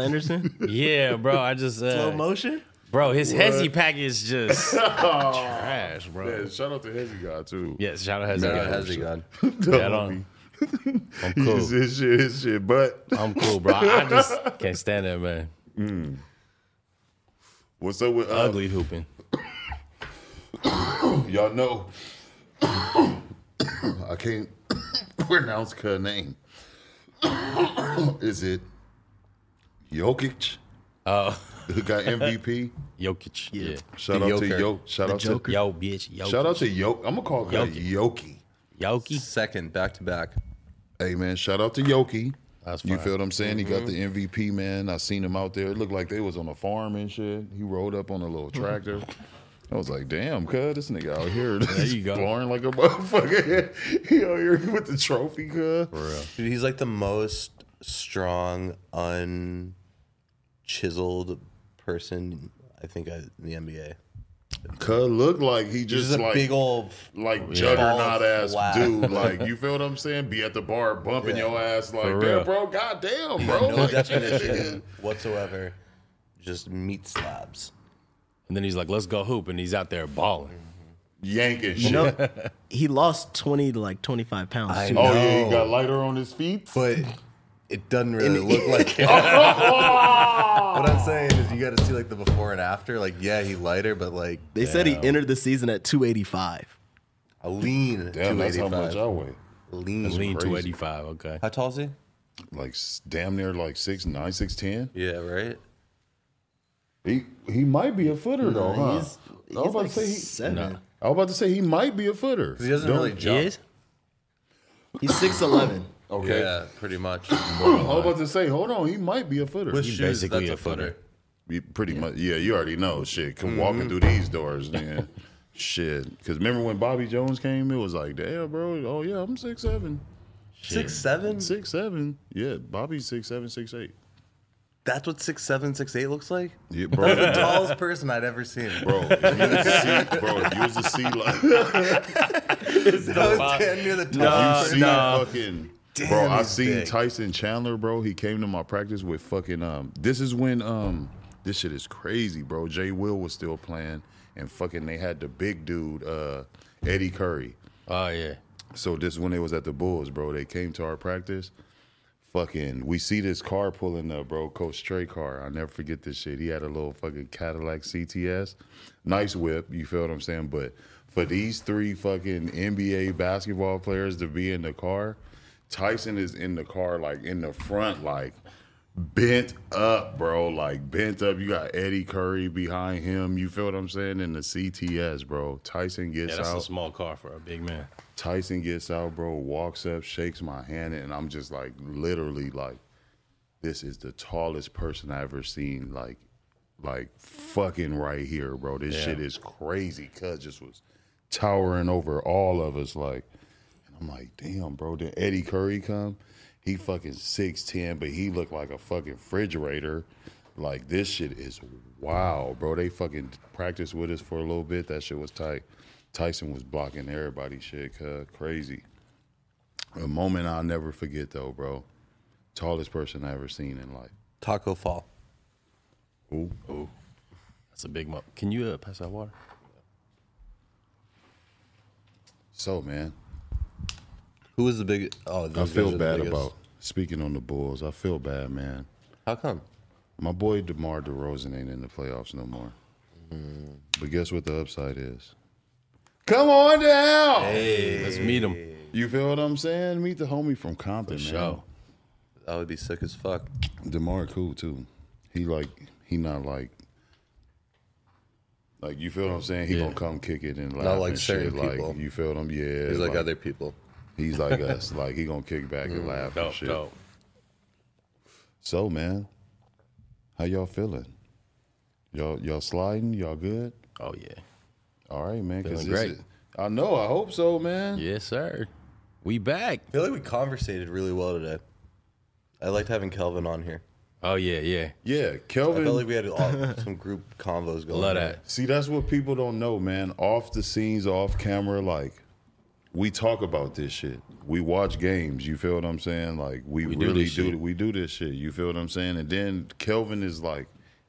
Speaker 4: Anderson,
Speaker 2: Yeah, bro. I just
Speaker 4: slow
Speaker 2: uh,
Speaker 4: motion.
Speaker 2: bro, his hezzy package just trash,
Speaker 1: Yeah,
Speaker 2: bro.
Speaker 1: shout out to Hezzy guy too.
Speaker 2: Yes, shout out hezzy.
Speaker 3: Shout out
Speaker 2: guy.
Speaker 3: Hezzy God.
Speaker 2: Yeah, I don't- I'm
Speaker 1: His,
Speaker 2: cool.
Speaker 1: his shit, his shit. But
Speaker 2: I'm cool, bro. I I just can't stand that man.
Speaker 1: what's up with uh,
Speaker 2: Ugly hooping.
Speaker 1: Y'all know I can't pronounce her name. Is it Jokic? Uh, who got MVP?
Speaker 2: Jokic. Yeah.
Speaker 1: Shout
Speaker 3: Oh. The
Speaker 1: out to
Speaker 3: Joker.
Speaker 1: Yo. Shout out to
Speaker 2: Yo, bitch. Yo,
Speaker 1: shout out to Yo. I'm gonna call her
Speaker 2: Jokic.
Speaker 1: Yoki.
Speaker 2: Yoki.
Speaker 3: Second, back to back.
Speaker 1: Hey man, shout out to Yoki.
Speaker 2: That's
Speaker 1: you
Speaker 2: fine.
Speaker 1: feel what I'm saying? He
Speaker 2: Mm-hmm.
Speaker 1: got the MVP, man. I seen him out there. It looked like they was on a farm and shit. He rolled up on a little tractor. I was like, damn, cuz this nigga out here there
Speaker 2: you go.
Speaker 1: exploring like a motherfucker. he out here with the trophy, cuz.
Speaker 3: Dude, he's like the most strong, unchiseled person I think I, in the NBA.
Speaker 1: Cuz looked like he
Speaker 3: He's
Speaker 1: just
Speaker 3: just a
Speaker 1: like
Speaker 3: big old
Speaker 1: like
Speaker 3: Ball
Speaker 1: juggernaut ass
Speaker 3: flat.
Speaker 1: dude. Like, you feel what I'm saying? Be at the bar bumping your ass like,
Speaker 2: For
Speaker 1: damn,
Speaker 2: real.
Speaker 1: bro, goddamn, bro.
Speaker 3: no
Speaker 1: Like,
Speaker 3: definition whatsoever. Just meat slabs.
Speaker 2: And then he's like, let's go hoop. And he's out there balling.
Speaker 1: yanking shit.
Speaker 4: He lost twenty to like twenty five pounds.
Speaker 3: I
Speaker 4: too.
Speaker 3: know.
Speaker 1: Oh yeah, he got lighter on his feet.
Speaker 3: But it doesn't really look like it. what I'm saying is you gotta see like the before and after. Like, yeah, he lighter, but like
Speaker 4: They said he entered the season at two eighty five.
Speaker 3: a lean
Speaker 1: Damn, that's how
Speaker 3: 285.
Speaker 1: much I weigh.
Speaker 3: lean.
Speaker 2: Lean
Speaker 1: crazy.
Speaker 2: 285. Okay.
Speaker 3: How tall is he?
Speaker 1: Like s- damn near like six nine, six ten.
Speaker 3: Yeah, right?
Speaker 1: He he might be a footer though, huh?
Speaker 4: He's, he's
Speaker 1: I was about
Speaker 4: like
Speaker 1: to say he.
Speaker 4: seven.
Speaker 1: I was about to say he might be a footer.
Speaker 3: 'Cause he doesn't really
Speaker 4: He
Speaker 3: jump.
Speaker 4: is. He's six eleven.
Speaker 1: Okay.
Speaker 3: Yeah, pretty much.
Speaker 1: I was about to say, hold on, he might be a footer.
Speaker 3: With
Speaker 2: He's
Speaker 3: shoes,
Speaker 2: basically
Speaker 3: that's
Speaker 2: a
Speaker 3: a footer.
Speaker 1: You pretty much, yeah. You already know, shit. Come walking through these doors, then, shit. Because remember when Bobby Jones came, it was like, damn, bro. Oh yeah, I'm six seven,
Speaker 3: Six seven?
Speaker 1: six seven. Yeah, Bobby's six seven, six eight.
Speaker 3: That's what six seven, six eight looks like?
Speaker 1: Yeah, bro.
Speaker 3: Tallest person I'd ever seen.
Speaker 1: Bro, if you was a C, bro, if you was a C like
Speaker 3: That was damn near the
Speaker 1: you
Speaker 3: tallest
Speaker 1: see
Speaker 3: person.
Speaker 1: fucking
Speaker 3: Damn,
Speaker 1: bro. I
Speaker 3: he's
Speaker 1: seen
Speaker 3: big.
Speaker 1: Tyson Chandler, bro. He came to my practice with fucking um. This is when um. This shit is crazy, bro. Jay Will was still playing, and fucking they had the big dude, uh, Eddie Curry.
Speaker 2: Oh, yeah.
Speaker 1: So this is when they was at the Bulls, bro. They came to our practice. Fucking, we see this car pulling up, bro. Coach Trey car. I'll never forget this shit. He had a little fucking Cadillac CTS. Nice whip. You feel what I'm saying? But for these three fucking NBA basketball players to be in the car, Tyson is in the car, like in the front, like bent up, bro. Like bent up. You got Eddie Curry behind him. You feel what I'm saying? In the CTS, bro. Tyson gets
Speaker 2: Yeah, that's
Speaker 1: out.
Speaker 2: a small car for a big man.
Speaker 1: Tyson gets out, bro, walks up, shakes my hand, and I'm just like literally like, this is the tallest person I ever seen, like, like fucking right here, bro. This shit is crazy. Cuz just was towering over all of us, like, and I'm like, damn, bro. Did Eddie Curry come? He fucking six ten, but he looked like a fucking refrigerator. Like this shit is wow, bro. They fucking practiced with us for a little bit. That shit was tight. Tyson was blocking everybody shit, cuz crazy. A moment I'll never forget though, bro. Tallest person I ever seen in life.
Speaker 3: Taco Fall.
Speaker 2: That's a big mo. Can you uh, pass that water?
Speaker 1: So man,
Speaker 3: Who was the big? Oh,
Speaker 1: I
Speaker 3: those guys are
Speaker 1: feel
Speaker 3: the
Speaker 1: bad
Speaker 3: biggest.
Speaker 1: about speaking on the Bulls. I feel bad, man.
Speaker 3: How come?
Speaker 1: My boy DeMar DeRozan ain't in the playoffs no more. But guess what the upside is? Come on down.
Speaker 2: Let's meet him.
Speaker 1: You feel what I'm saying? Meet the homie from Compton, man.
Speaker 2: Show.
Speaker 3: I would be sick as fuck.
Speaker 1: Demar cool too. He like he not like like you feel what I'm saying. He gonna come kick it and laugh
Speaker 3: like
Speaker 1: and
Speaker 3: certain
Speaker 1: shit. Like
Speaker 3: people.
Speaker 1: you feel them, yeah.
Speaker 3: He's like, other people. Mm-hmm.
Speaker 1: He's like us. Like he gonna kick back and laugh and
Speaker 2: Dope,
Speaker 1: shit.
Speaker 2: dope.
Speaker 1: So man, how y'all feeling? Y'all y'all sliding? Y'all good?
Speaker 2: Oh, yeah.
Speaker 1: All right, man. 'cause
Speaker 2: Feeling
Speaker 1: this
Speaker 2: great.
Speaker 1: is- I know. I hope so, man.
Speaker 2: Yes, sir. We back.
Speaker 3: I feel like we conversated really well today. I liked having Kelvin on here.
Speaker 2: Oh, yeah, yeah.
Speaker 1: Yeah,
Speaker 3: I
Speaker 1: Kelvin.
Speaker 3: felt like we had all, some group convos going.
Speaker 2: Love
Speaker 3: on.
Speaker 2: that.
Speaker 1: See, that's what people don't know, man. Off the scenes, off camera, like we talk about this shit. We watch games. You feel what I'm saying? Like we,
Speaker 2: We do
Speaker 1: really
Speaker 2: this
Speaker 1: do.
Speaker 2: shit.
Speaker 1: We do this shit. You feel what I'm saying? And then Kelvin is like,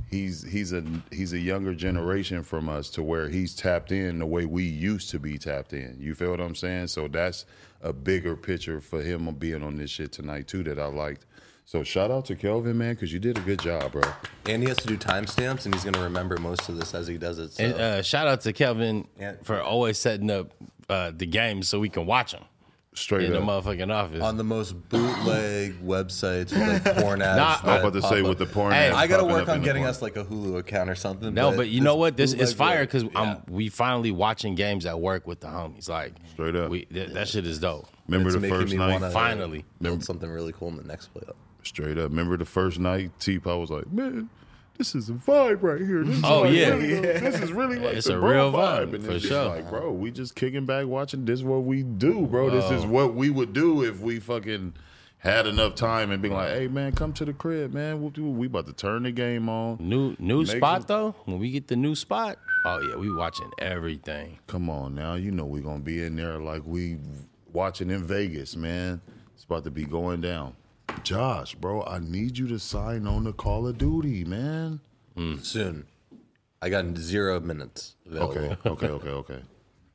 Speaker 1: he's he's a he's a younger generation from us to where he's tapped in the way we used to be tapped in. You feel what I'm saying? So that's a bigger picture for him being on this shit tonight too that I liked. So shout out to Kelvin, man, because you did a good job, bro.
Speaker 3: And he has to do timestamps, and he's gonna remember most of this as he does it. So.
Speaker 2: And, uh, shout out to Kelvin for always setting up uh, the games so we can watch them
Speaker 1: Straight
Speaker 2: in the
Speaker 1: up.
Speaker 2: motherfucking office.
Speaker 3: on the most bootleg websites with like porn apps.
Speaker 2: Nah, I was
Speaker 1: I was about to say with the porn.
Speaker 2: Hey,
Speaker 1: ads
Speaker 3: I gotta
Speaker 1: popping
Speaker 3: work
Speaker 1: up in
Speaker 3: on
Speaker 1: the
Speaker 3: getting
Speaker 1: corner.
Speaker 3: us like a Hulu account or something.
Speaker 2: No, but you know what? This is
Speaker 3: bootleg
Speaker 2: fire
Speaker 3: web-
Speaker 2: because
Speaker 3: Yeah.
Speaker 2: we finally watching games at work with the homies. Like
Speaker 1: Straight up.
Speaker 2: we, th- that shit is dope.
Speaker 1: Remember
Speaker 3: It's
Speaker 1: the
Speaker 3: making
Speaker 1: first
Speaker 3: me
Speaker 1: night?
Speaker 3: wanna
Speaker 2: Finally.
Speaker 3: build something really cool in the next play up.
Speaker 1: Straight up. Remember the first night? T Pop was like, man, this is a vibe right here. This is
Speaker 2: Oh,
Speaker 1: like
Speaker 2: yeah.
Speaker 1: really- this is really like
Speaker 2: It's
Speaker 1: the
Speaker 2: a
Speaker 1: bro
Speaker 2: real vibe,
Speaker 1: And
Speaker 2: for
Speaker 1: it's just
Speaker 2: sure.
Speaker 1: like, bro, we just kicking back watching. This what we do, bro. This is what we would do if we fucking had enough time and being like, hey, man, come to the crib, man. Whoop, whoop. We about to turn the game on.
Speaker 2: New new
Speaker 1: Make
Speaker 2: spot
Speaker 1: it-
Speaker 2: though. When we get the new spot, oh yeah, we watching everything.
Speaker 1: Come on now. You know we going to be in there like we watching in Vegas, man. It's about to be going down. Josh, bro, I need you to sign on to Call of Duty, man.
Speaker 3: Soon. I got zero minutes available.
Speaker 1: Okay, okay, okay, okay.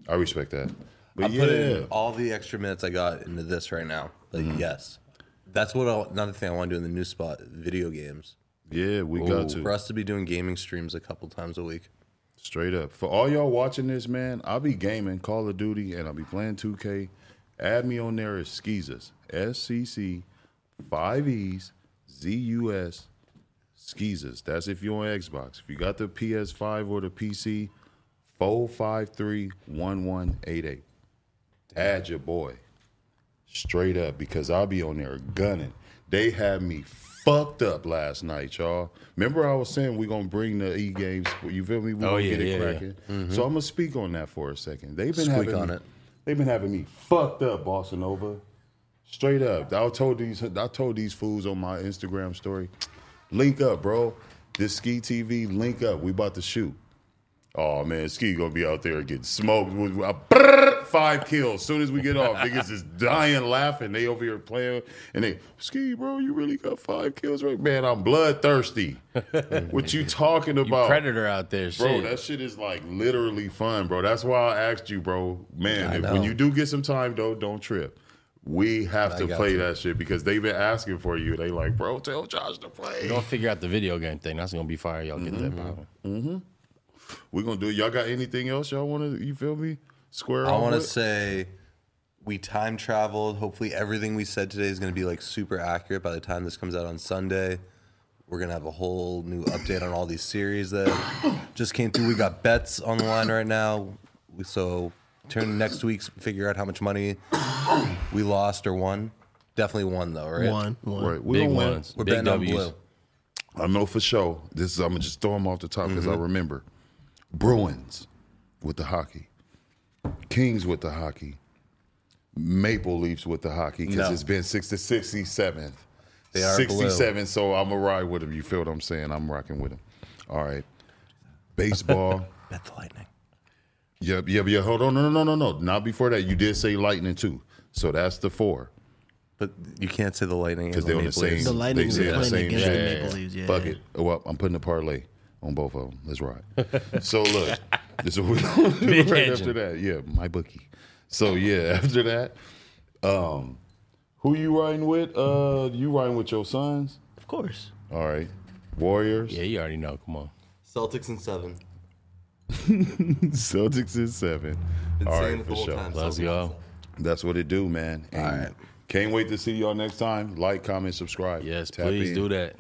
Speaker 1: I respect that.
Speaker 3: I
Speaker 1: But
Speaker 3: put
Speaker 1: yeah, Mm-hmm.
Speaker 3: in all the extra minutes I got into this right now. Like yes. That's what I, another thing I want to do in the new spot, video games.
Speaker 1: yeah, we got to
Speaker 3: For us to be doing gaming streams a couple times a week.
Speaker 1: straight up. For all y'all watching this, man, I'll be gaming Call of Duty and I'll be playing 2K. Add me on there as Skeezus. S C C five E's Z U S Skeezus. That's if you're on Xbox. If you got the PS5 or the PC, four five three one one eight eight. Add your boy. straight up because I'll be on there gunning. They had me fucked up last night, y'all. Remember I was saying we're gonna bring the e games. You feel me? We're
Speaker 2: Oh,
Speaker 1: gonna
Speaker 2: yeah,
Speaker 1: get it
Speaker 2: yeah, yeah.
Speaker 1: cracking. So I'm gonna speak on that for a second. They've been
Speaker 3: Squeak
Speaker 1: having
Speaker 3: on
Speaker 1: me,
Speaker 3: it.
Speaker 1: They've been having me fucked up, Bossa Nova. Straight up. I told these I told these fools on my Instagram story, link up, bro. This ski TV, link up. We about to shoot. Oh man, Ski gonna be out there getting smoked. with- with- brrr, Five kills. Soon as we get off, niggas is dying laughing. They over here playing, and they Ski, bro, you really got five kills, right? Man, I'm bloodthirsty. what you talking
Speaker 2: You
Speaker 1: about,
Speaker 2: predator out there,
Speaker 1: bro?
Speaker 2: shit.
Speaker 1: That shit is like literally fun, bro. That's why I asked you, bro. Man,
Speaker 3: I
Speaker 1: if,
Speaker 3: know.
Speaker 1: when you do get some time, though, don't trip. We have to
Speaker 3: got
Speaker 1: play
Speaker 3: you.
Speaker 1: that shit because they've been asking for you. They like, bro, tell Josh to play.
Speaker 2: We're gonna figure out the video game thing. That's gonna be fire. Y'all get
Speaker 3: Mm-hmm.
Speaker 2: that problem.
Speaker 1: We're gonna do it. Y'all got anything else y'all wanna you feel me? Square
Speaker 3: I
Speaker 1: off
Speaker 3: want to
Speaker 1: with?
Speaker 3: say we time traveled. Hopefully, everything we said today is going to be like super accurate by the time this comes out on Sunday. We're going to have a whole new update on all these series that just came through. We got bets on the line right now. We- So, turn to next week's, figure out how much money we lost or won. Definitely won, though, right?
Speaker 4: One, one.
Speaker 1: Right, we
Speaker 2: Big
Speaker 1: gonna win.
Speaker 2: ones.
Speaker 3: We're betting
Speaker 2: Big Ws.
Speaker 3: on blue.
Speaker 1: I know for sure. This is, I'm gonna just throw them off the top because
Speaker 3: Mm-hmm.
Speaker 1: I remember Bruins with the hockey, Kings with the hockey, Maple Leafs with the hockey because
Speaker 3: No.
Speaker 1: it's been six to sixty seventh.
Speaker 3: They are blue.
Speaker 1: 67, so I'm a ride with them. You feel what I'm saying? I'm rocking with them. All right, baseball.
Speaker 3: Bet the lightning.
Speaker 1: Yep, yep, yeah. Hold on, no, no, no, no, no. Not before that. You did say lightning too, so that's the four.
Speaker 3: But you can't say the lightning.
Speaker 1: because
Speaker 3: and
Speaker 1: they're on the
Speaker 3: Maple
Speaker 1: same.
Speaker 3: Leafs.
Speaker 4: The Lightning
Speaker 1: they said
Speaker 4: is playing against the
Speaker 1: shit.
Speaker 4: Maple Leafs, yeah.
Speaker 1: Fuck it. Oh, Well, I'm putting a parlay on both of them. Let's ride. so look, this is what we're gonna do
Speaker 2: Big
Speaker 1: right
Speaker 2: engine.
Speaker 1: after that. Yeah, my bookie. So yeah, after that, um, who you riding with? Uh, you riding with your sons?
Speaker 4: Of course.
Speaker 1: All right, Warriors.
Speaker 2: Yeah, you already know. Come on.
Speaker 3: Celtics and seven.
Speaker 1: Celtics is seven.
Speaker 3: Been
Speaker 1: All
Speaker 3: saying
Speaker 1: right,
Speaker 3: it the
Speaker 1: for
Speaker 3: whole
Speaker 1: sure.
Speaker 3: time.
Speaker 2: Let's go.
Speaker 1: That's what it do, man. And
Speaker 3: All right.
Speaker 1: Can't wait to see y'all next time. Like, comment, subscribe.
Speaker 2: Yes,
Speaker 1: Tap
Speaker 2: please
Speaker 1: in.
Speaker 2: do that.